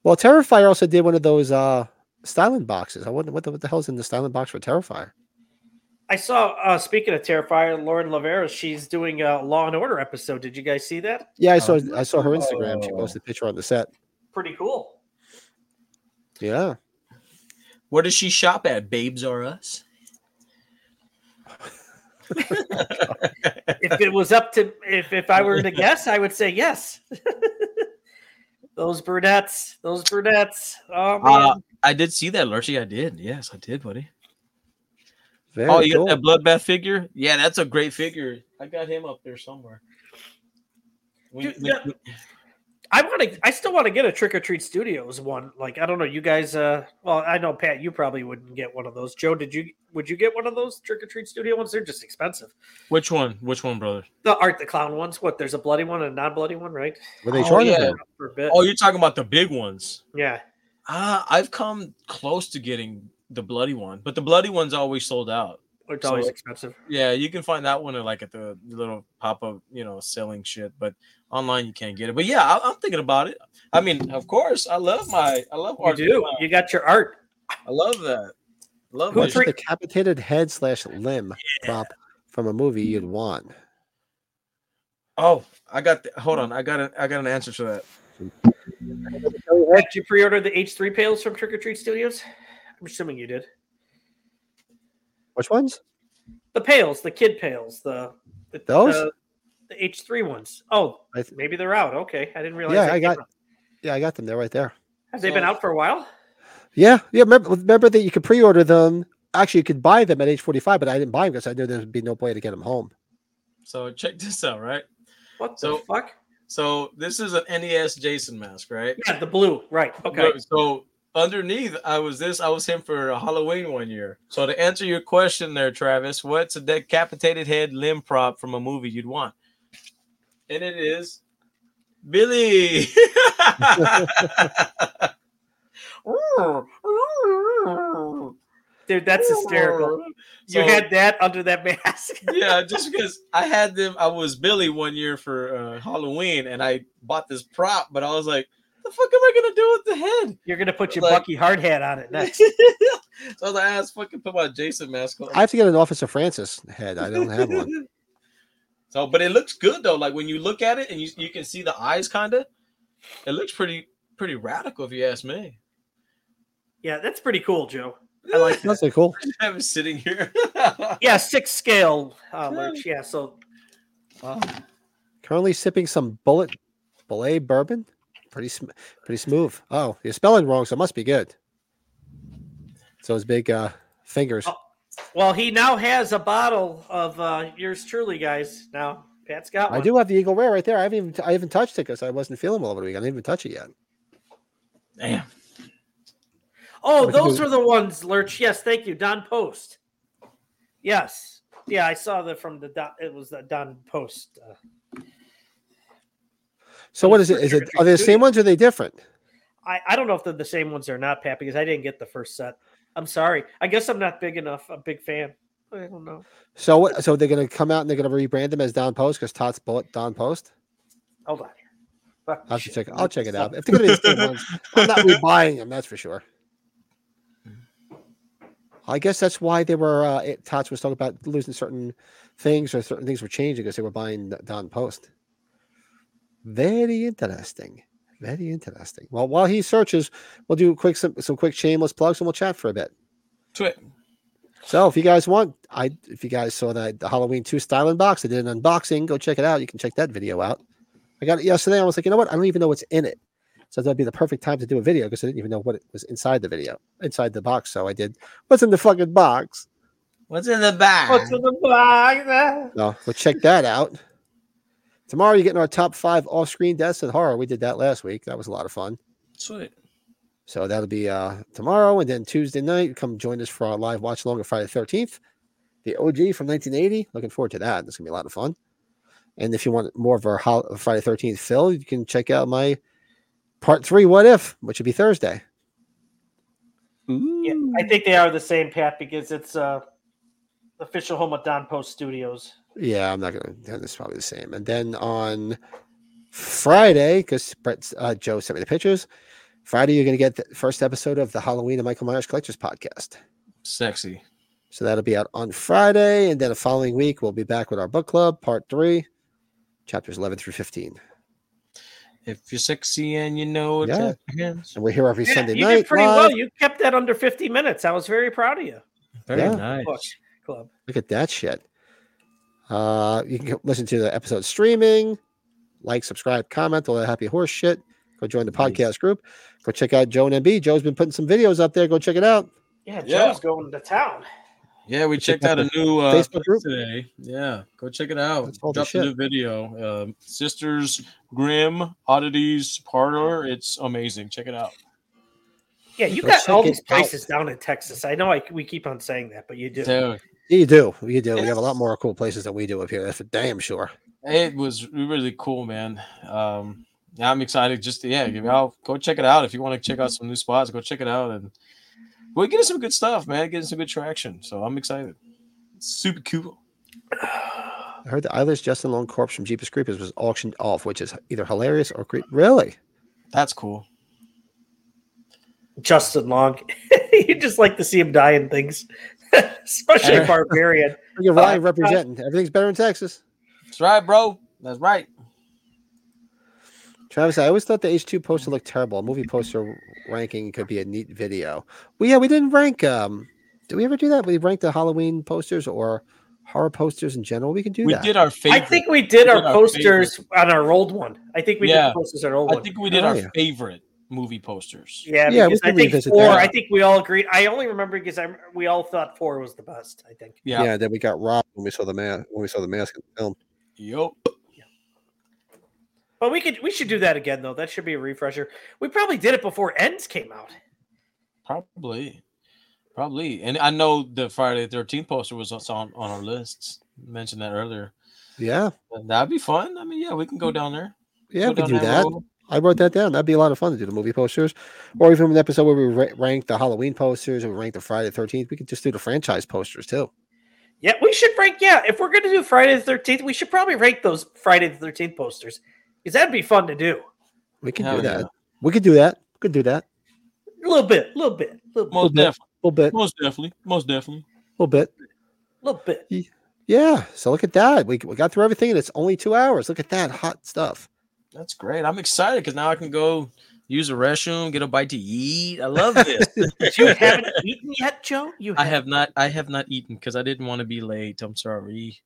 Speaker 1: Well, Terrifier also did one of those uh styling boxes. I wonder what the, what the hell's in the styling box for Terrifier.
Speaker 4: I saw. Uh, speaking of Terrifier, Lauren Lavera, she's doing a Law and Order episode. Did you guys see that?
Speaker 1: Yeah, I saw I saw her Instagram. She
Speaker 2: Uh, Oh.
Speaker 1: posted a picture on the set.
Speaker 4: Pretty cool.
Speaker 2: Oh,
Speaker 1: Yeah.
Speaker 2: Where does she shop at? Babes R Us.
Speaker 4: if it was up to if if I were to guess, I would say yes. those brunettes, those brunettes. Oh man,
Speaker 2: Uh, I did see that, Lurchy. I did. Yes, I did, buddy.
Speaker 1: Very
Speaker 2: oh, you
Speaker 1: cool.
Speaker 2: got that bloodbath figure? Yeah, that's a great figure. I got him up there somewhere. We-
Speaker 4: Dude,
Speaker 2: we-
Speaker 4: yeah. I want to. I still want to get a Trick or Treat Studios one. Like I don't know, you guys. Uh, well, I know Pat, you probably wouldn't get one of those. Joe, did you? Would you get one of those Trick or Treat Studio ones? They're just expensive.
Speaker 2: Which one? Which one, brother?
Speaker 4: The Art the Clown ones. What? There's a bloody one and a non-bloody one, right?
Speaker 1: Were they
Speaker 2: Oh,
Speaker 1: charging
Speaker 2: yeah.
Speaker 1: them?
Speaker 4: For a bit.
Speaker 2: Oh, you're talking about the big ones.
Speaker 4: yeah.
Speaker 2: Ah, I've come close to getting the bloody one, but the bloody one's always sold out.
Speaker 4: It's
Speaker 2: So-
Speaker 4: always expensive.
Speaker 2: Yeah, you can find that one at like at the little pop up, you know, selling shit. But online, you can't get it. But yeah, I, I'm thinking about it. I mean, of course, I love my, I love
Speaker 4: You
Speaker 2: Art
Speaker 4: do.
Speaker 2: Clown.
Speaker 4: You got your art.
Speaker 2: I love that. Love
Speaker 1: What's
Speaker 2: that.
Speaker 1: a
Speaker 4: Trick-
Speaker 1: decapitated head slash limb prop from a movie you'd want?
Speaker 2: Oh, I got. The, hold on, I got. A, I got an answer to that. Oh,
Speaker 4: Did you pre-order the H3 pails from Trick or Treat Studios? I'm assuming you did.
Speaker 1: Which ones?
Speaker 4: The pails, the kid pails, the, the
Speaker 1: Those?
Speaker 4: the, the H3 ones. Oh,
Speaker 1: I th-
Speaker 4: maybe they're out. Okay, I didn't realize.
Speaker 1: Yeah,
Speaker 4: they
Speaker 1: I
Speaker 4: came
Speaker 1: got-
Speaker 4: out.
Speaker 1: Yeah, I got them. They're right there.
Speaker 4: Have they been
Speaker 2: So-
Speaker 4: out for a while?
Speaker 1: Yeah, yeah. Remember, remember that you could pre-order them. Actually, you could buy them at age forty-five, but I didn't buy them because I knew there would be no way to get them home.
Speaker 2: So check this out, right?
Speaker 4: What
Speaker 2: So-
Speaker 4: the fuck?
Speaker 2: So this is an NES E Jason mask, right?
Speaker 4: Yeah, the blue. Right. Okay.
Speaker 2: So underneath, I was this, I was him for Halloween one year. So to answer your question there, Travis, what's a decapitated head limb prop from a movie you'd want? And it is Billy.
Speaker 4: Dude, that's hysterical.
Speaker 2: So-
Speaker 4: you had that under that mask.
Speaker 2: yeah, just because I had them, I was Billy one year for uh, Halloween, and I bought this prop, but I was like, "The fuck am I gonna do with the head?"
Speaker 4: You're gonna put your
Speaker 2: Like-
Speaker 4: Bucky hard hat on it next.
Speaker 2: so I was like, "Ah, "Let's fucking put my Jason mask on."
Speaker 1: I have to get an Officer Francis head. I don't have one.
Speaker 2: so, but it looks good though. Like when you look at it and you you can see the eyes, kind of. It looks pretty pretty radical, if you ask me.
Speaker 4: Yeah, that's pretty cool, Joe. I like that.
Speaker 1: That's really cool.
Speaker 2: I'm sitting here.
Speaker 4: Yeah, six scale uh, merch. Yeah, so
Speaker 1: Currently sipping some bullet belay bourbon. Pretty sm- pretty smooth. Oh, you're spelling wrong, so it must be good. So his big uh, fingers.
Speaker 4: Oh. well, he now has a bottle of uh, yours truly, guys. Now Pat's got
Speaker 1: I
Speaker 4: one.
Speaker 1: do have the Eagle Rare right there. I haven't even I haven't touched it because I wasn't feeling well over the week. I didn't even touch it yet.
Speaker 2: Damn.
Speaker 4: Oh,
Speaker 1: What you
Speaker 4: those
Speaker 1: do-
Speaker 4: were the ones, Lurch. Yes, thank you, Don Post. Yes, yeah, I saw that from the Don, it was the Don Post. Uh,
Speaker 1: So what is it? Is it are they the same ones or are they different?
Speaker 4: I I don't know if they're the same ones or not, Pat, because I didn't get the first set. I'm sorry. I guess I'm not big enough, a big fan. I don't know.
Speaker 1: So what? So they're gonna come out and they're gonna rebrand them as Don Post because Todd's bullet Don Post.
Speaker 4: Hold on here. Fuck
Speaker 1: I'll have to
Speaker 4: shit.
Speaker 1: check. I'll check it out. If they're gonna be the same ones, I'm not rebuying them. That's for sure. I guess that's why they were. Uh, it, Tots was talking about losing certain things or certain things were changing because they were buying Don Post. Very interesting. Very interesting. Well, while he searches, we'll do quick some, some quick shameless plugs and we'll chat for a bit.
Speaker 2: Twit.
Speaker 1: So if you guys want, I if you guys saw that the Halloween two styling box, I did an unboxing. Go check it out. You can check that video out. I got it yesterday. I was like, you know what? I don't even know what's in it. So that'd be the perfect time to do a video because I didn't even know what it was inside the video, inside the box. So I did what's in the fucking box.
Speaker 2: What's in the back?
Speaker 4: What's Oh, in the bag? Ah.
Speaker 1: So we'll check that out. Tomorrow you're getting our top five off-screen deaths in horror. We did that last week. That was a lot of fun.
Speaker 2: Sweet.
Speaker 1: So that'll be uh, tomorrow, and then Tuesday night, come join us for our live watch along on Friday the 13th. The OG from 1980. Looking forward to that. That's gonna be a lot of fun. And if you want more of our hol- Friday 13th fill, you can check out my part three. What if, which would be Thursday.
Speaker 4: Yeah, I think they are the same, Pat, because it's uh official home of Don Post Studios.
Speaker 1: Yeah, I'm not gonna. yeah, That's probably the same. And then on Friday, because Brett uh, Joe sent me the pictures. Friday, you're gonna get the first episode of the Halloween and Michael Myers Collectors podcast.
Speaker 2: Sexy.
Speaker 1: So that'll be out on Friday. And then the following week, we'll be back with our book club, part three, chapters 11 through 15.
Speaker 2: If you're sexy and you know it,
Speaker 1: Yeah.
Speaker 2: clap your hands.
Speaker 1: And we're here every
Speaker 4: Yeah,
Speaker 1: Sunday
Speaker 4: you
Speaker 1: night.
Speaker 4: did pretty
Speaker 1: live.
Speaker 4: well. You kept that under 50 minutes. I was very proud of you.
Speaker 2: Very
Speaker 1: Yeah.
Speaker 2: nice.
Speaker 4: Book club.
Speaker 1: Look at that shit. Uh, you can listen to the episode streaming, like, subscribe, comment, all that happy horse shit. Go join the
Speaker 2: Nice.
Speaker 1: podcast group. Go check out Joe and MB. Joe's been putting some videos up there. Go check it out.
Speaker 4: Yeah,
Speaker 2: Yeah.
Speaker 4: Joe's going to town.
Speaker 2: Yeah, we
Speaker 1: check
Speaker 2: checked out
Speaker 1: out
Speaker 2: a new uh,
Speaker 1: Facebook
Speaker 2: place
Speaker 1: group.
Speaker 2: today. Yeah, go check it out.
Speaker 1: That's all the
Speaker 2: Dropped a
Speaker 1: shit.
Speaker 2: new video, um, Sisters Grim Oddities Parlor. It's amazing. Check it out.
Speaker 4: Yeah, you
Speaker 1: Go
Speaker 4: got
Speaker 1: check
Speaker 4: all
Speaker 1: it
Speaker 4: these
Speaker 1: out.
Speaker 4: places down in Texas. I know I, we keep on saying that, but you do.
Speaker 2: Dude,
Speaker 1: Yeah, you do. You do. We have a lot more cool places than we do up here. That's for damn sure.
Speaker 2: it was really cool, man. Um, yeah, I'm excited. Just yeah, give out. Go check it out if you want to check out some new spots. Go check it out, and we're getting some good stuff, man. Getting some good traction. So I'm excited. Super cool.
Speaker 1: I heard the eyeless Justin Long corpse from Jeepers Creepers was auctioned off, which is either hilarious or creep. Really?
Speaker 2: That's cool.
Speaker 4: Justin Long. you just like to see him die in things, especially Barbarian.
Speaker 2: Oh,
Speaker 1: You're
Speaker 4: Uh,
Speaker 1: right, representing. Everything's better in Texas.
Speaker 2: That's right, bro. That's right.
Speaker 1: Travis, I always thought the H2 poster looked terrible. A movie poster ranking could be a neat video. Well, yeah, we didn't rank. Um, did we ever do that? We ranked the Halloween posters or horror posters in general. We can do
Speaker 2: We
Speaker 1: that.
Speaker 2: did our
Speaker 4: I
Speaker 2: favorite.
Speaker 4: think we did
Speaker 2: We
Speaker 4: our
Speaker 2: did our
Speaker 4: posters on our old one. I think we did
Speaker 2: Yeah.
Speaker 4: the posters on our old
Speaker 2: I
Speaker 4: one.
Speaker 2: think we did
Speaker 1: Oh,
Speaker 2: our
Speaker 1: yeah.
Speaker 2: favorite movie posters.
Speaker 4: Yeah,
Speaker 1: Yeah, we
Speaker 4: because
Speaker 1: can
Speaker 4: I think
Speaker 1: revisit
Speaker 4: four.
Speaker 1: that.
Speaker 4: I think we all agreed. I only remember because I we all thought four was the best. I think.
Speaker 1: Yeah.
Speaker 2: Yeah.
Speaker 1: then we got robbed when we saw the man when we saw the mask in the film.
Speaker 2: Yup.
Speaker 4: But we could we should do that again though. That should be a refresher. We probably did it before Ends came out.
Speaker 2: Probably, probably. And I know the Friday Thirteenth poster was also on on our lists. Mentioned that earlier.
Speaker 1: Yeah,
Speaker 2: And That'd be fun. I mean, yeah, we can go down there.
Speaker 1: Mm, yeah,
Speaker 2: Go
Speaker 1: we could
Speaker 2: down
Speaker 1: do that.
Speaker 2: road.
Speaker 1: I wrote that down. That'd be a lot of fun to do the movie posters, or even an episode where we ra- rank the Halloween posters or rank the Friday Thirteenth. We could just do the franchise posters too.
Speaker 4: Yeah, we should rank. Yeah, if we're gonna do Friday the Thirteenth, we should probably rank those Friday the Thirteenth posters because that'd be fun to do.
Speaker 1: We could
Speaker 2: Hell
Speaker 1: do that.
Speaker 2: yeah.
Speaker 1: We could do that. We could do that.
Speaker 4: A little bit, a little bit, a little bit,
Speaker 2: Most definitely.
Speaker 1: A little bit. A
Speaker 2: Most definitely. Most definitely.
Speaker 1: little bit.
Speaker 4: little bit.
Speaker 1: Yeah. So look at that. We, we got through everything, and it's only two hours. Look at that hot stuff.
Speaker 2: That's great. I'm excited because now I can go use a restroom, get a bite to eat. I love this.
Speaker 4: You haven't eaten yet, Joe? You
Speaker 2: I have not. I have not eaten because I didn't want to be late. I'm sorry.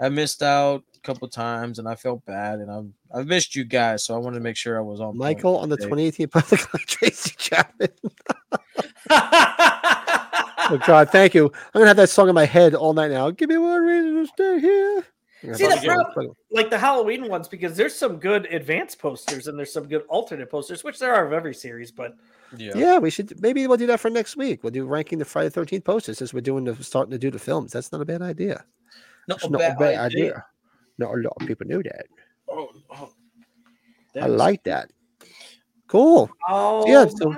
Speaker 2: I missed out a couple times and I felt bad and I'm I missed you guys, so I wanted to make sure I was
Speaker 1: Oh,
Speaker 2: on. point.
Speaker 1: Michael on the
Speaker 2: Okay.
Speaker 1: 2018 public on Tracy Chapman. Oh
Speaker 4: haven't.
Speaker 1: God, thank you. I'm gonna have that song in my head all night now. Give me one reason to stay here. I'm gonna
Speaker 4: See,
Speaker 1: have
Speaker 4: the
Speaker 1: that song.
Speaker 4: problem- like the Halloween ones because there's some good advanced posters and there's some good alternate posters, which there are of every series. But
Speaker 1: Yeah. we should maybe we'll do that for next week. We'll do ranking the Friday Thirteenth posters since we're doing the starting to do the films. That's not a bad idea.
Speaker 2: Not
Speaker 1: It's not a bad idea. Not a lot of people knew that.
Speaker 2: Oh, oh.
Speaker 1: I
Speaker 2: That was-
Speaker 1: like that. Cool.
Speaker 4: oh,
Speaker 1: Yeah, so-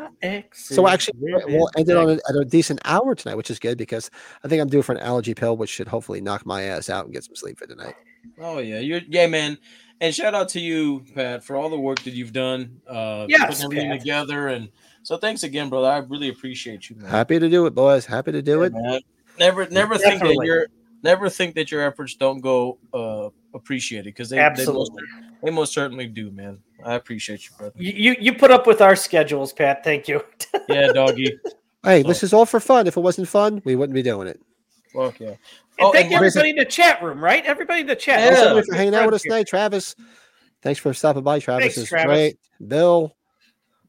Speaker 1: So actually,
Speaker 4: we're
Speaker 1: we'll end it on a, at a decent hour tonight, which is good because I think I'm due for an allergy pill, which should hopefully knock my ass out and get some sleep for tonight.
Speaker 2: Oh yeah, you're yeah, man. And shout out to you, Pat, for all the work that you've done. Uh
Speaker 4: Yes,
Speaker 2: putting everything
Speaker 4: Pat.
Speaker 2: together and so thanks again, brother. I really appreciate you, man.
Speaker 1: Happy to do it, boys. Happy to do
Speaker 2: Yeah,
Speaker 1: it.
Speaker 2: man. Never never think that
Speaker 4: Definitely.
Speaker 2: your never think that your efforts don't go uh appreciated because they, they most
Speaker 4: Absolutely.
Speaker 2: they most certainly do, man. I appreciate you, brother.
Speaker 4: You, you you put up with our schedules, Pat. Thank you.
Speaker 2: Yeah, doggy.
Speaker 1: Hey,
Speaker 2: So-
Speaker 1: this is all for fun. If it wasn't fun, we wouldn't be doing it.
Speaker 2: Fuck yeah.
Speaker 4: And
Speaker 2: Oh,
Speaker 4: thank
Speaker 2: and
Speaker 1: Marissa-
Speaker 4: everybody in the chat room, right? Everybody in the chat.
Speaker 1: Thanks
Speaker 2: Yeah.
Speaker 1: everybody for hanging out with us tonight, Travis. Thanks for stopping by, Travis.
Speaker 4: Thanks,
Speaker 1: It's
Speaker 4: Travis.
Speaker 1: great. Bill,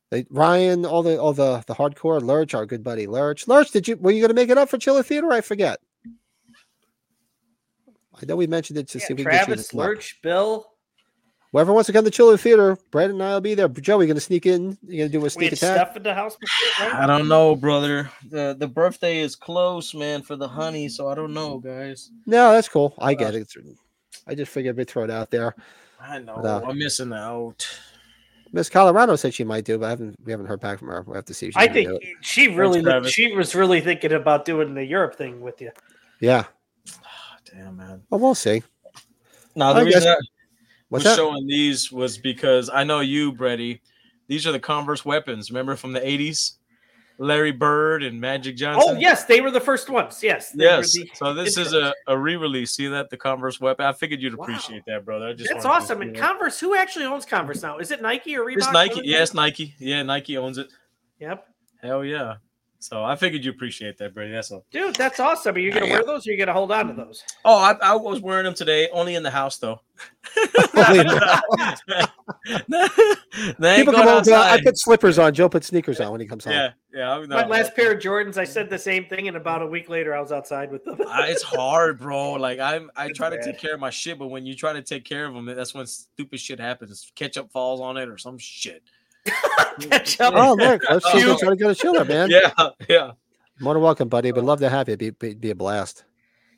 Speaker 1: they, Ryan, all the all the the hardcore Lurch, our good buddy Lurch. Lurch, did you were you going to make it up for Chiller Theater? I forget. I know we mentioned it to
Speaker 4: Yeah,
Speaker 1: see if we can get you
Speaker 4: Travis,
Speaker 1: to come up.
Speaker 4: Lurch, Bill.
Speaker 1: Whoever wants to come to Chiller Theater, Brad and I will be there. Joey, you going to sneak in? You going to do a
Speaker 4: We
Speaker 1: sneak
Speaker 4: had
Speaker 1: attack?
Speaker 4: stuff in the house. Before, right?
Speaker 2: I don't know, brother. The the birthday is close, man, for the honey, so I don't know, guys.
Speaker 1: No, that's cool. I get
Speaker 2: Uh,
Speaker 1: it. I just figured we'd throw it out there.
Speaker 2: I know.
Speaker 1: Uh,
Speaker 2: I'm missing out.
Speaker 1: Miss Colorado said she might do, but I haven't we haven't heard back from her. We will have to see if she
Speaker 4: I
Speaker 1: can do
Speaker 4: think
Speaker 1: it.
Speaker 4: she really
Speaker 2: Travis.
Speaker 4: she was really thinking about doing the Europe thing with you.
Speaker 1: Yeah.
Speaker 2: Damn, man.
Speaker 1: Well, we'll see.
Speaker 2: Now the
Speaker 1: I
Speaker 2: reason
Speaker 1: guess-
Speaker 2: I
Speaker 1: What's
Speaker 2: was
Speaker 1: that?
Speaker 2: showing these was because I know you, Brady. These are the Converse weapons. Remember from the '80s, Larry Bird and Magic Johnson.
Speaker 4: Oh yes, they were the first ones. Yes, they were
Speaker 2: Yes.
Speaker 4: the-
Speaker 2: So this is a, a re-release. See that the Converse weapon. I figured you'd appreciate that, brother. I just
Speaker 4: that's
Speaker 2: wanted to
Speaker 4: awesome.
Speaker 2: see
Speaker 4: And
Speaker 2: that.
Speaker 4: Converse, who actually owns Converse now? Is it Nike or Reebok?
Speaker 2: It's Nike.
Speaker 4: One of
Speaker 2: Yeah,
Speaker 4: them?
Speaker 2: it's Nike. Yeah, Nike owns it.
Speaker 4: Yep.
Speaker 2: Hell yeah. So I figured you appreciate that, Brady. That's all.
Speaker 4: Dude, that's awesome. Are you gonna wear those? or Are you gonna hold on to those?
Speaker 2: Oh, I, I was wearing them today, only in the house though.
Speaker 1: Holy
Speaker 2: They ain't
Speaker 1: People come
Speaker 2: going
Speaker 1: over. I
Speaker 2: outside.
Speaker 1: put slippers on. Joe put sneakers on when he comes home.
Speaker 2: Yeah, yeah. I'm
Speaker 4: My
Speaker 2: not-
Speaker 4: last pair of Jordans, I said the same thing, and about a week later, I was outside with them.
Speaker 2: I- it's hard, bro. Like I'm, I try to
Speaker 4: bad.
Speaker 2: take care of my shit, but when you try to take care of them, that's when stupid shit happens. Ketchup falls on it or some shit.
Speaker 4: Catch up.
Speaker 1: Oh, look, let's see if
Speaker 2: Cute.
Speaker 1: we try to go to Chiller, man.
Speaker 2: Yeah, yeah.
Speaker 1: More than welcome, buddy. Would love to have you. Be, be, be a blast.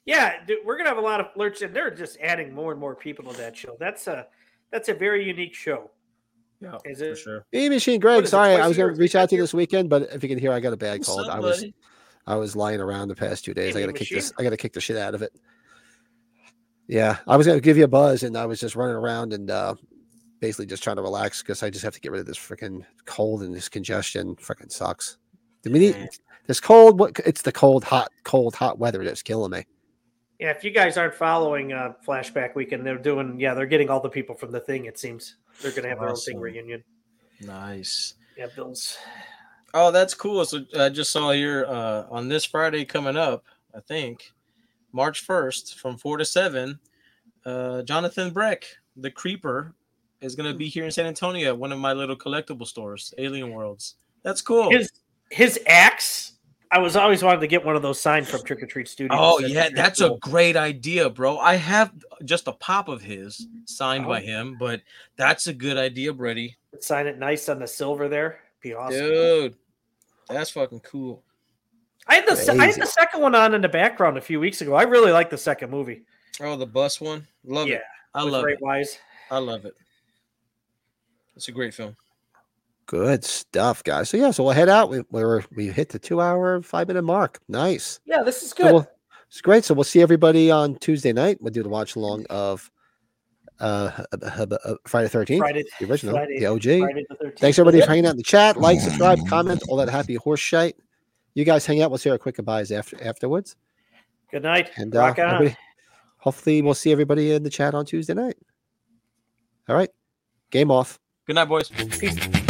Speaker 4: Yeah, dude, we're gonna have a lot of lurch, and they're just adding more and more people to that show. That's a that's a very unique show.
Speaker 2: Yeah,
Speaker 4: Is
Speaker 2: for
Speaker 4: it-
Speaker 2: sure.
Speaker 1: E Machine
Speaker 4: What
Speaker 1: Greg,
Speaker 4: is it,
Speaker 1: sorry,
Speaker 4: twice
Speaker 1: I
Speaker 4: a
Speaker 1: was going
Speaker 4: year?
Speaker 1: to reach out to you this weekend, but if you can hear, I got a bad
Speaker 2: What's
Speaker 1: cold.
Speaker 2: up,
Speaker 1: I was
Speaker 2: buddy?
Speaker 1: I was lying around the past two days. I
Speaker 4: E
Speaker 1: got to kick
Speaker 4: Machine?
Speaker 1: this. I got to kick the shit out of it. Yeah, I was going to give you a buzz, and I was just running around and uh, basically just trying to relax because I just have to get rid of this freaking cold and this congestion. Freaking sucks. The minute this cold, what it's the cold, hot, cold, hot weather that's killing me.
Speaker 4: Yeah, if you guys aren't following uh, Flashback Weekend, they're doing yeah, they're getting all the people from the thing. It seems they're gonna have their own thing
Speaker 2: Awesome.
Speaker 4: reunion.
Speaker 2: Nice.
Speaker 4: Yeah, Bills.
Speaker 2: Oh, that's cool. So I just saw here uh, on this Friday coming up, I think, March 1st from 4 to 7, uh, Jonathan Breck, the Creeper, is going to be here in San Antonio at one of my little collectible stores, Alien Worlds. That's cool.
Speaker 4: His his axe. I was always wanted to get one of those signed from Trick or Treat Studios.
Speaker 2: Oh
Speaker 4: That's
Speaker 2: yeah,
Speaker 4: pretty
Speaker 2: that's
Speaker 4: cool.
Speaker 2: a great idea, bro. I have just a pop of his signed by
Speaker 4: Oh.
Speaker 2: him, but that's a good idea, Brady.
Speaker 4: sign it nice on the silver there. Be awesome.
Speaker 2: Dude, That's fucking cool.
Speaker 4: I had the se- I had
Speaker 1: Crazy.
Speaker 4: the second one on in the background a few weeks ago. I really like the second movie.
Speaker 2: Oh, the bus one. Love
Speaker 4: Yeah,
Speaker 2: it. I
Speaker 4: with
Speaker 2: love
Speaker 4: Ray
Speaker 2: it.
Speaker 4: Wise.
Speaker 2: I love it. It's a great film.
Speaker 1: Good stuff, guys. So yeah, so we'll head out. We we're, we hit the two hour five minute mark. Nice.
Speaker 4: Yeah, this is
Speaker 1: So
Speaker 4: good.
Speaker 1: we'll- it's great. So we'll see everybody on Tuesday night. We'll do the watch along of uh, hub- hub- uh, Friday Thirteenth,
Speaker 4: Friday,
Speaker 1: the original,
Speaker 4: Friday-
Speaker 1: the OG.
Speaker 4: Friday the 13th.
Speaker 1: Thanks everybody for hanging out in the chat. Like, subscribe, comment, all that happy horse shit. You guys hang out. We'll say our quick goodbyes after afterwards.
Speaker 4: Good night.
Speaker 1: And uh,
Speaker 4: Rock on.
Speaker 1: everybody- hopefully, we'll see everybody in the chat on Tuesday night. All right, game off.
Speaker 2: Good night, boys.
Speaker 4: Peace.